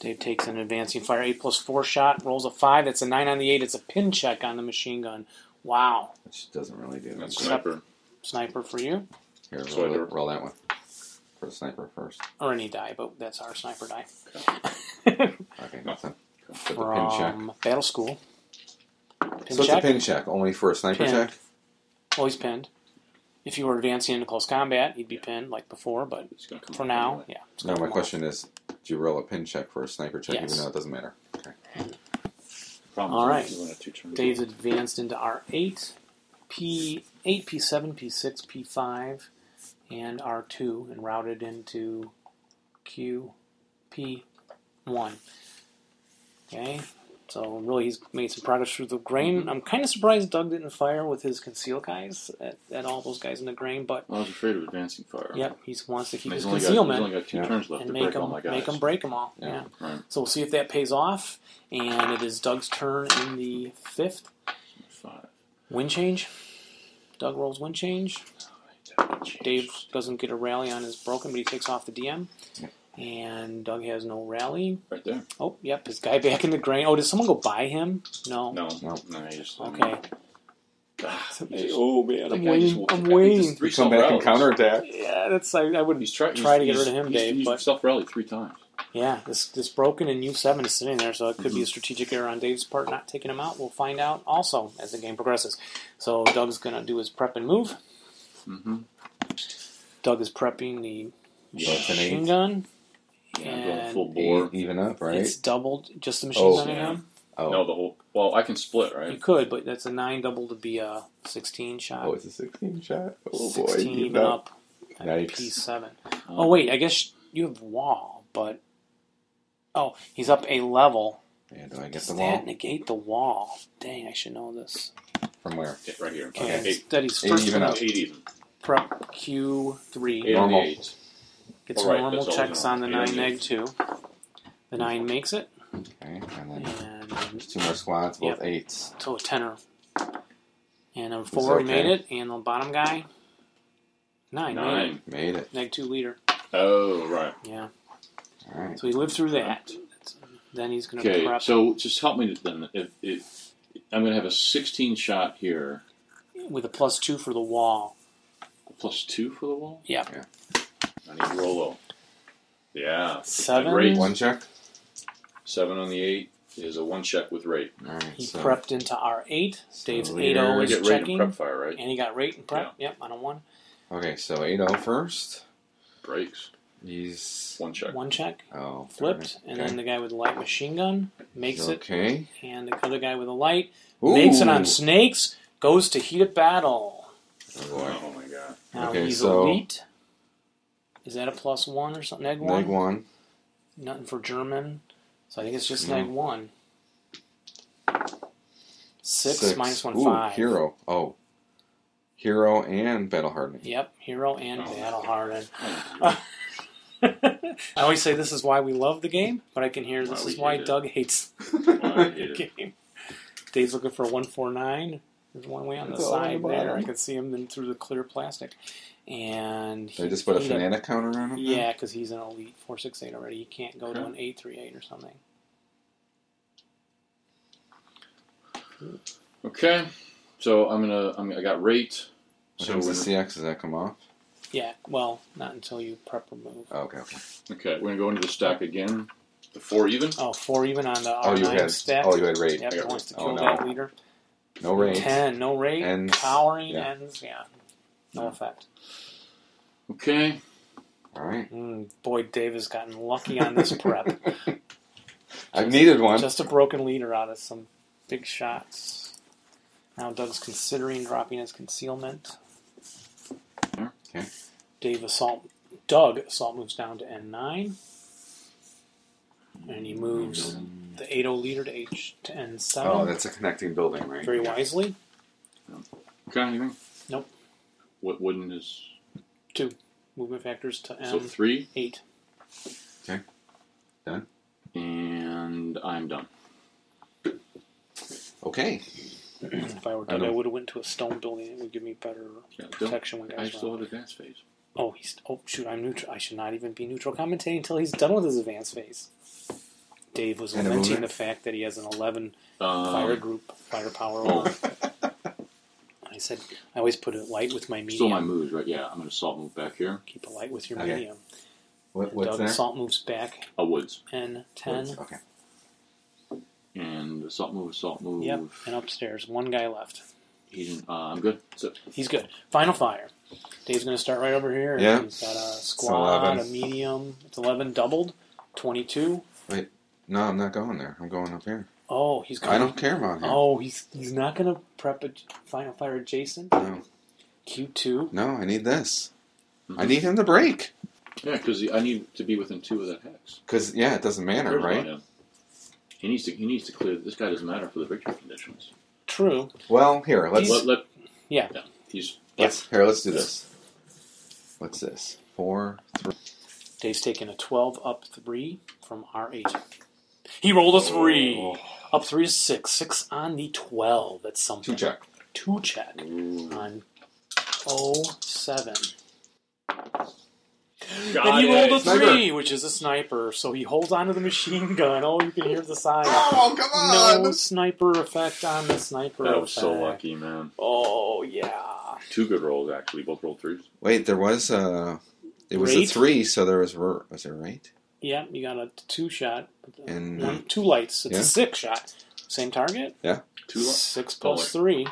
S1: Dave takes an advancing fire, 8 plus 4 shot, rolls a 5, that's a 9 on the 8, it's a pin check on the machine gun. Wow.
S5: Which doesn't really do.
S4: that's
S5: much.
S4: sniper.
S1: Sniper for you.
S5: Here,
S4: So I
S5: roll,
S4: do-
S5: roll that one. For the sniper first.
S1: Or any die, but that's our sniper die.
S4: Oh.
S5: Okay, nothing. But the pin check.
S1: From Battle School. Pin
S5: so
S1: check.
S5: it's a pin check, only for a sniper
S1: Pin.
S5: check?
S1: Well, he's pinned. If you were advancing into close combat, he'd be pinned like before, but
S4: It's gonna come
S1: for
S4: up
S1: now,
S4: anyway.
S1: yeah. it's
S5: No,
S1: gonna
S5: my
S1: come off.
S5: question is do you roll a pin check for a sniper check
S1: Yes.
S5: even though it doesn't matter? Okay.
S4: Problem
S1: All
S4: is
S1: right.
S4: doing it two turns.
S1: Dave's advanced into R8, P8, P7, P6, P5, and R2, and routed into Q, P1. Okay, so really he's made some progress through the grain. I'm kind of surprised Doug didn't fire with his conceal guys at, at all those guys in the grain, but
S4: I was afraid of advancing fire.
S1: yep, he wants to
S4: And
S1: keep
S4: He's
S1: his
S4: only, got, he's only
S1: concealment
S4: got two
S5: Yeah.
S4: turns left
S1: and
S4: to
S1: make
S4: break all
S1: them,
S4: my guys.
S1: make them break them all.
S5: Yeah.
S1: yeah.
S4: Right.
S1: So we'll see if that pays off. And it is Doug's turn in the fifth.
S4: Five.
S1: Wind change. Doug rolls wind change.
S4: Oh,
S1: Dave doesn't get a rally on his broken, but he takes off the DM. And Doug has no rally.
S4: Right there.
S1: Oh, yep, his guy back in the grain. Oh, did someone go by him? No.
S4: No,
S5: No.
S4: no, he just,
S1: Okay.
S4: Ah, he just- oh man,
S1: I'm
S4: that guy just
S1: waiting,
S4: walked-
S1: I'm
S4: that guy did
S1: waiting.
S4: three
S5: You come back and
S4: self-rallies.
S5: counterattack.
S1: Yeah, that's I, I would
S4: He's try,
S1: try to
S4: he's-
S1: get rid of him,
S4: he's-
S1: Dave,
S4: He's
S1: but-
S4: self rallied three times.
S1: yeah, this this broken and U seven is sitting there, so it
S5: Mm-hmm.
S1: could be a strategic error on Dave's part not taking him out. We'll find out also as the game progresses. So Doug's gonna do his prep and move.
S4: Mm-hmm.
S1: Doug is prepping the
S5: So it's an
S1: machine
S5: eight.
S1: gun.
S4: Yeah, I'm going
S1: And
S4: full bore.
S5: Eight even up, right?
S1: It's doubled just the machine
S5: Oh,
S1: gun in
S4: yeah.
S1: him.
S5: oh.
S4: No, the whole. Well, I can split,
S1: You
S4: right?
S1: could, but that's a nine double to be a sixteen shot.
S5: oh, it's a 16 shot. Oh, boy.
S1: Sixteen
S5: you
S1: even
S5: know.
S1: up.
S5: Yikes.
S1: P seven. Oh wait, I guess you have wall, but oh, he's up a level.
S5: Yeah, do I get
S1: Does
S5: the
S1: that
S5: wall?
S1: negate the wall? Dang, I should know this.
S5: From where?
S4: Yeah, right here.
S1: Okay,
S4: Eight,
S1: instead he's
S5: Eight
S1: first
S5: even
S1: one
S5: up.
S4: eight even.
S1: prep Q
S4: Eight
S1: three
S4: on the
S5: Normal.
S4: eight.
S1: gets
S4: All right,
S1: normal
S4: that's all
S1: checks
S4: we know.
S1: on the
S4: Eight
S1: nine
S4: on
S1: neg two. The nine makes it,
S5: Okay, and then
S1: and
S5: two more squads, both
S1: Yep.
S5: eights.
S1: so a tenner. And a four we
S5: okay.
S1: made it, and the bottom guy nine made it.
S4: Nine.
S5: Made it.
S1: neg two leader.
S4: Oh, right.
S1: Yeah.
S5: All right.
S1: So he lived through that. Then he's going to
S4: Okay,
S1: prep
S4: so just help me then. If, if I'm going to have a 16 shot here,
S1: with a plus two for the wall.
S4: plus two for the wall.
S1: Yeah.
S5: Yeah.
S4: I need to roll low. Yeah.
S1: Seven.
S4: Great.
S5: One check.
S4: Seven on the eight. is a one check with rate.
S5: All right,
S1: He
S5: so
S1: prepped into R8. Dave's
S5: So
S1: 8
S5: you're-
S1: O
S4: I
S1: is
S4: get rate
S1: checking.
S4: and prep fire, right?
S1: And he got rate and prep. Yep, on a 1.
S5: okay, so 8-0 first.
S4: Breaks.
S5: He's
S4: One check.
S1: 1 check.
S5: oh
S1: Flipped. And then the guy with the light machine gun makes it.
S5: okay.
S1: And the other guy with the light
S5: Ooh.
S1: makes it on snakes. Goes to heated battle.
S5: Oh, boy.
S4: Oh my god.
S1: Now
S5: Okay,
S1: he's
S5: so-
S1: elite. Is that a plus one or something? Neg one?
S5: Neg one.
S1: Nothing for German. So I think it's just
S5: No.
S1: neg one. Six,
S5: six.
S1: minus one
S5: Ooh,
S1: five.
S5: Hero. Oh, hero and battle hardening.
S1: Yep, hero and
S4: Oh.
S1: battle hardened. I always say this is why we love the game, but I can hear
S4: Why
S1: this
S4: we
S1: is why
S4: hate it.
S1: Doug hates
S4: Why I hate
S1: the
S4: it.
S1: game. Dave's looking for a one four nine. There's one way on the
S5: It's all on
S1: side
S5: the
S1: there. I
S5: bottom.
S1: can see him then through the clear plastic. And
S5: They just put a
S1: he- he-
S5: fanatic counter on him. then?
S1: Yeah, because he's an elite four six eight already. He can't go to an eight three eight or something.
S4: Okay. So I'm gonna. I'm, I got rate.
S5: So
S4: So
S5: the
S4: we're,
S5: CX does that come off?
S1: Yeah, well, not until you prep remove.
S5: Oh, okay, okay.
S4: okay, we're gonna go into the stack again. The four even.
S1: Oh, four even on the
S5: Oh,
S1: R
S5: you
S1: nine
S5: had.
S1: stack.
S5: Oh, you had rate.
S1: Yep,
S4: I
S1: he
S4: got
S1: wants to
S5: rate.
S1: kill
S5: Oh,
S1: that
S5: no.
S1: leader.
S5: No rate.
S1: Ten, no rate.
S5: Ends.
S1: Powering
S5: Yeah.
S1: ends, yeah. No effect.
S4: Okay.
S5: All right.
S1: Mm, boy, Dave has gotten lucky on this prep.
S5: I've needed one.
S1: Just a broken leader out of some big shots. Now Doug's considering dropping his concealment.
S5: Okay.
S1: Dave assault. Doug assault moves down to N9. And he
S5: Hmm.
S1: moves the 80 leader to H to N7
S5: Oh, that's a connecting building, right?
S1: very wisely.
S4: Okay. Anything?
S1: Nope.
S4: What wooden is?
S1: Movement factors to
S4: So
S1: M8.
S4: three, and I'm done.
S5: Okay.
S1: If I were
S5: I
S1: dead, I
S5: don't-
S1: would have went to a stone building. It would give me better
S4: Yeah, don't-
S1: protection when
S4: I
S1: guys
S4: still
S1: run.
S4: have advanced phase.
S1: Oh, he's oh shoot! I'm neutral. I should not even be neutral commentating until he's done with his advanced phase. Dave was
S5: And a
S1: lamenting the
S5: movement.
S1: fact that he has an 11
S4: Um,
S1: fire group firepower.
S4: oh.
S1: over. I said I always put it light with my medium.
S4: Still my moves, right? Yeah, I'm gonna salt move back here.
S1: Keep it light with your
S5: Okay.
S1: medium.
S5: What, what's
S1: Doug
S5: there?
S1: Salt moves back
S4: A woods
S1: and ten.
S5: What's- Okay.
S4: and assault move, assault move.
S1: Yep, and upstairs, one guy left.
S4: He didn't. Uh, I'm good. So
S1: He's good. Final fire. Dave's going to start right over here.
S5: Yeah.
S1: He's got a squad, a
S5: 11.
S1: medium. It's 11 doubled, 22.
S5: No, I'm not going there. I'm going up here.
S1: Oh, he's going.
S5: I don't care about him.
S1: Oh, he's he's not going to prep a final fire adjacent.
S5: No.
S1: Q2.
S5: No, I need this.
S4: Mhm.
S5: I need him to break.
S4: yeah, because I need to be within two of that hex.
S5: Because, yeah, it doesn't matter,
S4: Cares about
S5: right?
S4: him. He needs to. He needs to clear. This guy doesn't matter for the victory conditions.
S1: True.
S5: Well, here, let's.
S4: Let, let,
S1: Yeah.
S4: He's.
S5: Let's here. Let's do this. What's this? Four, three.
S1: Dave's taking a 12 up 3 from R8. He rolled a 3.
S5: Oh.
S4: Oh.
S1: Up 3 is 6. 6 on the 12. That's something.
S5: Two check.
S1: Two check oh
S4: Ooh.
S1: on 07.
S4: Got
S1: And he rolled a
S4: it.
S5: Sniper.
S1: three, which is a sniper. So he holds onto the machine gun. Oh, you can hear the siren.
S5: Oh, come on!
S1: No sniper effect on the sniper.
S4: That was so
S1: effect.
S4: lucky, man.
S1: Oh yeah.
S4: Two good rolls actually. Both rolled threes.
S5: Wait, there was a. It was a
S1: Rate?
S5: three, so there was ver- was there right?
S1: Yeah, you got a two shot,
S5: And
S1: one, two lights. It's
S5: Yeah.
S1: a six shot. Same target.
S4: Two. lo-
S1: Six plus
S4: Oh,
S1: three.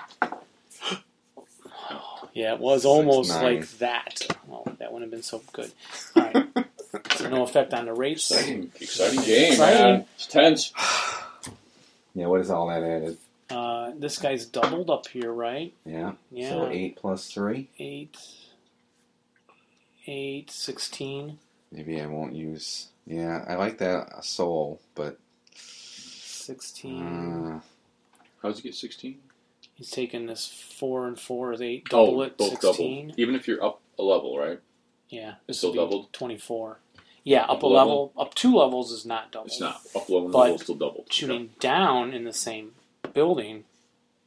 S1: Yeah, it was almost
S5: nine.
S1: like that. Well, that wouldn't have been so good. All right. so no effect on the race.
S4: Exciting, exciting game,
S1: Exciting.
S4: man. It's tense.
S5: yeah, what is all that added?
S1: Uh, this guy's doubled up here, right?
S5: Yeah.
S1: Yeah.
S5: So eight plus three.
S1: eight, eight, sixteen.
S5: Maybe I won't use. Yeah, I like that uh, soul, but
S1: 16.
S4: Mm.
S5: uh,
S4: How'd you get sixteen?
S1: He's taking this four and four is eight. Double it,
S4: Oh, both
S1: 16.
S4: doubled. Even if you're up a level, right?
S1: Yeah, this
S4: Still
S1: would be
S4: doubled?
S1: 24. Yeah, up, a
S4: Up a
S1: level. up two levels is not double.
S4: It's not up level.
S1: But
S4: level still double.
S1: Shooting down in the same building,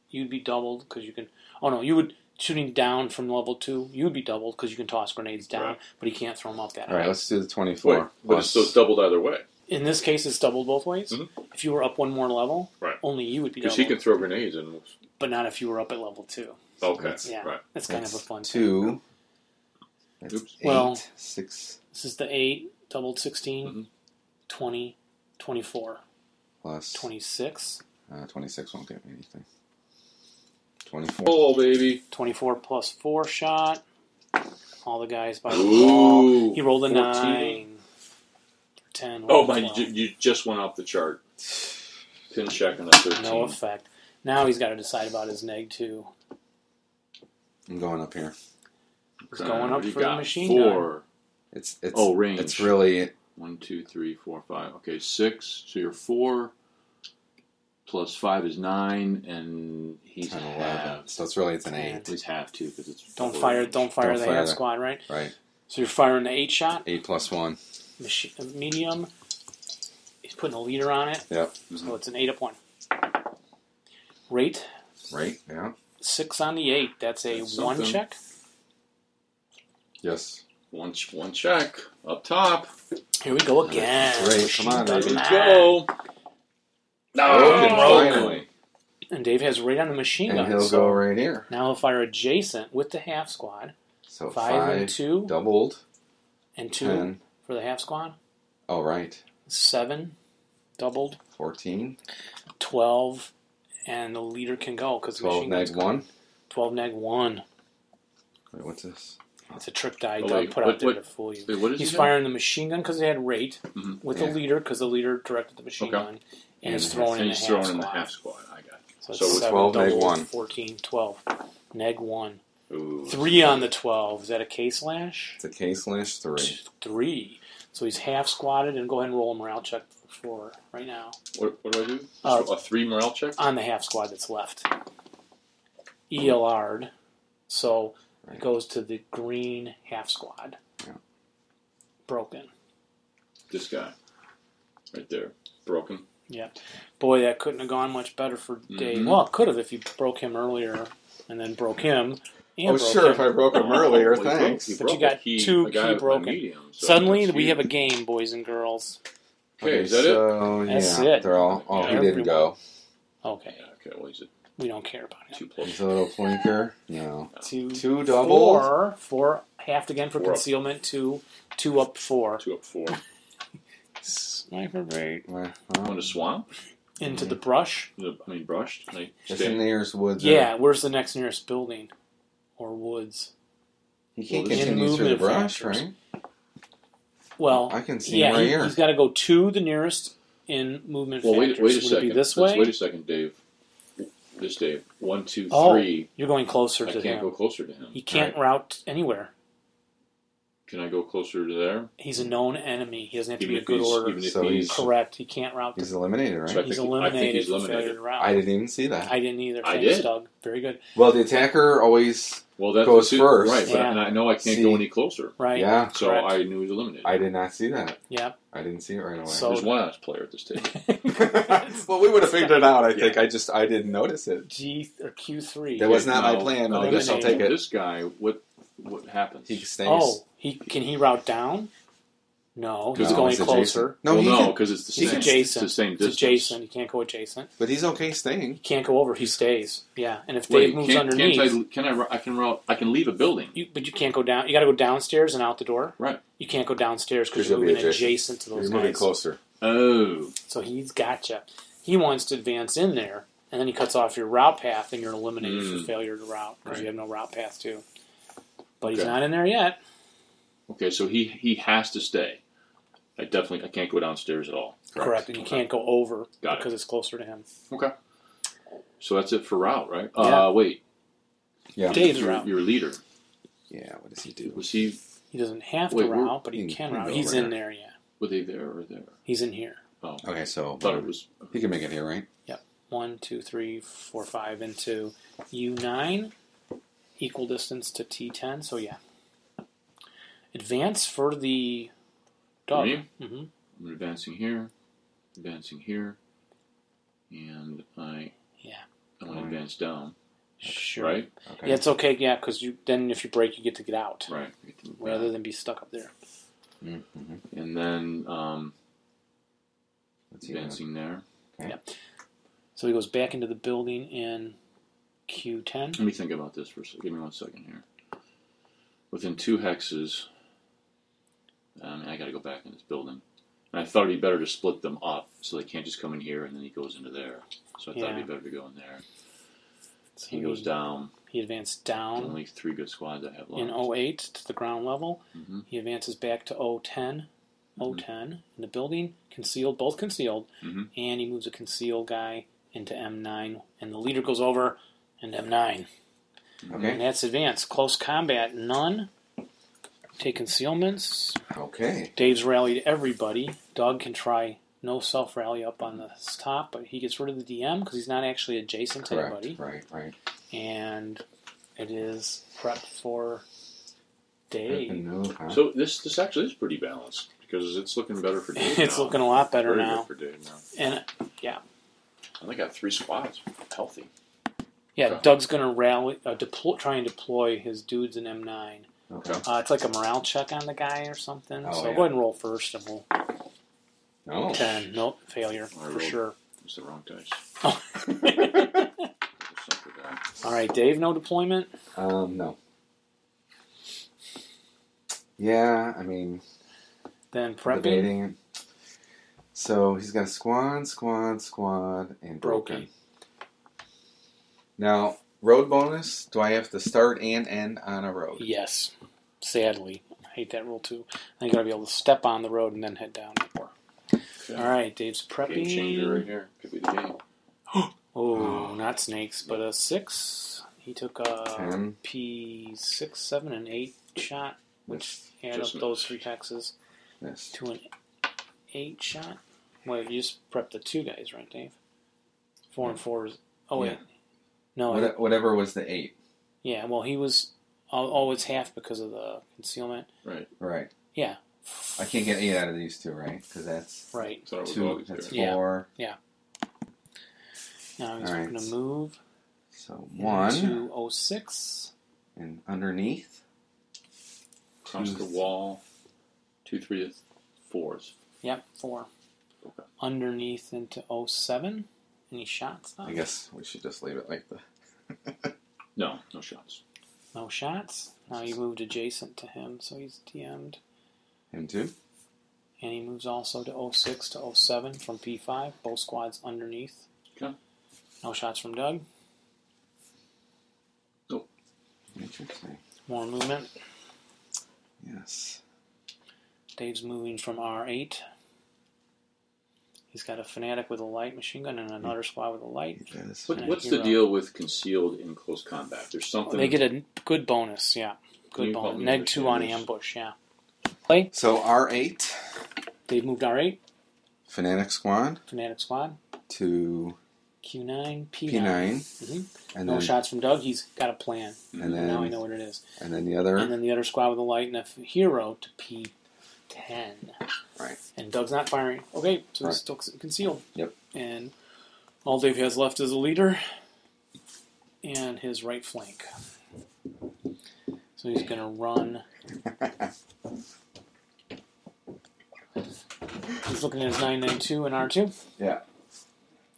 S1: you'd be doubled because you can. Oh no, you would. Shooting down from level two, you'd be doubled because you can toss grenades down,
S4: Right.
S1: but he can't throw them up that
S5: all
S1: high.
S5: right, let's do the twenty-four.
S4: Wait, but it's
S5: plus-
S4: still doubled either way.
S1: In this case, it's doubled both ways.
S4: Mhm.
S1: If you were up one more level,
S4: Right.
S1: only you would be
S4: Because
S1: doubled,
S4: he can throw grenades and
S1: but not if you were up at level two.
S4: okay,
S5: That's-
S1: Yeah.
S4: right.
S1: That's kind
S5: That's
S1: of a fun thing.
S5: two. That's
S4: Oops.
S5: eight,
S1: Well-
S5: six. Mm-hmm.
S1: This is the 8, doubled 16,
S4: Mhm.
S1: 20, 24.
S5: plus
S1: 26.
S5: Uh, 26 won't get me anything. 24.
S4: Oh, baby.
S1: 24 plus 4 shot. All the guys by the wall.
S4: Ooh.
S1: He rolled a
S4: 14.
S1: 9. 10.
S4: Oh, my. You,
S1: 12.
S4: ju- you just went off the chart. Pin check on a 13.
S1: No effect. Now he's got to decide about his neg 2.
S5: I'm going up here.
S1: He's going up
S4: You
S1: for the
S4: got
S1: machine
S4: four.
S5: It's it's
S4: Oh, range.
S5: it's really
S4: One, two, three, four, five. Okay, six. So you're four. Plus five is nine, and he's
S5: 10, 11.
S4: half.
S5: So it's really it's an
S1: Ten.
S5: 8,
S4: He's half too because it's
S1: Don't
S4: double
S1: fire,
S4: range.
S1: don't fire
S5: Don't
S1: the
S5: fire
S1: hand
S5: that.
S1: squad, right?
S5: right?
S1: So you're firing the 8 shot,
S5: 8 plus 1.
S1: machi- uh, medium. He's putting a leader on it.
S5: Yep.
S1: So it's an 8 up 1. Rate
S5: Right? Yeah.
S1: 6 on the 8. That's a
S4: That's
S1: 1
S4: something.
S1: check.
S5: Yes.
S4: One, ch- one check up top.
S1: Here we go again.
S5: Great, come on,
S4: There
S5: baby.
S4: we
S1: Nine.
S4: go.
S3: Ah.
S5: Broken,
S4: Broken.
S5: finally.
S1: And Dave has right on the machine
S5: And
S1: gun.
S5: he'll
S1: so
S5: go right here.
S1: Now he'll fire adjacent with the half squad.
S5: So
S1: Five,
S5: 5,
S1: and two
S5: doubled,
S1: and two
S5: 10.
S1: for the half squad.
S5: Oh, right.
S1: Seven doubled.
S5: 14.
S1: Twelve and the leader can go because the
S5: 12,
S1: machine gun's
S5: neg 1.
S1: twelve neg one.
S5: Wait, what's this?
S1: It's a trick die
S4: Oh,
S1: Doug
S4: wait,
S1: put
S4: what-
S1: out there
S4: what-
S1: to fool you.
S4: Wait, what is
S1: He's
S4: he doing?
S1: firing the machine gun because they had rate
S4: Mhm.
S1: with
S5: Yeah.
S1: the leader because the leader directed the machine
S4: Okay.
S1: gun. And,
S5: And
S1: he's
S5: the half-
S1: throwing
S4: And
S1: in
S4: he's
S1: the
S4: throwing
S1: half
S4: in the
S1: squad.
S4: half squad. I got.
S1: So,
S4: So
S1: it's
S4: with
S1: seven,
S5: 12 neg
S1: doubled,
S5: one.
S1: 14, 12. Neg one.
S4: it. Ooh.
S1: Three on the twelve. Is that a case lash?
S5: It's a K slash 3.
S1: three. So he's half squatted, and go ahead and roll a morale check for right now
S4: What, what do I do?
S1: Uh,
S4: a three morale check.
S1: on the half squad that's left. ELR'd, so
S5: Right.
S1: it goes to the green half squad.
S5: Yeah.
S1: Broken.
S4: This guy, right there, broken.
S1: Boy, that couldn't have gone much better for
S5: Mm-hmm.
S1: Dave.
S4: Mhm.
S1: Well, it could have if you broke him earlier and then broke him. And
S5: Oh,
S1: broke
S5: sure,
S1: him.
S5: if I broke him
S4: Oh,
S5: earlier,
S4: he broke-
S5: thanks.
S4: he
S1: But
S4: broke
S1: you got
S4: it. He-
S1: two
S4: the guy
S1: key
S4: with my
S1: broken.
S4: medium, so
S1: Suddenly,
S4: that's
S1: we have a
S4: huge.
S1: game, boys and girls.
S4: Okay, is that it?
S5: so,
S1: That's
S5: yeah,
S1: it.
S5: They're all, oh, he
S1: Everyone.
S5: didn't go.
S1: Okay,
S4: Yeah, okay, well he's a
S1: we don't care about him.
S4: two plus.
S5: He's a little plinker. No.
S1: Two,
S5: Two doubles.
S1: four, four halved again for
S4: Four up.
S1: concealment. Two, two up four.
S4: Two up four.
S1: Sniper rate
S5: Uh,
S4: On a swamp.
S1: into
S4: Mm-hmm.
S1: the brush.
S4: The- I mean, brushed. And I
S5: It's
S4: stay-
S5: in the nearest woods.
S1: Yeah, where's the next nearest building or woods?
S5: He can't
S4: Well, this
S5: continue
S1: is-
S5: through the
S1: movement
S5: brush,
S1: factors.
S5: right?
S1: Well,
S5: I can see him
S1: yeah,
S5: right
S1: he,
S5: here.
S1: has got to go to the nearest in movement
S4: Well, wait,
S1: factors.
S4: wait a
S1: Would it
S4: second.
S1: be this
S4: Let's-
S1: way?
S4: Wait a second, Dave. This Dave. One, two, three.
S1: Oh, You're going closer
S4: I
S1: to
S4: can't
S1: him.
S4: go closer to him.
S1: he can't route anywhere.
S4: Can I go closer to there?
S1: He's a known enemy. He doesn't have to
S4: Even
S1: be a
S4: if
S1: good
S4: he's,
S1: order.
S4: even if
S5: So
S4: he's,
S5: he's-
S1: Correct. He can't route.
S5: He's
S1: He's,
S4: So
S5: eliminated,
S4: I
S5: right?
S1: he's
S4: think- I think
S1: eliminated.
S4: he's
S1: for
S4: eliminated.
S1: failure to route.
S5: I didn't even see that.
S1: I didn't either.
S4: I
S1: Thanks,
S4: did.
S1: Doug. Very good.
S5: Well, the attacker always.
S4: well, that
S5: goes
S4: see,
S5: first.
S4: right? But,
S1: Yeah.
S4: and I know I can't
S5: See.
S4: go any closer,
S1: Right.
S5: Yeah,
S4: so
S1: Correct.
S4: I knew he was eliminated.
S5: I did not see that.
S1: Yeah.
S5: I didn't see it right away.
S1: So-
S4: There's one honest player at this table.
S5: well, we would have figured it out. I think I just I didn't notice it.
S1: G or Q three.
S5: That was not my plan.
S4: No,
S5: I
S4: this,
S5: guess I'll take it.
S4: This guy, what what happens?
S5: He stays.
S1: Oh, he can he route down? No, he's
S5: No,
S1: going
S5: he's
S1: closer.
S5: adjacent. No,
S4: well,
S5: he
S4: no,
S5: can-
S4: because it's the
S1: He's
S4: same.
S1: adjacent.
S4: It's the same
S1: It's
S4: distance.
S1: adjacent. He can't go adjacent.
S5: but he's okay staying.
S1: He can't go over. He stays. Yeah, and if
S4: Wait,
S1: Dave moves
S4: can't,
S1: underneath,
S4: Can't I, can I? ru- I can route. I can leave a building.
S1: you, but you can't go down. You got to go downstairs and out the door.
S4: Right.
S1: You can't go downstairs because
S5: 'Cause
S1: you're
S5: you'll be
S1: moving adjacent.
S5: adjacent.
S1: to
S5: You're
S1: those
S5: moving
S1: guys.
S5: closer.
S4: Oh,
S1: So he's gotcha. He wants to advance in there, and then he cuts off your route path, and you're eliminated
S4: Mm.
S1: for failure to route because
S4: Right.
S1: you have no route path too. But he's
S4: Okay.
S1: not in there yet.
S4: okay. So he he has to stay. I definitely I can't go downstairs at all.
S1: Correct. And you can't go over
S4: Got it.
S1: because it's closer to him.
S4: Okay. So that's it for route, right?
S1: Yeah.
S4: Uh, wait.
S5: Yeah.
S1: Dave's
S4: your,
S1: route.
S4: Your leader
S5: Yeah. What does he do?
S4: was he?
S1: He doesn't have
S4: Wait,
S1: to
S4: we're-
S1: route, but he
S5: he
S1: can
S5: can
S1: route.
S5: go
S1: He's
S5: over
S1: in
S5: there.
S1: there, yeah.
S4: Were they there or there?
S1: He's in here.
S4: Oh, I
S5: Okay, so
S4: thought it was.
S5: he can make it here, right?
S1: One, two, three, four, five into U9, equal distance to T10. So yeah. Advance for the dog.
S4: Me?
S1: hmm
S4: I'm advancing here, advancing here, and I.
S1: Yeah.
S4: I want to advance down,
S1: Sure.
S4: right?
S5: Okay.
S1: Yeah, it's okay. Yeah, because you then if you break, you get to get out
S4: Right. I get to move
S1: rather
S4: back.
S1: than be stuck up there.
S5: Mm-hmm.
S4: And then um,
S5: Let's see.
S4: advancing there.
S1: So he goes back into the building in Q10.
S4: Let me think about this for a second. Give me one second here. um, Within two hexes, I mean, I got to go back in this building. And I thought it'd be better to split them up so they can't just come in here and then he goes into there. So I thought it'd be better to go in there.
S1: So
S4: He goes down.
S1: He advanced
S4: There's
S1: down
S4: only three good squads I have left.
S1: in 08 to the ground level.
S4: Mhm.
S1: He advances back to 010. 010 in the building, concealed, both concealed,
S4: Mhm.
S1: and he moves a concealed guy into M9, and the leader goes over and M9. And
S5: Okay.
S1: that's advanced. Close combat, none. Take concealments.
S5: Okay.
S1: Dave's rallied everybody. Dog can try no self rally up on the top, but he gets rid of the DM because he's not actually adjacent to
S5: Correct.
S1: anybody.
S5: Right. Right.
S1: And it is prep for
S5: Good to
S1: Dave.
S5: know, huh?
S4: So this this actually is pretty balanced because it's looking better for Dave.
S1: It's
S4: now.
S1: looking a lot better
S4: Very good
S1: now.
S4: for Dave now.
S1: And
S4: I think I have three squads healthy.
S1: yeah,
S4: Okay.
S1: Doug's going to rally, uh, deploy, try and deploy his dudes in M9.
S5: okay.
S1: Uh, it's like a morale check on the guy or something.
S5: Oh,
S1: so
S5: yeah.
S1: go ahead and roll first, and we'll
S5: Oh.
S1: ten. Nope, failure
S4: I
S1: for
S4: rolled-
S1: sure. Oh.
S4: It's the wrong dice.
S1: All right, Dave, no deployment.
S5: Um. No. Yeah. I mean,
S1: Then prepping.
S5: debating. So he's got squad, squad, squad, and broken. Now, road bonus. Do I have to start and end on a road?
S1: Yes, sadly, I hate that rule too. I think I gotta be able to step on the road and then head down. All right, Dave's
S4: Game changer right
S1: prepping.
S4: here. Could be the game.
S5: Um,
S1: Oh, not snakes, but a six. He took a
S5: Ten.
S1: P six, seven, and eight shot, which add up
S4: Just
S1: those three hexes
S5: Yes.
S1: to an eight shot. Well, you just prepped the two guys, right, Dave? Four and four is. Oh wait,
S5: Yeah.
S1: no,
S5: What, whatever was the eight.
S1: Yeah, well, he was al- always half because of the concealment.
S5: Right.
S1: Yeah.
S5: I can't get eight out of these two, right? Because that's
S1: Right.
S4: So it was
S5: two.
S4: always
S5: That's
S4: there.
S1: Yeah.
S5: four.
S1: Now he's
S5: All right.
S1: going to move oh
S5: So one
S1: to 06.
S5: and underneath.
S4: Across the wall, two, three, is fours.
S1: Yep, 4.
S4: Okay.
S1: Underneath into 07. Any shots? Though?
S5: I guess we should just leave it like the.
S4: No, no shots.
S1: No shots. Now you moved adjacent to him, so he's DM'd.
S5: Him too.
S1: And he moves also to 06 to 07 from P5. Both squads underneath.
S4: Okay.
S1: No shots from Doug.
S5: Interesting.
S1: More movement.
S5: Yes.
S1: Dave's moving from R8. He's got a fanatic with a light machine gun and another squad with a light.
S5: That is
S4: What,
S1: Yeah,
S4: what's
S1: you're
S4: the
S1: right.
S4: deal with concealed in close combat? There's something.
S1: They get a good bonus, yeah.
S4: Can
S1: Good
S4: you help
S1: bonus.
S4: me
S1: Neg 2 on
S4: understand
S1: ambush, yeah.
S5: So R eight
S1: They've moved R8,
S5: fanatic squad
S1: fanatic squad.
S5: to
S1: Q9, P9.
S5: P nine,
S1: Mhm.
S5: and
S1: No
S5: then
S1: shots from Doug. He's got a plan.
S5: and then
S1: now I know what it is.
S5: and then the other.
S1: And then the other squad with a light and a f- hero to P10.
S5: Right.
S1: And Doug's not firing. Okay, so
S5: Right.
S1: he's still con- concealed.
S5: Yep.
S1: And all Dave has left is a leader and his right flank. So he's going to run. he's looking at his 992 and R2.
S5: Yeah.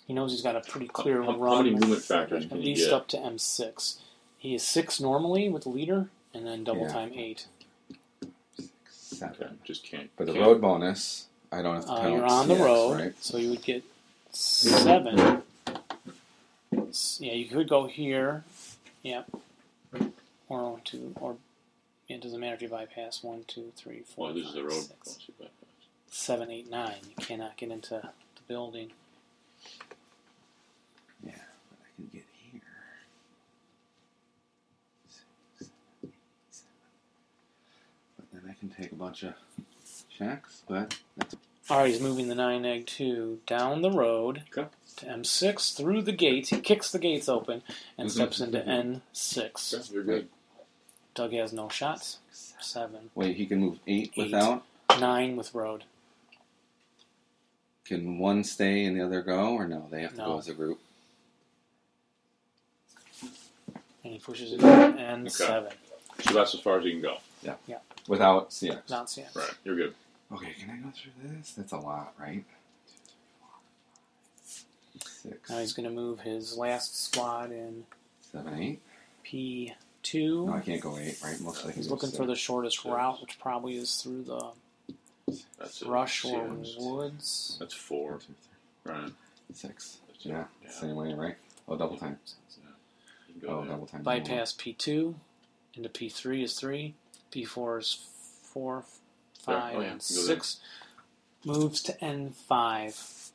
S1: He knows he's got a pretty clear
S4: How,
S1: run.
S4: how many movement factors
S1: At
S4: can you
S1: least
S4: get?
S1: up to M6. He is 6 normally with the leader, and then double
S5: Yeah.
S1: time 8.
S5: Seven.
S4: Okay, just can't.
S5: But the
S4: can't-
S5: road bonus, I don't have to
S1: Uh,
S5: count.
S1: you're on the
S5: Yes,
S1: road,
S5: right?
S1: so you would get seven. S- Yeah, you could go here. Yep. Or one, two, or yeah, it doesn't matter if you bypass one, two, three, four,
S4: Well, this is
S1: five,
S4: the road.
S1: six, seven, eight, nine. You cannot get into the building.
S5: I can get here. But then I can take a bunch of checks, but that's
S1: All right, he's moving the nine egg two down the road
S4: Okay.
S1: to M6 through the gates. He kicks the gates open and
S4: Mhm.
S1: steps into N6.
S4: Okay, you're good.
S1: Doug has no shots. Seven,
S5: wait. He can move eight,
S1: Eight.
S5: without.
S1: nine with road.
S5: Can one stay and the other go, or no? They have to
S1: No.
S5: go as a group.
S1: And he pushes it to N7.
S4: So that's as far as you can go.
S5: Without CX.
S1: Not CX.
S4: Right, you're good.
S5: Okay, can I go through this? That's a lot, right? Six,
S1: Now he's going to move his last squad in
S5: seven, eight.
S1: P2.
S5: No, I can't go eight, right? Most likely.
S1: he's looking for the shortest route, which probably is through the
S4: That's it.
S1: Brush
S4: See,
S1: or
S4: that's-
S1: woods?
S4: That's four.
S5: One, two, three,
S4: Right.
S5: six.
S4: That's it.
S5: Yeah, same way, right? Oh, double time.
S4: You can go
S5: Oh,
S4: there.
S5: double time.
S1: Bypass P2 into P3 is 3. P4 is 4,
S4: There.
S1: 5,
S4: Oh, yeah.
S1: and
S4: Go there.
S1: 6. Moves to N5.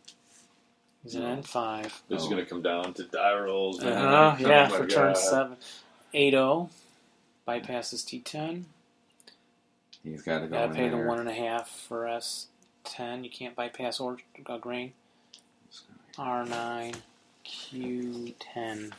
S1: He's
S4: No.
S1: an N5.
S4: This
S5: Oh.
S4: is going to come down to die rolls. man.
S1: Uh-huh,
S4: Oh
S1: yeah,
S4: my
S1: for turn
S4: God.
S1: 7. 8 0. Bypasses T10.
S5: He's got to go
S1: Gotta
S5: in
S1: pay the
S5: there.
S1: 1.5 for S10. You can't bypass or uh, grain. R9, Q10.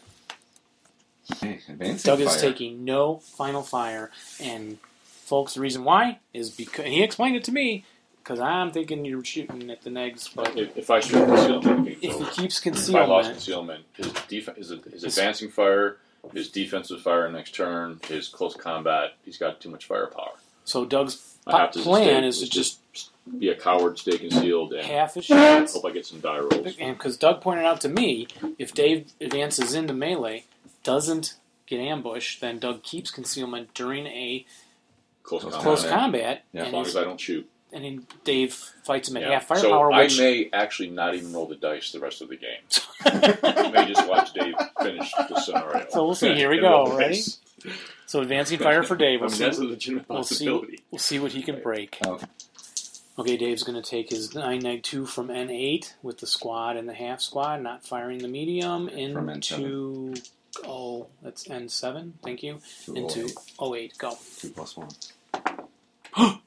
S5: Hey, advancing
S1: Doug is
S5: fire.
S1: taking no final fire, and folks, the reason why is because he explained it to me because I'm thinking you're shooting at the negs, but
S4: If, if I shoot concealment, it'd be
S1: if he
S4: over.
S1: keeps
S4: if I lost
S1: concealment,
S4: concealment, his defense, his, his
S1: His-
S4: advancing fire, his defensive fire next turn, his close combat, he's got too much firepower.
S1: so Doug's
S4: I have
S1: po-
S4: to
S1: plan
S4: stay-
S1: is to just
S4: be a coward, stay concealed, and
S1: half his shots.
S4: hope I get some die rolls.
S1: And because Doug pointed out to me, if Dave advances into melee, doesn't get ambushed, then Doug keeps concealment during a
S4: Close
S5: Close
S4: combat.
S1: close
S5: yeah.
S1: combat,
S5: Yeah.
S4: As
S1: and,
S4: long
S1: he's,
S4: as I don't shoot.
S1: and then Dave fights him at
S4: Yeah.
S1: half
S4: so
S1: firepower,
S4: I
S1: which
S4: may actually not even roll the dice the rest of the game. I may just watch Dave finish the scenario.
S1: So we'll see. Here we
S4: And roll
S1: go.
S4: the dice.
S1: so advancing fire for Dave.
S4: I
S1: We'll
S4: mean,
S1: see
S4: that's a
S1: what-
S4: legitimate
S1: we'll see.
S4: possibility.
S1: We'll see what he can break.
S4: Oh.
S5: Okay.
S1: Okay, Dave's going to take his 9 neg 2 from N8 with the squad and the half squad, not firing the medium,
S5: From
S1: into. Oh, that's N7. Thank you.
S5: Two
S1: into
S5: oh eight.
S1: 08. Go.
S5: two plus one.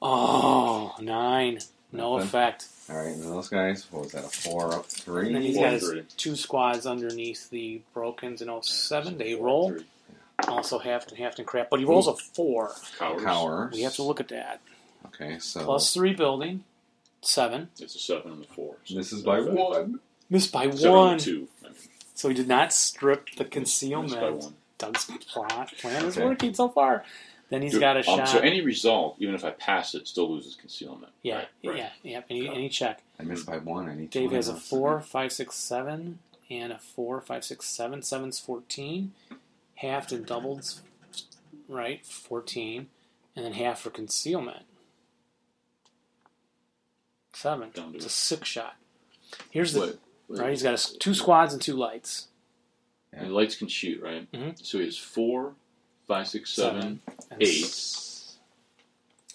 S1: Oh, 9. No
S5: Nothing.
S1: effect.
S5: All right, and those guys. What was that? A four up
S1: And then
S5: three.
S1: he's
S4: Four
S1: got
S4: and
S1: his
S4: three.
S1: two squads underneath the Brokens in 07. They roll.
S4: Three.
S1: Also Haft and Haft and Crap. But he rolls a 4.
S4: Cowards.
S5: Powers.
S1: We have to look at that.
S5: Okay, so
S1: Plus 3 building. 7.
S4: It's a seven and a four. So
S5: this is
S4: no
S5: by
S4: effect.
S5: one.
S1: Missed by
S4: Seven and
S1: 1.
S4: two. I mean,
S1: So he did not strip the
S4: missed by
S1: concealment.
S4: one.
S1: Doug's plot plan is
S5: Okay.
S1: working so far. Then he's
S4: Dude,
S1: got a
S4: um,
S1: shot.
S4: So any result, even if I pass it, still loses concealment.
S1: yeah,
S4: Right,
S1: yeah,
S4: right.
S1: yeah, Any, any check.
S5: I missed by one. I need.
S1: Dave
S5: two
S1: has a
S5: on those.
S1: four, five, six, seven, and a four, five, six, seven. Seven's fourteen. Halved and doubled, right? Fourteen, and then half for concealment. Seven.
S4: Don't do
S1: It's a
S4: it.
S1: six shot. Here's the
S4: What? Wait.
S1: right. He's got his two squads and two lights.
S4: And lights can shoot, right?
S1: Mhm.
S4: So he has four, five, six, seven.
S1: And
S4: Eight.
S1: s-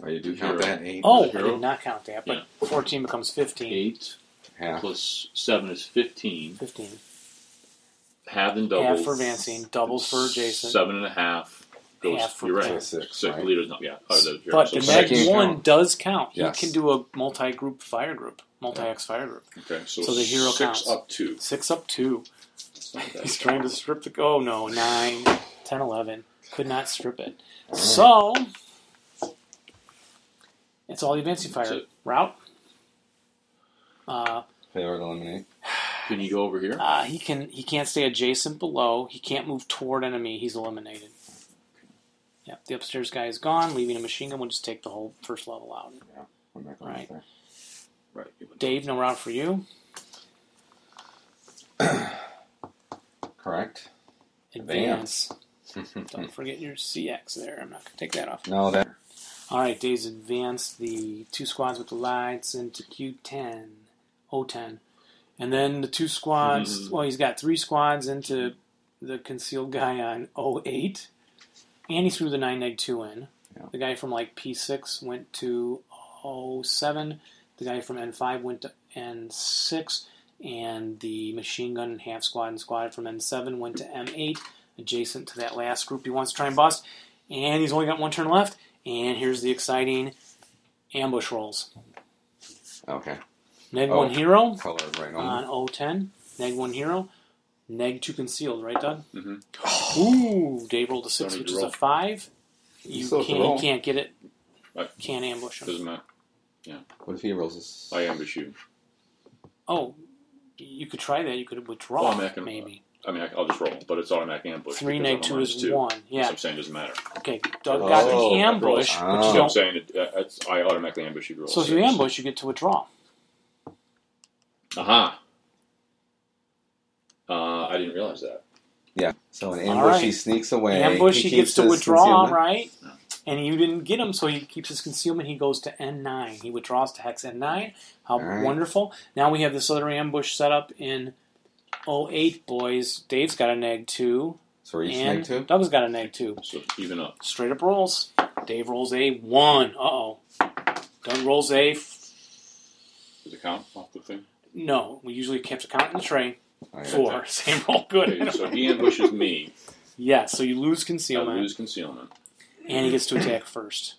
S5: Oh, you do count
S4: Zero.
S5: that eight.
S1: Oh, I
S4: Zero.
S1: did not count that, but 14 becomes 15.
S4: Eight
S5: half.
S4: plus seven is fifteen.
S1: 15.
S4: Half and double.
S1: Half for Vancine, doubles for Jason.
S4: Seven and a half. Goes,
S1: Half for
S4: you're right.
S1: Jason.
S5: Six,
S4: Six
S5: right?
S4: leaders, not yeah. Oh, those- you're
S1: But
S4: right.
S1: the
S4: So
S5: that
S1: next
S4: six.
S5: can't
S1: one
S5: count.
S1: does count.
S5: Yes.
S1: He can do a multi-group fire group, multi-X fire group.
S4: Okay, so,
S1: so the hero
S4: six
S1: counts.
S4: up two.
S1: Six up two.
S4: That's not bad.
S1: He's trying to strip the. Oh no, nine, ten, eleven. Could not strip it. So it's all the advancing
S4: That's
S1: fire
S4: it.
S1: route. Uh,
S5: Failure to eliminate.
S4: Can you go over here?
S1: uh, he can. He can't stay adjacent below. He can't move toward enemy. He's eliminated. Yep, the upstairs guy is gone, leaving a machine gun. We'll just take the whole first level out.
S5: I'm not going
S1: Right.
S5: there.
S4: Right. you went-
S1: Dave, no route for you.
S5: Correct.
S1: Advance. Don't forget your CX there. I'm not going to take that off.
S5: no, that.
S1: All right, Dave's advanced the two squads with the lights into Q10, O10. And then the two squads, well, he's got three squads into the concealed guy on 08. And he threw the 9 neg 2 in.
S5: Yeah.
S1: The guy from like P6 went to 07. The guy from N5 went to N6. And the machine gun and half squad and squad from N7 went to M8, adjacent to that last group he wants to try and bust. And he's only got one turn left. And here's the exciting ambush rolls.
S5: Okay.
S1: Neg
S5: Oh.
S1: one hero
S5: Color right
S4: Um,
S5: on.
S1: on 010. Neg one hero. Neg two concealed, right, Doug?
S4: Mhm.
S1: Ooh, Dave rolled a six,
S4: Don't need
S1: which
S4: to
S1: is a
S4: roll.
S1: five.
S5: You
S1: You
S5: still have to
S1: can't, you
S5: roll.
S1: can't get it.
S4: Right.
S1: Can't ambush him.
S4: Uh, Doesn't matter.
S5: what if he rolls this?
S4: I ambush you.
S1: Oh, you could try that. You could withdraw,
S4: Well, I'm not gonna-
S1: maybe.
S4: I mean, I- I'll just roll, but it's automatic ambush.
S1: Three
S4: because
S1: neg
S4: I'm a
S1: two
S4: minus
S1: is one.
S4: So
S1: Yeah.
S4: I'm saying it doesn't matter.
S1: Okay. Doug got
S5: Oh,
S1: the
S5: that
S1: ambush,
S4: rolls.
S1: but you
S5: Ah.
S4: So I'm
S1: don't.
S4: saying it, uh, it's, I automatically ambush you. Roll
S1: So if you ambush, you get to withdraw.
S4: aha. Uh, I didn't realize that.
S5: Yeah. So an
S1: All
S5: ambush,
S1: right.
S5: he sneaks away.
S1: ambush, he,
S5: keeps
S1: gets to
S5: his
S1: withdraw,
S5: concealment.
S1: right? and you didn't get him, so he keeps his concealment. He goes to N9. He withdraws to hex N9. How
S5: All right.
S1: wonderful. Now we have this other ambush set up in 08, boys. Dave's got a neg 2.
S5: So we're each
S1: and
S5: neg two.
S1: Doug's got a neg 2.
S4: So even up.
S1: Straight up rolls. Dave rolls a 1. Uh oh. Doug rolls a. F-
S4: Does it count off the thing?
S1: no, we usually kept a count in the train.
S5: All right.
S1: Four. Same roll. Good.
S4: Okay, so he ambushes me.
S1: Yeah, so you lose
S4: I
S1: concealment,
S4: lose concealment.
S1: and he gets to attack first.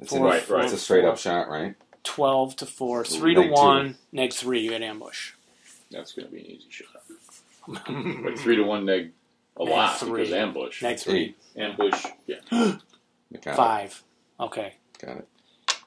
S5: It's,
S1: Four,
S5: a,
S4: Right, right.
S5: it's a straight up shot, right?
S1: 12 to 4, 3 to
S5: Neg two.
S1: 1, neg 3, you get ambush.
S4: That's going to be an easy shot. Like three to one neg a
S1: Neg
S4: lot
S1: three.
S4: because ambush.
S1: neg 3,
S5: Eight.
S4: Ambush. Yeah.
S5: I Got
S1: 5. Okay.
S5: It. Got it.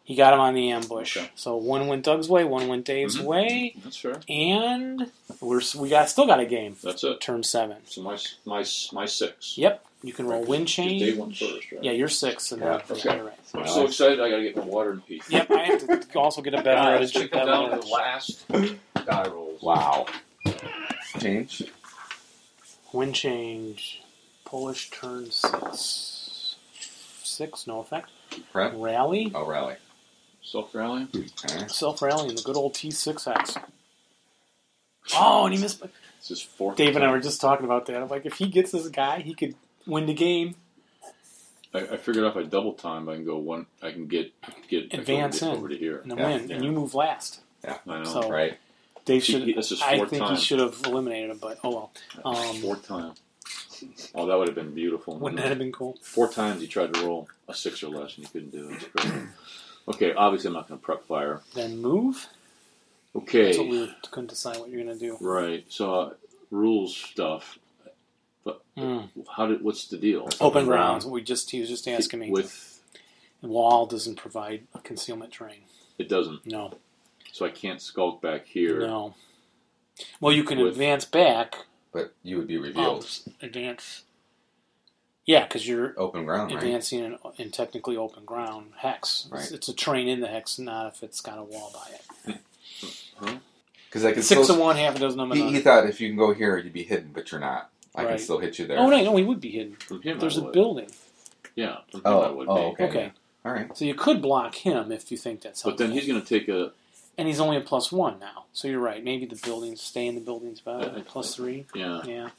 S1: He got him on the ambush.
S4: Okay.
S1: So one went Doug's way, one went Dave's
S4: Mhm.
S1: way,
S4: That's fair.
S1: and we're s- we got still got a game.
S4: That's it.
S1: Turn 7.
S4: So my s- my s- my six.
S1: Yep. You can roll win
S4: Dave
S1: change.
S4: went first, right?
S1: Yeah, you're 6 and
S5: Yeah,
S1: then
S4: okay.
S1: you're right.
S4: I'm so excited. I got to get my water and pee.
S1: Yep, I have to also get a better
S4: God,
S1: edge.
S4: it's gonna come down to the last die rolls.
S5: Wow. Change.
S1: Wind change. Polish turn six. Six, no effect.
S5: Prep.
S1: Rally.
S5: Oh, rally.
S4: Self rally.
S5: All right.
S1: Self rally in the good old T6X. Oh, and he missed.
S4: This is fourth.
S1: Dave and I
S4: time.
S1: were just talking about that. I'm like, if he gets this guy, he could win the game.
S4: I, I figured out if I double time, I can go one. I can get get I can
S1: Advance
S4: get
S1: in.
S4: over to here.
S1: and then
S5: Yeah,
S1: win,
S4: yeah.
S1: and you move last.
S4: I know.
S1: So-
S5: Right.
S1: Dave
S4: He-
S1: should.
S4: he- this is
S1: I
S4: fourth
S1: think
S4: time.
S1: he should have eliminated him, but oh well. Um,
S4: Fourth time. Oh, that would have been beautiful.
S1: Wouldn't that have been cool?
S4: Four times he tried to roll a six or less and he couldn't do it. It's crazy. okay, obviously I'm not going to prep fire.
S1: Then move.
S4: Okay,
S1: That's what we couldn't decide what you're gonna do.
S4: right. So uh, rules stuff.
S1: Mm.
S4: How did? What's the deal?
S1: Open grounds. What we just he was just asking me.
S4: With
S1: Wall doesn't provide a concealment terrain.
S4: it doesn't.
S1: No,
S4: So I can't skulk back here.
S1: no. Well, you can
S4: With-
S1: advance back.
S5: But you would be revealed.
S1: Oh, advance. Yeah, because you're
S5: Open ground, right?
S1: advancing in, in technically open ground hex. It's-
S5: Right.
S1: It's, a train in the hex, not if it's got a wall by it.
S5: Because I can
S1: Six
S5: still.
S1: of one, half a dozen of
S5: he, he
S1: another.
S5: thought if you can go here, you'd be hidden, but you're not. I can
S1: Right.
S5: still hit you there.
S1: Oh no, no, he would be hidden.
S4: From him,
S1: There's
S4: I
S1: a
S4: would.
S1: building.
S4: Yeah, from him
S5: Oh,
S4: I would
S5: oh,
S4: be.
S5: okay.
S1: Okay,
S5: All right.
S1: so you could block him if you think that's
S4: But
S1: helpful.
S4: then he's going to take a.
S1: and he's only a plus one now. So you're right. Maybe the buildings stay in the buildings better.
S4: Uh,
S1: plus three.
S4: Yeah.
S1: Yeah.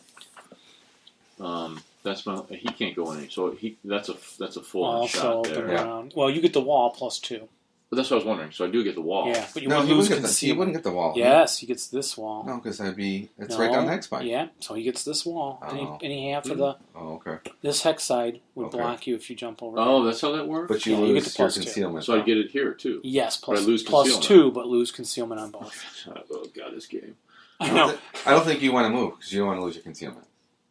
S4: Um, that's my. He can't go in. any- So he. That's a. That's a full on
S1: also
S4: shot
S1: open
S4: there.
S5: Yeah.
S1: ground. Well, you get the wall plus two.
S4: But that's what I was wondering. So I do get the wall.
S1: Yeah, but you
S5: no,
S1: would
S5: he
S1: lose
S5: wouldn't, get the, he
S1: concealment.
S5: wouldn't get the wall.
S1: Yes, he gets this wall.
S5: No, because that'd be. It's right down the next spot.
S1: Yeah, so he gets this wall. Any,
S5: Oh.
S1: any half of the
S5: Oh, okay.
S1: this hex side would
S5: Okay.
S1: block you if you jump over.
S4: Oh, that's how that works.
S5: But you
S1: Yeah, you get
S5: lose
S1: the
S5: your
S1: plus two.
S5: concealment.
S4: so I
S5: though.
S4: get it here too.
S1: Yes, plus,
S4: I lose
S1: plus two,
S4: concealment.
S1: but lose concealment on both.
S4: Oh god, this game.
S1: I
S5: don't
S1: know.
S5: thi- I don't think you want to move because you don't want to lose your concealment.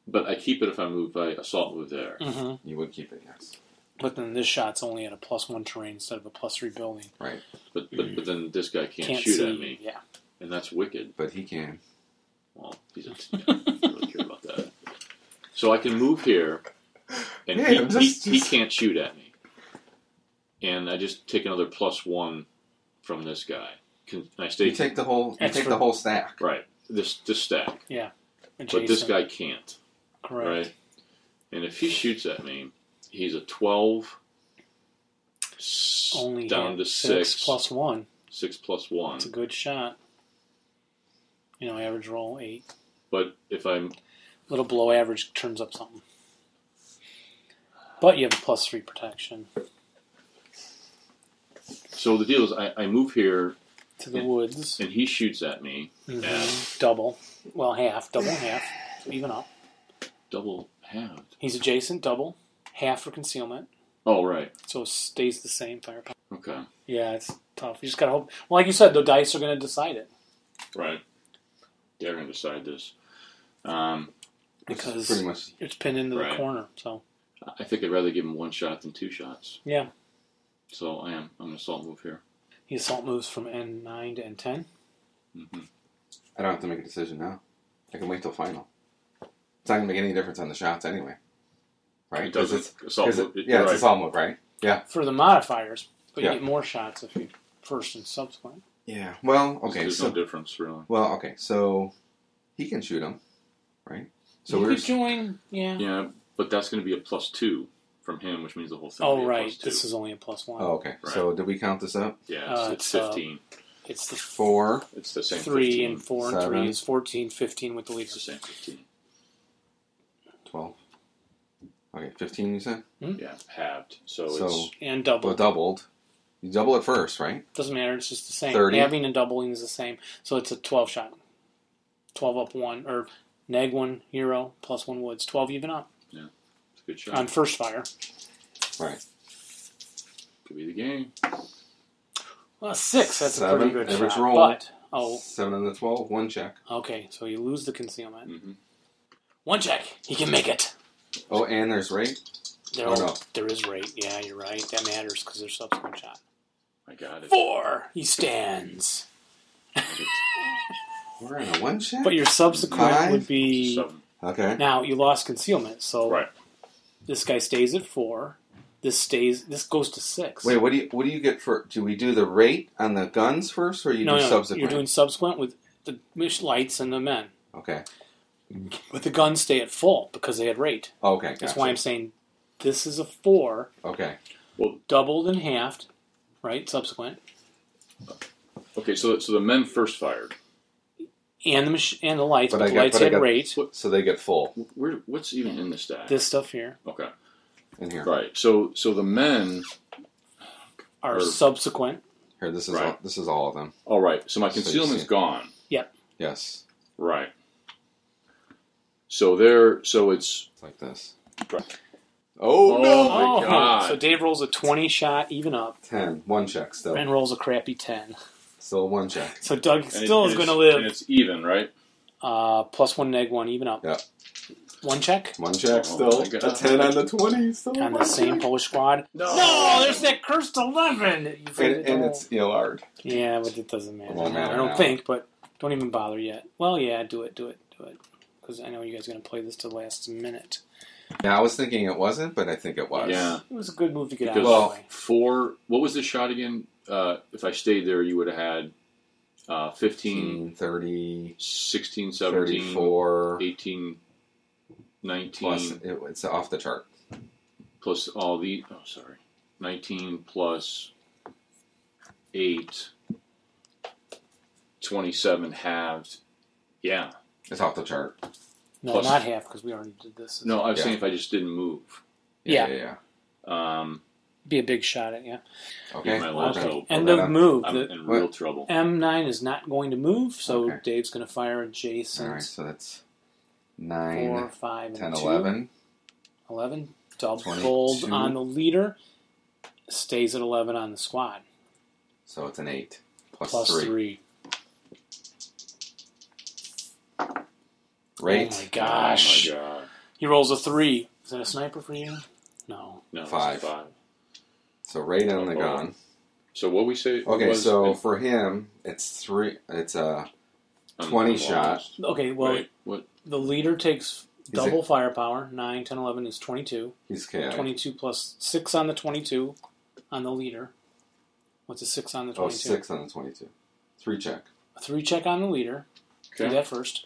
S4: But I keep it if I move by assault move there.
S1: hmm
S5: You would keep it, yes.
S1: But then this shot's only at a plus one terrain instead of a plus three building.
S4: But but, but then this guy can't,
S1: Can't
S4: shoot
S1: see.
S4: at me,
S1: Yeah.
S4: and that's wicked.
S5: But he can.
S4: Well, he's a, I don't really care about that. So I can move here, and
S5: Yeah,
S4: he,
S5: I'm just-
S4: he, he
S5: just-
S4: can't shoot at me. And I just take another plus one from this guy. Can and I stay
S5: You take the whole. You take
S1: Extra.
S5: the whole stack.
S4: right this this stack,
S1: Adjacent.
S4: but this guy can't.
S1: correct.
S4: right? And if he shoots at me, he's a 12 s-
S1: Only
S4: down
S1: hit
S4: to 6,
S1: plus one.
S4: 6 plus 1.
S1: It's a good shot. You know, average roll eight.
S4: But if I'm
S1: Little below average turns up something. But you have a plus three protection
S4: so the deal is I, I move here
S1: to the
S4: Yeah.
S1: woods.
S4: and he shoots at me,
S1: Mhm.
S4: Yeah.
S1: Double. Well, half. Double half. So even up.
S4: double halved.
S1: He's adjacent. Double. Half for concealment.
S4: Oh right,
S1: So it stays the same firepower.
S4: okay,
S1: Yeah, it's tough. You just gotta hope. Well, like you said, the dice are gonna decide it
S4: right. They're gonna decide this. Um,
S5: which is
S1: because
S5: pretty much.
S1: it's pinned into the
S4: Right.
S1: corner. So
S4: I think I'd rather give him one shot than two shots.
S1: Yeah.
S4: So I am. I'm gonna assault move here.
S1: the assault moves from N nine to N ten.
S4: hmm
S5: I don't have to make a decision now. I can wait till final. It's not gonna make any difference on the shots anyway, right?
S4: It
S5: 'Cause
S4: doesn't
S5: it's,
S4: assault
S5: 'cause it-
S4: move. it-
S5: yeah,
S4: right.
S5: it's a solid move, right?
S1: for the modifiers, but
S5: Yeah.
S1: you get more shots if you first and subsequent.
S5: Yeah. Well, okay.
S4: There's
S5: So
S4: no difference really.
S5: well, okay. So he can shoot him, right? So
S1: you
S5: we're
S1: could join, yeah.
S4: Yeah, but that's gonna be a plus two from him, which means the whole thing. would
S1: Oh,
S4: be a
S1: right.
S4: plus two.
S1: This is only a plus one.
S5: Oh, okay. So did we count this up?
S4: yeah,
S1: uh,
S4: it's,
S1: it's, uh,
S4: fifteen.
S1: It's the
S5: Four.
S4: It's the same.
S1: three
S4: 15.
S1: and four and
S5: Seven.
S1: three is 14, 15 with the
S4: It's the
S1: Leafs.
S4: same fifteen.
S5: 12. Okay, 15 you said?
S4: Yeah, halved. So,
S5: So-
S4: it's
S1: And
S5: Well,
S1: double.
S5: doubled. You double it first, right?
S1: Doesn't matter. It's just the same.
S5: 30.
S1: Having and doubling is the same. So it's a 12 shot. 12 up one, or neg one hero plus one woods. 12 even up
S4: it's a good shot.
S1: on first fire.
S5: Right.
S4: Could be the game.
S1: Well, six. That's a
S5: Seven,
S1: pretty good
S5: average
S1: shot.
S5: roll.
S1: But, oh,
S5: 7 and the 12, one check.
S1: okay. So you lose the concealment.
S4: hmm
S1: One check. He can make it.
S5: Oh, and there's rate.
S1: There,
S5: Oh, no.
S1: there is rate. Yeah, you're right. That matters because there's subsequent shot.
S4: I got it.
S1: Four. He stands.
S5: We're in a one check?
S1: But your subsequent
S5: Five.
S1: would be.
S4: Seven.
S5: Okay.
S1: Now you lost concealment, so
S4: Right.
S1: this guy stays at four. This stays. This goes to six.
S5: Wait, what do you what do you get for? Do we do the rate on the guns first, or you
S1: no,
S5: do
S1: no,
S5: subsequent?
S1: you're doing subsequent with the mish lights and the men,
S5: okay.
S1: but the guns stay at full because they had rate.
S5: Oh, okay,
S1: That's
S5: gotcha.
S1: why I'm saying this is a four,
S5: Okay,
S1: doubled and halved, right? Subsequent
S4: Okay, so so the men first fired.
S1: and the mach- and the lights,
S5: But
S1: but,
S5: I
S1: the
S5: got-
S1: lights
S5: but I
S1: had
S5: got-
S1: rate.
S5: so they get full
S4: Where, what's even in the stack?
S1: This stuff here
S4: okay,
S5: in here.
S4: right. So so the men.
S1: are
S4: Or-
S1: subsequent.
S5: Here, this is
S4: Right.
S5: all, this is all of them.
S4: All right. So my
S5: So you
S4: concealment's
S5: see-
S4: gone.
S5: Yes,
S4: Right. So there. So it's
S5: it's like this.
S4: Right.
S5: Oh, no!
S4: my God.
S1: so Dave rolls a twenty shot, even up,
S5: Ten, one check still,
S1: and rolls a crappy ten.
S5: still one check.
S1: So Doug
S4: and it-
S1: still
S4: and
S1: is
S4: it's-
S1: going to live.
S4: And it's even, right?
S1: Uh, plus one neg one, even up.
S5: Yeah.
S1: One check
S5: One check
S4: Oh
S5: still.
S4: my
S5: a
S4: God.
S5: ten on the twenty still.
S1: on the
S5: one
S1: same
S5: check.
S1: Polish squad.
S4: No.
S1: Oh No, there's that cursed eleven. that you
S5: And,
S1: figured
S5: and
S1: out.
S5: it's Illard.
S1: yeah, but it doesn't matter.
S5: It won't matter
S1: I don't
S5: now.
S1: think, but don't even bother yet. Well, yeah, do it, do it, do it, because I know you guys are going to play this to the last minute.
S5: Yeah, I was thinking it wasn't, but I think it was.
S4: Yeah.
S1: It was a good move to get out.
S4: Because-
S1: of the way.
S4: Four. What was the shot again? Uh, if I stayed there, you would have had uh, 15,
S5: 15, 30,
S4: 16, 17,
S5: 34,
S4: 18, 19,
S5: plus it, it's off the chart.
S4: plus all the. Oh, sorry. 19 plus 8, 27 halved. Yeah.
S5: It's off the chart.
S1: No,
S4: plus-
S1: not half because we already did this.
S4: No, I was
S5: Yeah.
S4: saying if I just didn't move.
S1: Yeah.
S5: yeah. yeah.
S4: Um,
S1: Be a big shot at you.
S5: Okay.
S4: My last
S5: okay.
S4: hope.
S1: End
S5: Well,
S1: of
S5: then
S1: move.
S4: I'm
S1: The
S4: in
S5: What?
S4: real trouble.
S1: M9 is not going to move, so
S5: Okay.
S1: Dave's going to fire
S5: All right,
S1: Jason's
S5: so that's
S1: four,
S5: 9,
S1: five,
S5: 10,
S1: and two.
S5: 11.
S1: 11 doubled
S5: 22.
S1: on the leader stays at 11 on the squad
S5: So it's an 8. Plus,
S1: plus, plus
S5: 3.
S1: 3
S5: Right?
S1: oh my gosh
S4: Oh my god.
S1: he rolls a 3 is that a sniper for you no
S4: No, it's
S5: Five.
S4: five.
S5: so right on the
S4: Oh.
S5: gun.
S4: So what we say?
S5: Okay,
S4: was-
S5: so for him, it's 3. It's uh,
S4: I'm-
S5: 20
S4: I'm
S5: shot.
S4: lost.
S1: okay well
S4: Right, What?
S1: the leader takes
S5: He's
S1: double firepower 9 10 11 is 22
S5: He's KI.
S1: 22 plus 6 on the 22 on the leader what's a 6 on the
S5: Oh,
S1: 22
S5: 6 on the 22. 3 check.
S1: a 3 check on the leader do
S4: Okay.
S1: that first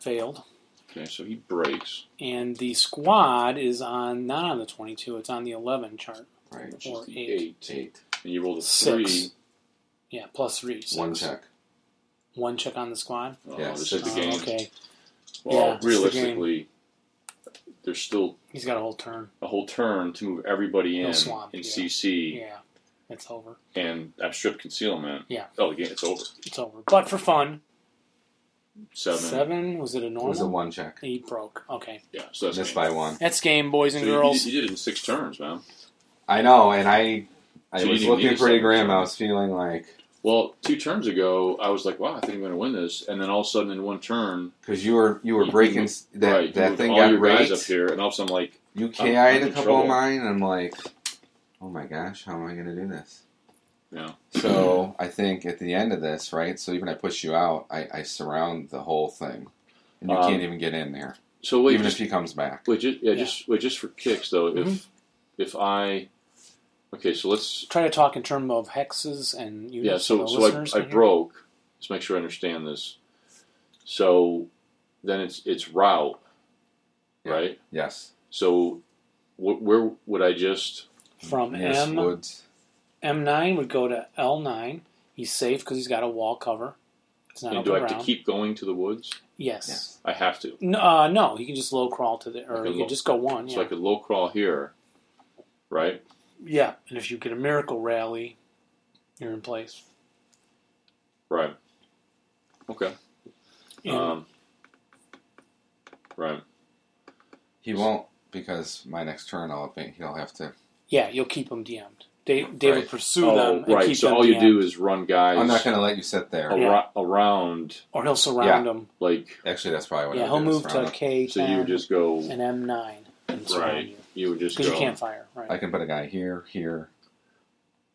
S1: failed
S4: okay, so he breaks.
S1: and the squad is on not on the 22 it's on the 11 chart
S5: Right.
S4: Which is
S1: Or
S4: the
S1: eight.
S4: eight.
S5: 8.
S4: And you roll a
S1: Six.
S4: three.
S1: Yeah, plus three. six.
S5: 1 check.
S1: One check on the squad.
S4: Oh,
S5: Yeah,
S4: this
S5: six.
S4: is the
S1: Oh,
S4: game.
S1: okay,
S4: Well,
S1: Yeah, it's the
S4: realistically, there's still
S1: he's got a whole turn.
S4: a whole turn to move everybody
S1: No
S4: in
S1: swamp,
S4: in
S1: yeah.
S4: CC,
S1: Yeah, it's over.
S4: and I've stripped concealment.
S1: Yeah.
S4: Oh, the game. It's over.
S1: It's over. But for fun,
S4: Seven.
S1: was it a
S5: It was a
S1: normal?
S5: 1 check.
S1: He broke. Okay,
S4: Yeah. So that's
S5: Missed
S4: game.
S5: by 1.
S1: that's game, boys
S4: So
S1: and
S4: you- you
S1: girls.
S4: did- You, did it in six turns, man.
S5: I know, and I. I
S4: So you
S5: was
S4: didn't
S5: looking
S4: need
S5: pretty
S4: seven
S5: grim. I
S4: checks.
S5: was feeling like
S4: Well, two turns ago, I was like, "Wow, I think I'm going to win this," and then all of a sudden, in one turn,
S5: because you were you were
S4: You-
S5: breaking
S4: you-
S5: s- that
S4: right, you
S5: that
S4: moved
S5: thing
S4: all
S5: got
S4: your
S5: raked.
S4: guys up here, and all of a sudden, I'm like,
S5: You
S4: I'm
S5: KI'd a
S4: in
S5: couple
S4: trouble.
S5: of mine, and I'm like, oh my gosh, how am I going to do this?
S4: Yeah.
S5: So I think at the end of this, right? So even I push you out, I, I surround the whole thing, and you
S4: Um,
S5: can't even get in there,
S4: "So wait,
S5: even
S4: just
S5: if he comes back.
S4: Wait, just, yeah,
S1: Yeah. Mm-hmm.
S4: just wait, just for kicks though. If if I okay, so let's
S1: Try to talk in terms of hexes and units.
S4: yeah. So
S1: the
S4: so
S1: listeners
S4: I, I
S1: can hear.
S4: broke. Let's make sure I understand this. So then it's it's route,
S5: Yeah.
S4: right?
S5: Yes,
S4: So Wh- where would I just? Um,
S1: From
S5: Nearest
S1: M
S5: woods.
S1: M9 would go to L9. He's safe because he's got a wall cover. It's not
S4: And
S1: up
S4: do I
S1: and
S4: have
S1: around.
S4: to keep going to the woods?
S1: yes.
S5: Yes.
S4: I have to.
S1: No, uh, no, he can just low crawl to the, or
S4: Okay,
S1: he
S4: low-
S1: can just go one. Yeah.
S4: So I could low crawl here, right?
S1: yeah, and if you get a miracle rally, you're in place.
S4: Right. Okay.
S1: And
S4: Um, right.
S5: He won't because my next turn I'll advan- he'll have to.
S1: yeah, you'll keep him DM'd. They, they would
S5: Right.
S1: pursue them and
S4: Oh, right.
S1: keep
S4: So
S1: them
S4: all you
S1: DM'd,
S4: do is run guys
S5: I'm not going to let you sit there.
S4: ar-
S1: Yeah.
S4: around,
S1: or he'll surround them.
S4: like
S5: Actually, that's probably what
S1: Yeah,
S5: I'll
S1: he'll
S5: do. is
S1: move
S5: round
S1: to
S5: up.
S1: K10
S4: so. You would just go.
S1: and M9 and surround
S4: Right.
S1: you
S4: You would just
S1: because
S4: go.
S1: you can't fire. Right.
S5: I can put a guy here, here,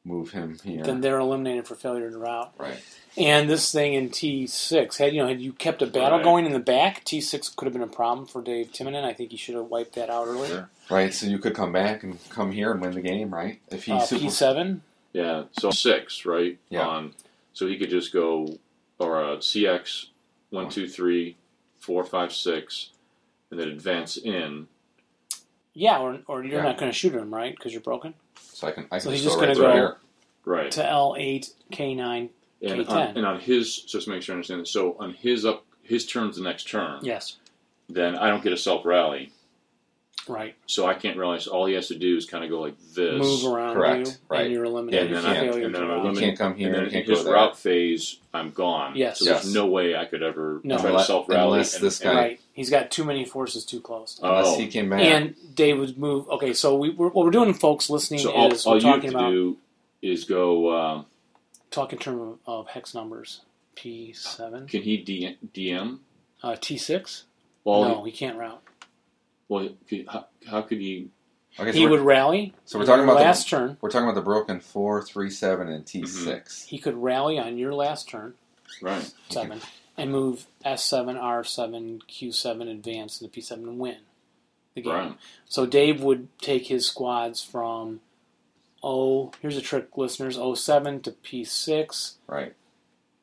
S5: move him here.
S1: Then they're eliminated for failure to route.
S5: right.
S1: And this thing in T six had you know had you kept a battle
S4: Right.
S1: going in the back, T six could have been a problem for Dave Timonen. I think he should have wiped that out earlier.
S5: Right. So you could come back and come here and win the game, right? If he super.
S1: Uh, P seven,
S4: Yeah, so six, right?
S5: Yeah.
S4: On, so he could just go or uh, CX one, two, three, four, five, six, and then advance in.
S1: yeah, or, or you're
S5: Yeah.
S1: not going to shoot him right because you're broken
S5: so I can. I can
S1: So he's
S5: just
S1: just
S5: go right
S1: gonna
S5: through
S1: go-
S5: here.
S4: Right.
S1: to L eight K nine.
S4: And
S1: K10.
S4: on, and on his, just to make sure I understand this. So on his up, his turn's the next turn.
S1: Yes,
S4: Then I don't get a self rally,
S1: right.
S4: so I can't realize. All he has to do is kind of go like this,
S1: Move around
S5: correct,
S1: you,
S5: right.
S1: and you're
S5: Yeah,
S1: eliminated
S4: and then
S1: for
S5: you can't.
S1: failure
S4: and then
S1: to
S4: I'm
S1: route.
S5: You
S4: eliminated.
S5: can't come here.
S4: and then
S5: you can't
S4: in his
S5: go there.
S4: route phase, I'm gone.
S1: Yes.
S4: So
S5: Yes.
S4: there's no way I could ever
S1: No.
S4: try to
S5: Unless-
S4: self rally
S5: unless this guy-
S1: Right, he's got too many forces too close.
S5: Unless
S4: oh,
S5: he came back.
S1: And Dave would move. Okay, so we we're, what we're doing, folks, listening
S4: so all,
S1: is we're
S4: all you have
S1: talking
S4: to
S1: about
S4: do is go. Um,
S1: talk in terms of, of hex numbers. P seven,
S4: Can he D- DM?
S1: uh, T six.
S4: Well,
S1: no, he can't route.
S4: well, could, how, how could he?
S5: okay, so
S1: he
S5: we're,
S1: would rally.
S5: so we're
S1: on
S5: talking
S1: your
S5: about
S1: last
S5: the
S1: turn.
S5: we're talking about the broken four, three, seven, and T
S4: Mm-hmm.
S5: 6
S1: He could rally on your last turn,
S4: Right.
S1: seven, and move S seven, R seven, Q seven, advance to the P seven and win the game.
S4: Right.
S1: So Dave would take his squads from O. Here's a trick, listeners: O seven to P six,
S5: Right.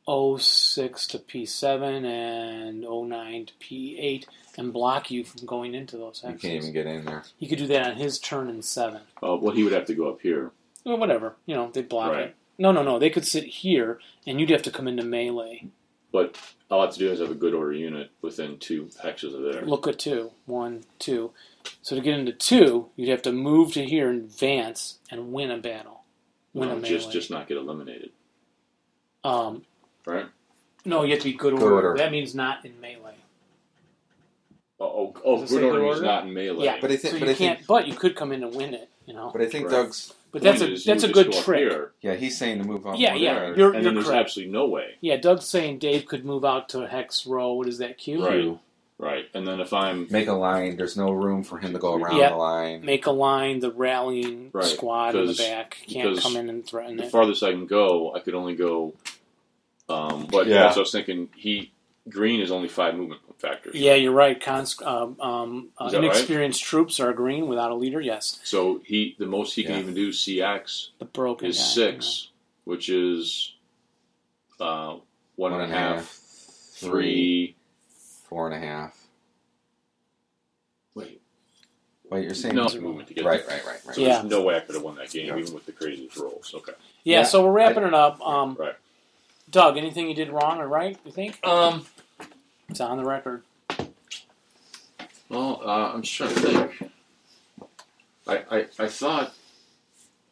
S1: O six to P seven, and O nine to P eight, and block you from going into those
S5: You
S1: hexes.
S5: can't even get in there.
S1: He could do that on his turn in seven.
S4: Uh, well, he would have to go up here.
S1: Well, whatever. You know, they block
S4: Right.
S1: it. No, no, no. They could sit here, and you'd have to come into melee.
S4: But all I have to do is have a good order unit within two hexes of there.
S1: Look at two. One, two. So to get into two, you'd have to move to here and advance and win a battle. Win
S4: No,
S1: a melee.
S4: Uh, just, just not get eliminated.
S1: Um,
S4: Right.
S1: no, you have to be good
S5: Good
S1: order.
S5: order.
S1: That means not in melee.
S4: Oh, oh, oh
S1: Does it
S4: good
S1: say
S4: order
S1: good
S4: means
S1: order?
S4: not in melee.
S1: Yeah,
S5: But I think-
S1: so
S5: but
S1: you
S5: I
S1: can't.
S5: think-
S1: But you could come in and win it. You know,
S5: But I think
S4: Right.
S5: Doug's
S1: but that's
S4: Point
S1: a
S4: is, you
S1: that's a
S4: would
S1: good
S4: just go up
S1: trick.
S4: here,
S5: yeah he's saying to move up.
S1: Yeah,
S5: one
S1: yeah.
S4: there,
S5: there.
S1: you're-
S4: and
S1: you're
S4: then there's
S1: correct.
S4: absolutely no way.
S1: Yeah, Doug's saying Dave could move out to hex row. What is that? Q.
S4: Right. Right. And then if I'm
S5: Make a line. There's no room for him to go around
S1: Yeah.
S5: the line.
S1: Make a line. The rallying
S4: Right,
S1: squad in the
S4: because-
S1: back can't
S4: because
S1: come in and threaten
S4: the
S1: it.
S4: farthest I can go, I could only go. Um, but
S5: Yeah.
S4: also, I was thinking he green is only five movement factors.
S1: Yeah, you're right. Cons- um, um, uh,
S4: Is that right?
S1: inexperienced troops are green without a leader. Yes,
S4: So he the most he
S5: Yeah.
S4: can even do CX
S1: the broken
S4: is
S1: guy,
S4: six, which is uh, one and a half,
S5: three,
S4: three.
S5: four and a half.
S4: Wait,
S5: Wait, you're saying
S4: no
S5: right,
S4: movement to get
S5: right,
S4: there.
S5: right, right.
S4: So
S1: Yeah.
S4: there's no way I could have won that game,
S5: Yeah.
S4: even with the craziest rolls. Okay,
S1: Yeah,
S5: Yeah.
S1: so we're wrapping it up. Um,
S4: right.
S1: Doug, anything you did wrong or right? You think
S4: Um.
S1: it's on the record?
S4: Well, uh, I'm just trying to think. I, I I thought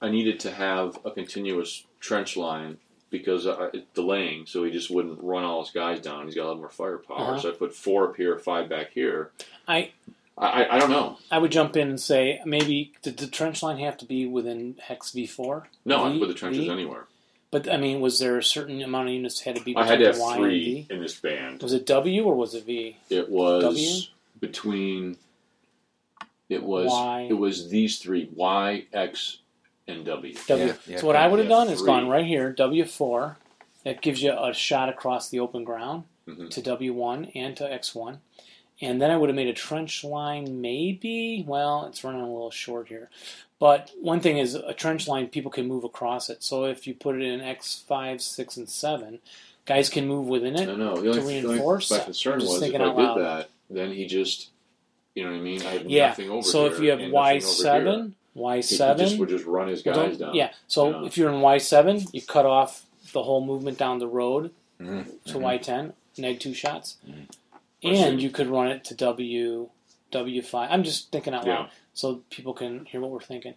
S4: I needed to have a continuous trench line because uh, it's delaying, so he just wouldn't run all his guys down. He's got a lot more firepower,
S1: Uh-huh.
S4: so I put four up here, five back here.
S1: I-
S4: I, I, I don't know.
S1: I would jump in and say maybe did the trench line have to be within hex V four?
S4: No, I
S1: V,
S4: put the trenches
S1: V?
S4: anywhere.
S1: But I mean, was there a certain amount of units had to be?
S4: I had to
S1: between
S4: have
S1: Y and
S4: three
S1: V?
S4: in this band.
S1: Was it W or was it V?
S4: It was
S1: W?
S4: between. It was
S1: Y.
S4: it was these three Y, X, and W.
S1: W.
S5: Yeah, yeah,
S1: so what I would have
S4: yeah,
S1: done is
S4: three.
S1: gone right here, W four. That gives you a shot across the open ground
S4: Mhm.
S1: to W one and to X one. And then I would have made a trench line, maybe. Well, it's running a little short here. But one thing is, a trench line, people can move across it. So if you put it in X5, 6, and 7, guys can move within
S4: I
S1: it.
S4: know. The
S1: to
S4: only, the only-
S1: reinforce
S4: my
S1: that.
S4: concern
S1: I'm just
S4: was if
S1: thinking
S4: I
S1: out
S4: did
S1: loud.
S4: that, then he just You know what I mean? I have
S1: Yeah,
S4: nothing over
S1: so
S4: here
S1: if you have
S4: and
S1: Y
S4: nothing over here.
S1: seven, Y
S4: He- he
S1: seven,
S4: just would just run his
S1: Well,
S4: guys
S1: don't-
S4: down.
S1: Yeah. So
S4: Yeah.
S1: if you're in Y seven, you cut off the whole movement down the road
S4: Mm-hmm.
S5: Mhm.
S1: to Y ten, neg two shots,
S4: I see.
S1: and you could run it to W W five. I'm just thinking out
S4: Yeah.
S1: loud so people can hear what we're thinking.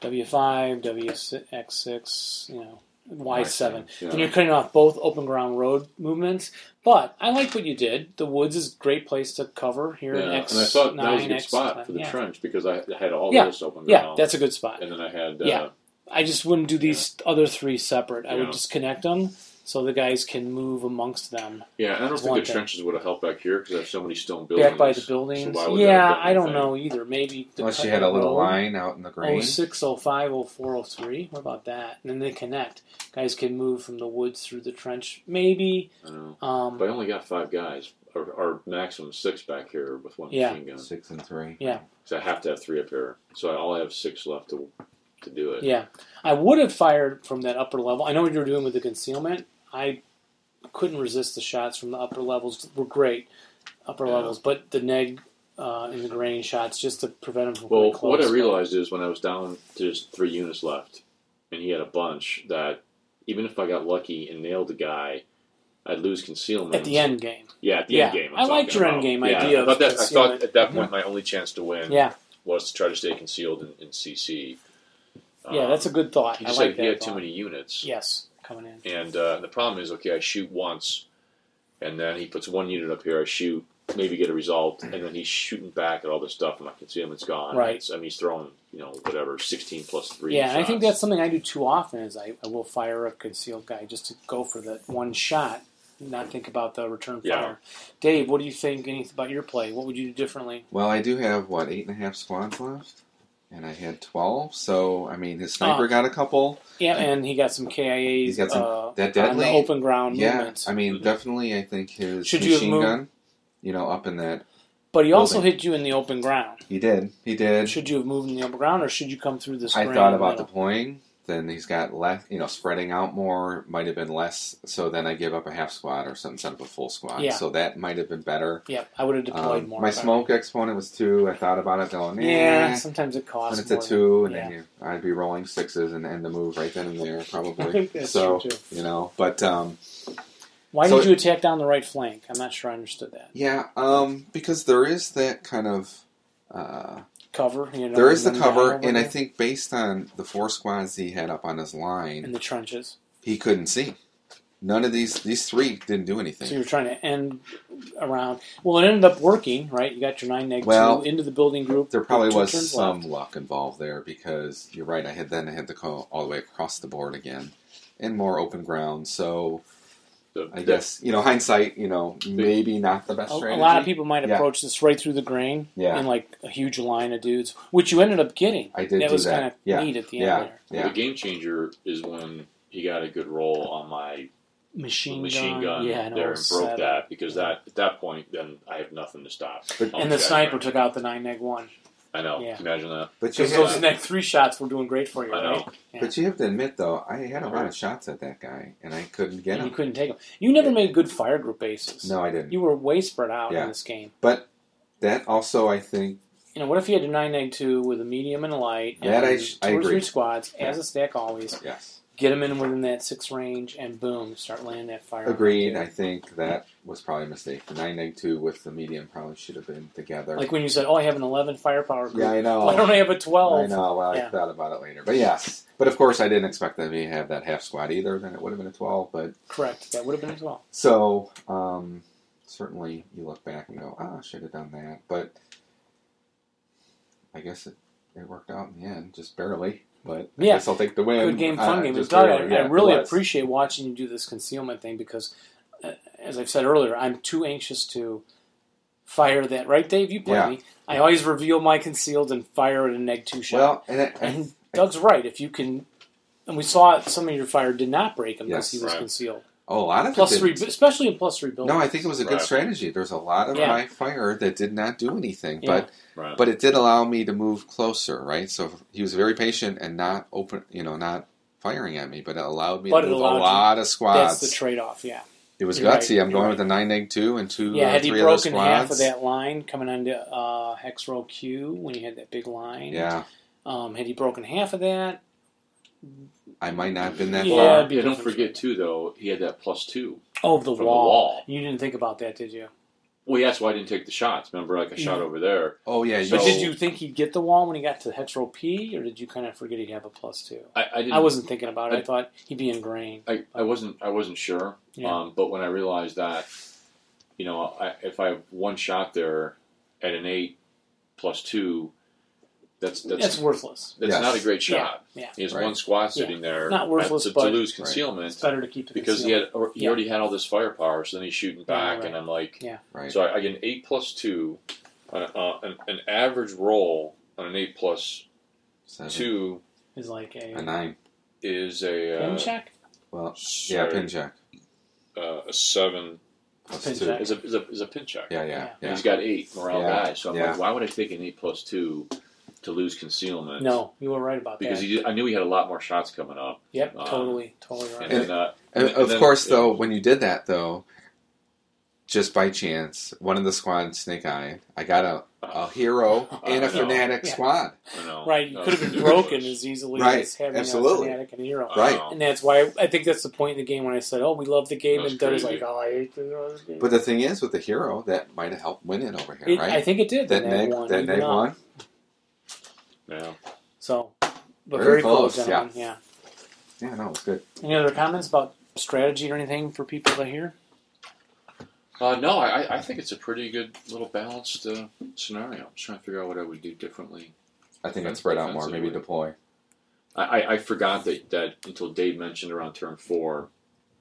S1: W five, W X six, you know, Y seven.
S4: Yeah.
S1: And you're cutting off both open ground road movements. But I like what you did. The woods is a great place to cover here
S4: Yeah,
S1: in X
S4: and I thought
S1: nine,
S4: that was a good
S1: X
S4: spot for the
S1: yeah.
S4: trench because I had all
S1: Yeah,
S4: this open
S1: Yeah,
S4: ground,
S1: that's a good spot.
S4: and then I had uh,
S1: Yeah. I just wouldn't do these other three separate. I
S4: Yeah.
S1: would just connect them so the guys can move amongst them.
S4: yeah. and I don't
S1: That's
S4: think
S1: one
S4: the
S1: thing.
S4: trenches would have helped back here because I have so many stone buildings
S1: Back by the
S4: So
S1: buildings.
S4: why would that
S1: yeah,
S4: have been
S1: I don't
S4: anything?
S1: know either. Maybe the
S5: Unless
S1: cut
S5: you had a little
S1: road,
S5: line out
S1: Oh,
S5: in the grain.
S1: 06, 05, 04, 03. What about that? And then they connect. Guys can move from the woods through the trench. Maybe.
S4: I don't know.
S1: Um,
S4: But I only got five guys, or, or maximum six back here with one
S1: Yeah.
S4: machine gun.
S5: Six and three.
S4: So I have to have three up here. So I all have six left to to do it.
S1: Yeah, I would have fired from that upper level. I know what you were doing with the concealment. I couldn't resist the shots from the upper levels. Were great upper
S4: Yeah.
S1: levels, but the neg uh, and the grain shots just to prevent them from
S4: Well,
S1: getting close.
S4: what I realized is when I was down to just three units left, and he had a bunch that even if I got lucky and nailed the guy, I'd lose concealment
S1: at the end game.
S4: Yeah, at the
S1: Yeah.
S4: end game. I'm
S1: I liked
S4: talking
S1: your
S4: about.
S1: end game
S4: Yeah,
S1: idea
S4: I thought,
S1: of
S4: that, I
S1: concealment.
S4: thought at that point my only chance to win
S1: Yeah,
S4: was to try to stay concealed and, and CC.
S1: yeah, that's a good thought.
S4: He
S1: I
S4: Um, just
S1: like
S4: had-
S1: that.
S4: he had
S1: thought.
S4: too many units.
S1: Yes, coming in.
S4: And uh, the problem is, okay, I shoot once, and then he puts one unit up here. I shoot, maybe get a result, and then he's shooting back at all this stuff, and my concealment's gone.
S1: Right.
S4: It's- I mean, he's throwing, you know, whatever, sixteen plus three.
S1: Yeah, and I think
S4: shots.
S1: that's something I do too often. Is I, I will fire a concealed guy just to go for that one shot, not think about the return
S4: Yeah.
S1: fire. Dave, what do you think any, about your play? What would you do differently?
S5: Well, I do have what eight and a half squads left, and I had twelve. So I mean, his sniper
S1: Oh.
S5: got a couple.
S1: Yeah, and he got some KIAs.
S5: He's got some-
S1: uh,
S5: that
S1: on
S5: deadly.
S1: the open ground
S5: yeah,
S1: movements.
S5: I mean,
S4: Mhm.
S5: definitely. I think his
S1: Should you have
S5: machine
S1: moved-
S5: gun, you know, up in that.
S1: But he also
S5: Building.
S1: hit you in the open ground.
S5: He did. He did.
S1: Should you have moved in the open ground, or should you come through the
S5: I
S1: screen?
S5: thought about
S1: middle?
S5: deploying. Then he's got less, you know, spreading out more might have been less. So then I give up a half squad or something instead of a full squad.
S1: Yeah.
S5: So that might have been better.
S1: Yeah, I would have deployed
S5: Um,
S1: more.
S5: my
S1: if I-
S5: smoke exponent was two. I thought about it going,
S1: Yeah,
S5: "Nah."
S1: sometimes it
S5: When
S1: costs.
S5: it's a
S1: more than-
S5: two, and
S1: yeah.
S5: then you, I'd be rolling sixes and end the move right then and there,
S1: I think
S5: probably.
S1: that's
S5: so
S1: true, too.
S5: you know, but um,
S1: Why
S5: So-
S1: did you attack down the right flank? I'm not sure I understood that.
S5: yeah, um, because there is that kind of uh,
S1: Cover, you know.
S5: there is the
S1: and then
S5: cover,
S1: down over
S5: and I
S1: there,
S5: think based on the four squads he had up on his line,
S1: in the trenches.
S5: he couldn't see. None of these these three didn't do
S1: So
S5: anything.
S1: you're trying to end around. Well, it ended up working, right? You got your nine neg
S5: Well,
S1: two into the building group.
S5: There probably
S1: with two
S5: was
S1: turns
S5: some
S1: left.
S5: luck involved there because you're right. I had then I had to go all the way across the board again, and more open ground. So
S4: So
S5: I
S4: that-
S5: guess you know hindsight, you know, maybe not the best
S1: A, a
S5: strategy.
S1: lot of people might
S5: Yeah.
S1: approach this right through the grain
S5: Yeah.
S1: in like a huge line of dudes, which you ended up getting.
S5: I did
S1: that
S5: do
S1: was
S5: that.
S1: kind of
S5: yeah.
S1: neat at the
S5: Yeah.
S1: end there.
S5: Yeah.
S4: the game changer is when he got a good roll on my
S1: Machine,
S4: machine gun,
S1: yeah, and
S4: there
S1: all
S4: and
S1: seven.
S4: broke that because that at that point then I have nothing to stop.
S5: But-
S4: All
S1: And the
S4: guys
S1: sniper
S4: are-
S1: took out the nine neg one
S4: I know.
S1: Yeah.
S4: Imagine that.
S5: But you,
S1: because
S4: Yeah.
S1: those
S5: have,
S1: next three shots were doing great for you,
S4: I
S1: right?
S4: know.
S1: Yeah.
S5: but you have to admit, though, I had a lot of shots at that guy, and I couldn't get
S1: and you
S5: him.
S1: couldn't take them. You never made good fire group bases.
S5: No, I didn't.
S1: you were way spread out
S5: Yeah.
S1: in this game.
S5: That also, I think,
S1: You know, what if you had a nine neg two with a medium and a light?
S5: That
S1: and
S5: I sh-
S1: two
S5: I
S1: or
S5: agree.
S1: three squads
S5: Yeah.
S1: as a stack always.
S5: yes,
S1: get them in within that six range, and boom, start landing that fire.
S5: agreed. I think that was probably a mistake. The nine neg two with the medium probably should have been together.
S1: like when you said, "Oh, I have an 11 firepower group.
S5: yeah, I know.
S1: Why don't I have a
S5: I
S1: 12?"
S5: know. Well, I
S1: Yeah.
S5: thought about it later, but yes. But of course, I didn't expect them to have that half squad either. Then it would have been a twelve. But
S1: Correct. That would have been as well.
S5: So, um, certainly you look back and go, ah, I should have done that. But I guess it, it worked out in the end, just barely. But I
S1: Yeah.
S5: guess I'll take the win.
S1: Good game, fun
S5: Uh,
S1: game. And
S5: just
S1: Doug, I,
S5: barely, yeah,
S1: I
S5: it
S1: really
S5: was.
S1: appreciate watching you do this concealment thing because, uh, as I've said earlier, I'm too anxious to fire that. Right, Dave? You play
S5: Yeah.
S1: me. I always reveal my concealed and fire at a neg two shot.
S5: Well, and, it,
S1: and Doug's right. If you can. And we saw some of your fire did not break him
S5: Yes.
S1: because he was
S4: Right.
S1: concealed.
S5: oh, a lot of it
S1: Plus
S5: didn't.
S1: three, especially in plus three buildings.
S5: No, I think it was a good
S4: Right.
S5: strategy. There's a lot of
S1: Yeah.
S5: high fire that did not do anything,
S1: Yeah.
S5: but
S4: Right.
S5: but it did allow me to move closer, right? So he was very patient and not open, you know, not firing at me, but it allowed me
S1: But
S5: to
S1: it
S5: move a
S1: allowed you-
S5: lot of
S1: That's
S5: squads.
S1: the trade off, yeah.
S5: It was
S1: You're right,
S5: gutsy. I'm
S1: you're
S5: going
S1: right.
S5: with the nine neg two and two
S1: yeah,
S5: uh,
S1: had he
S5: three other
S1: broken half
S5: squads.
S1: of that line coming onto uh, hex row Q when you had that big line,
S5: yeah,
S1: um, had he broken half of that,
S5: I might not have been that
S1: Yeah,
S5: far.
S1: it'd be a
S4: don't
S1: different-
S4: forget too, though he had that plus two.
S1: oh, the
S4: From the
S1: wall.
S4: wall.
S1: You didn't think about that, did you?
S4: Well, yeah, that's why I didn't take the shots. Remember, like I shot over there.
S5: Oh yeah,
S4: But
S1: But
S4: So-
S1: did you think he'd get the wall when he got to hex row P, or did you kind of forget he'd have a plus two?
S4: I, I didn't.
S1: I wasn't thinking about it. I,
S4: I-
S1: thought he'd be ingrained.
S4: I, I wasn't I wasn't sure.
S1: Yeah.
S4: Um, but when I realized that, you know, I, if I have one shot there at an eight plus two, that's that's
S1: That's,
S4: that's,
S1: worthless.
S5: Yes.
S4: not a great shot.
S1: yeah.
S4: He has
S5: Right.
S4: one squad sitting there.
S1: Not worthless,
S4: to, to
S1: but-
S4: lose
S5: Right.
S1: It's
S4: concealment
S1: better to keep it
S4: because he
S1: concealed.
S4: had or, he
S1: Yeah.
S4: already had all this firepower. So then he's shooting back,
S1: right.
S4: and I'm like,
S5: right.
S4: so I, I get an eight plus two, on a, uh, an, an average roll on an eight plus
S5: Seven,
S4: two
S1: is like a,
S4: uh,
S5: a nine.
S4: is a
S1: pin
S4: uh,
S1: check.
S5: Well, yeah,
S4: sorry,
S5: pin check
S4: uh, a seven
S5: plus
S1: Pin
S5: two.
S1: check.
S4: is a is a, is a pin check.
S5: Yeah, yeah,
S1: Yeah.
S4: And
S5: yeah.
S4: he's got eight morale
S5: Yeah.
S4: guys. So I'm
S5: Yeah.
S4: like, why would I take an eight plus two to lose concealment?
S1: No, you were right about
S4: Because
S1: that.
S4: he, I knew he had a lot more shots coming up.
S1: yep,
S4: uh,
S1: totally, totally right.
S4: And, then, uh,
S5: And
S4: And
S5: of
S4: then-
S5: course, though, when you did that, though, just by chance, one of the squad snake eye, I got a, a hero and
S4: no.
S5: a fanatic
S1: Yeah.
S5: squad.
S4: I know,
S1: Right, you
S4: uh,
S1: could have been
S4: it
S1: broken
S4: was-
S1: as easily
S5: Right,
S1: as having
S5: absolutely.
S1: a fanatic and a hero.
S4: I
S5: Right.
S4: know.
S1: And that's why I think that's the point in the game when I said, "Oh, we love the game,"
S4: That's
S1: and Doug was
S4: crazy.
S1: like, "Oh, I hate the game."
S5: But the thing is, with the hero, that might have helped win it over here,
S1: It-
S5: right?
S1: I think it did.
S5: that
S1: the
S5: neg,
S1: one,
S5: that
S1: even
S5: neg
S1: up.
S5: one.
S4: Yeah.
S1: So, but
S5: Very
S1: very, close,
S5: close,
S1: gentlemen. Yeah.
S5: Yeah, no, it's good.
S1: Any other comments about strategy or anything for people to hear?
S4: Uh, no, I, I- I think it's a pretty good little balanced uh, scenario. I'm just trying to figure out what I would do differently.
S5: I think I'd spread out more, maybe
S4: Defensively.
S5: deploy.
S4: I, I, I forgot that, that until Dave mentioned around turn four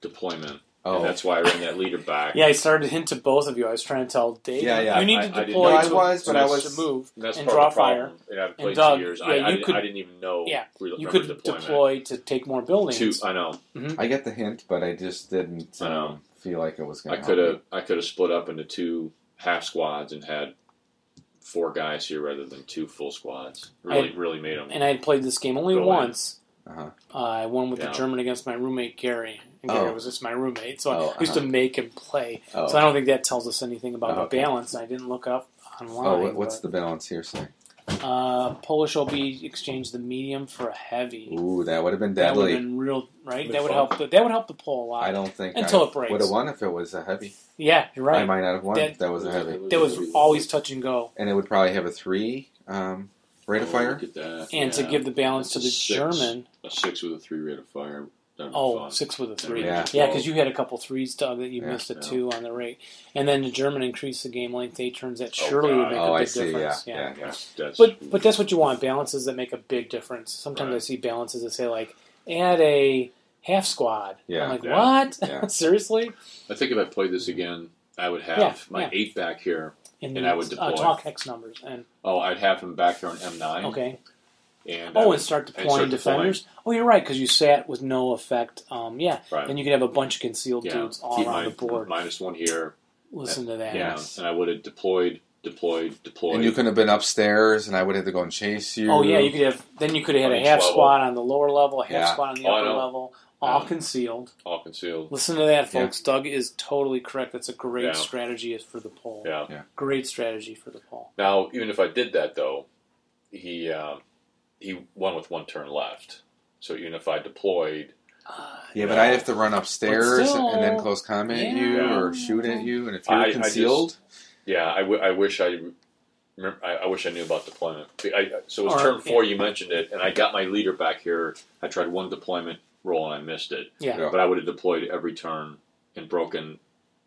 S4: deployment.
S5: Oh,
S4: And that's why I ran that leader back.
S1: Yeah, I started to hint to both of you. I was trying to tell Dave,
S5: Yeah, yeah,
S1: you need
S4: I- I
S1: to
S4: didn't
S1: deploy
S4: know.
S1: to,
S5: I was,
S1: to,
S5: but I was-
S1: to move.
S4: And that's
S1: And
S4: part of the
S1: draw
S4: problem. And I've played
S1: Doug,
S4: two years.
S1: yeah,
S4: I, I,
S1: you
S4: didn't,
S1: could-
S4: I didn't even know.
S1: yeah,
S4: re-
S1: You
S4: remember
S1: could
S4: deployment.
S1: deploy to take more buildings.
S4: Two, I know.
S5: I get the hint, but I just didn't
S4: I know.
S5: um, feel like it was
S4: I
S5: going to.
S4: could have I could have split up into two half squads and had four guys here rather than two full squads. Really, really made them.
S1: and I had played this game only
S4: Go in.
S1: once.
S5: Uh-huh.
S1: Uh, I won with
S4: Yeah.
S1: the German against my roommate Gary, and Gary
S5: Oh.
S1: was just my roommate, so
S5: Oh,
S1: I used to make him play.
S5: Oh,
S1: So I don't think that tells us anything about
S5: Oh, okay.
S1: the balance. I didn't look it up online.
S5: oh what- what's
S1: but-
S5: the balance here? Say,
S1: Uh, Polish OB exchanged the medium for a heavy.
S5: ooh, that would have been
S1: that would
S5: deadly.
S1: have been real, right?
S4: Been
S1: That would
S4: fun.
S1: help. The, that would help the poll a lot.
S5: I don't think
S1: Until
S5: I
S1: it breaks.
S5: would have won if it was a heavy.
S1: yeah, you're
S5: I
S1: right.
S5: might not have won if
S1: That-
S5: that was a heavy.
S1: That was always touch and go.
S5: and it would probably have a three um, rate of
S4: Oh,
S5: fire.
S4: look at that.
S1: And to
S4: Yeah.
S1: give the balance to the
S4: Six.
S1: German,
S4: a six with a three rate of fire. That'd be
S1: oh,
S4: fun.
S1: six with a three.
S5: Yeah.
S1: Yeah, because you had a couple threes, Doug, that you
S5: Yeah,
S1: missed a
S4: yeah.
S1: two on the rate. And then the German increased the game length eight turns. That
S4: Oh,
S1: surely would
S4: God.
S1: make
S5: Oh,
S1: a
S5: I
S1: big
S5: see. Yeah,
S1: difference.
S5: yeah, yeah.
S4: That's, that's
S1: But but that's what you want balances that make a big difference. Sometimes I
S4: Right.
S1: see balances that say like add a half squad.
S5: Yeah.
S1: I'm like
S4: Yeah.
S1: what?
S5: Yeah.
S1: Seriously?
S4: I think if I played this again, I would have
S1: Yeah,
S4: my
S1: yeah.
S4: eight back here.
S1: And,
S4: And I would
S1: uh,
S4: deploy.
S1: talk hex numbers and
S4: Oh, I'd have him back here on M nine.
S1: okay.
S4: And uh, I
S1: Oh,
S4: would-
S1: and start
S4: start
S1: deploying
S4: deploying.
S1: defenders. Oh, you're right because you sat with no effect. Um, yeah,
S4: right.
S1: and you could have a bunch of concealed
S4: yeah,
S1: dudes all
S4: keep
S1: around
S4: my-
S1: the board.
S4: minus one here.
S1: Listen to that.
S4: Yeah,
S5: Yes.
S4: and I would have deployed, deployed, deployed.
S5: And you could have been upstairs, and I would have to go and chase you.
S1: Oh yeah, you could have. Then you could have had a
S4: On each
S1: half
S4: level.
S1: squad on the lower level, a half
S5: Yeah.
S1: squad on the
S4: Oh, I
S1: upper
S4: know.
S1: level, all
S4: Yeah.
S1: concealed.
S4: all concealed.
S1: Listen to that,
S5: Yeah.
S1: folks. Doug is totally correct. That's a great
S4: Yeah.
S1: strategy is for the poll.
S4: Yeah.
S1: Great strategy for the poll.
S4: Now, even if I did that, though, he um he won with one turn left. So even if I deployed,
S5: Yeah, but I'd have to run upstairs
S1: But still-
S5: and then close comment you
S4: Yeah.
S5: or shoot at you, and if you're
S4: I- I just-
S5: concealed,
S4: yeah, I, w- I wish I, remem- I I wish I knew about deployment. Be- I, I- so it was
S1: Or-
S4: turn four. You mentioned it, and I got my leader back here. I tried one deployment roll and I missed it.
S1: Yeah.
S5: Yeah.
S4: But I would have deployed every turn and broken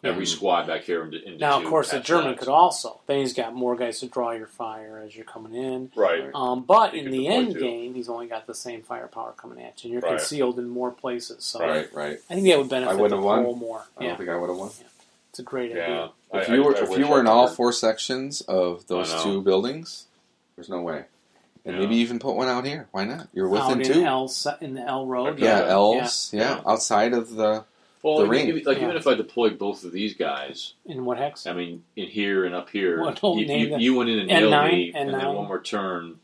S4: every
S5: Mhm.
S4: squad back here into, into
S1: Now, of
S4: two
S1: course, the
S4: half
S1: German
S4: sides.
S1: could also. Then he's got more guys to draw your fire as you're coming in.
S4: right.
S1: Um, but
S4: He
S1: in
S4: could
S1: the
S4: deploy
S1: end
S4: too.
S1: game, he's only got the same firepower coming at you, and you're
S4: Right.
S1: concealed in more places. So
S4: Right.
S5: right, right.
S1: I think that would benefit
S5: I
S1: the
S5: wouldn't have won.
S1: poll more.
S5: I
S1: Yeah,
S5: don't think I would have won.
S1: it's a great
S4: Yeah.
S1: idea.
S5: If
S4: I-
S5: you
S4: I-
S5: were,
S4: I
S5: if
S4: wish
S5: you
S4: I
S5: were in all
S4: could.
S5: four sections of those
S4: know.
S5: two buildings, there's no way. And
S4: Yeah.
S5: maybe even put one out here. Why not? You're
S1: Out
S5: within
S1: in
S5: two.
S1: L se- in the L road.
S4: Okay.
S5: yeah,
S4: Yeah.
S5: elves. Yeah.
S4: Yeah.
S5: outside of the.
S4: well,
S5: the
S4: even-
S5: ring.
S4: even- like
S1: Yeah.
S4: even if I deployed both of these guys,
S1: In what hex?
S4: I mean, in here and up here,
S1: What, don't
S4: you,
S1: name
S4: you,
S1: them.
S4: you went in and
S1: N9,
S4: nailed me, and then
S1: N9.
S4: one more turn.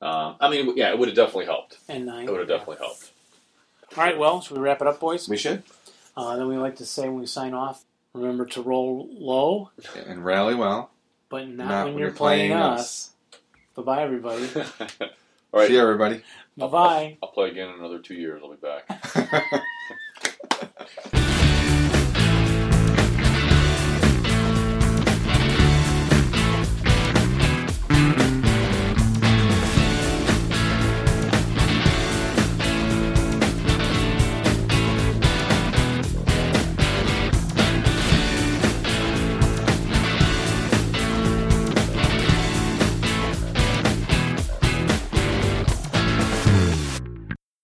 S4: Um, I mean, yeah, it would have definitely helped.
S1: And nine.
S4: It would have definitely helped.
S1: All right. Well, should we wrap it up, boys?
S5: We should.
S1: Uh, then we like to say when we sign off, remember to roll low,
S5: and rally well.
S1: but not, when, you're playing, us. Bye bye, everybody.
S4: All right.
S5: See you, everybody.
S1: bye bye.
S4: I'll play again in another two years. I'll be back.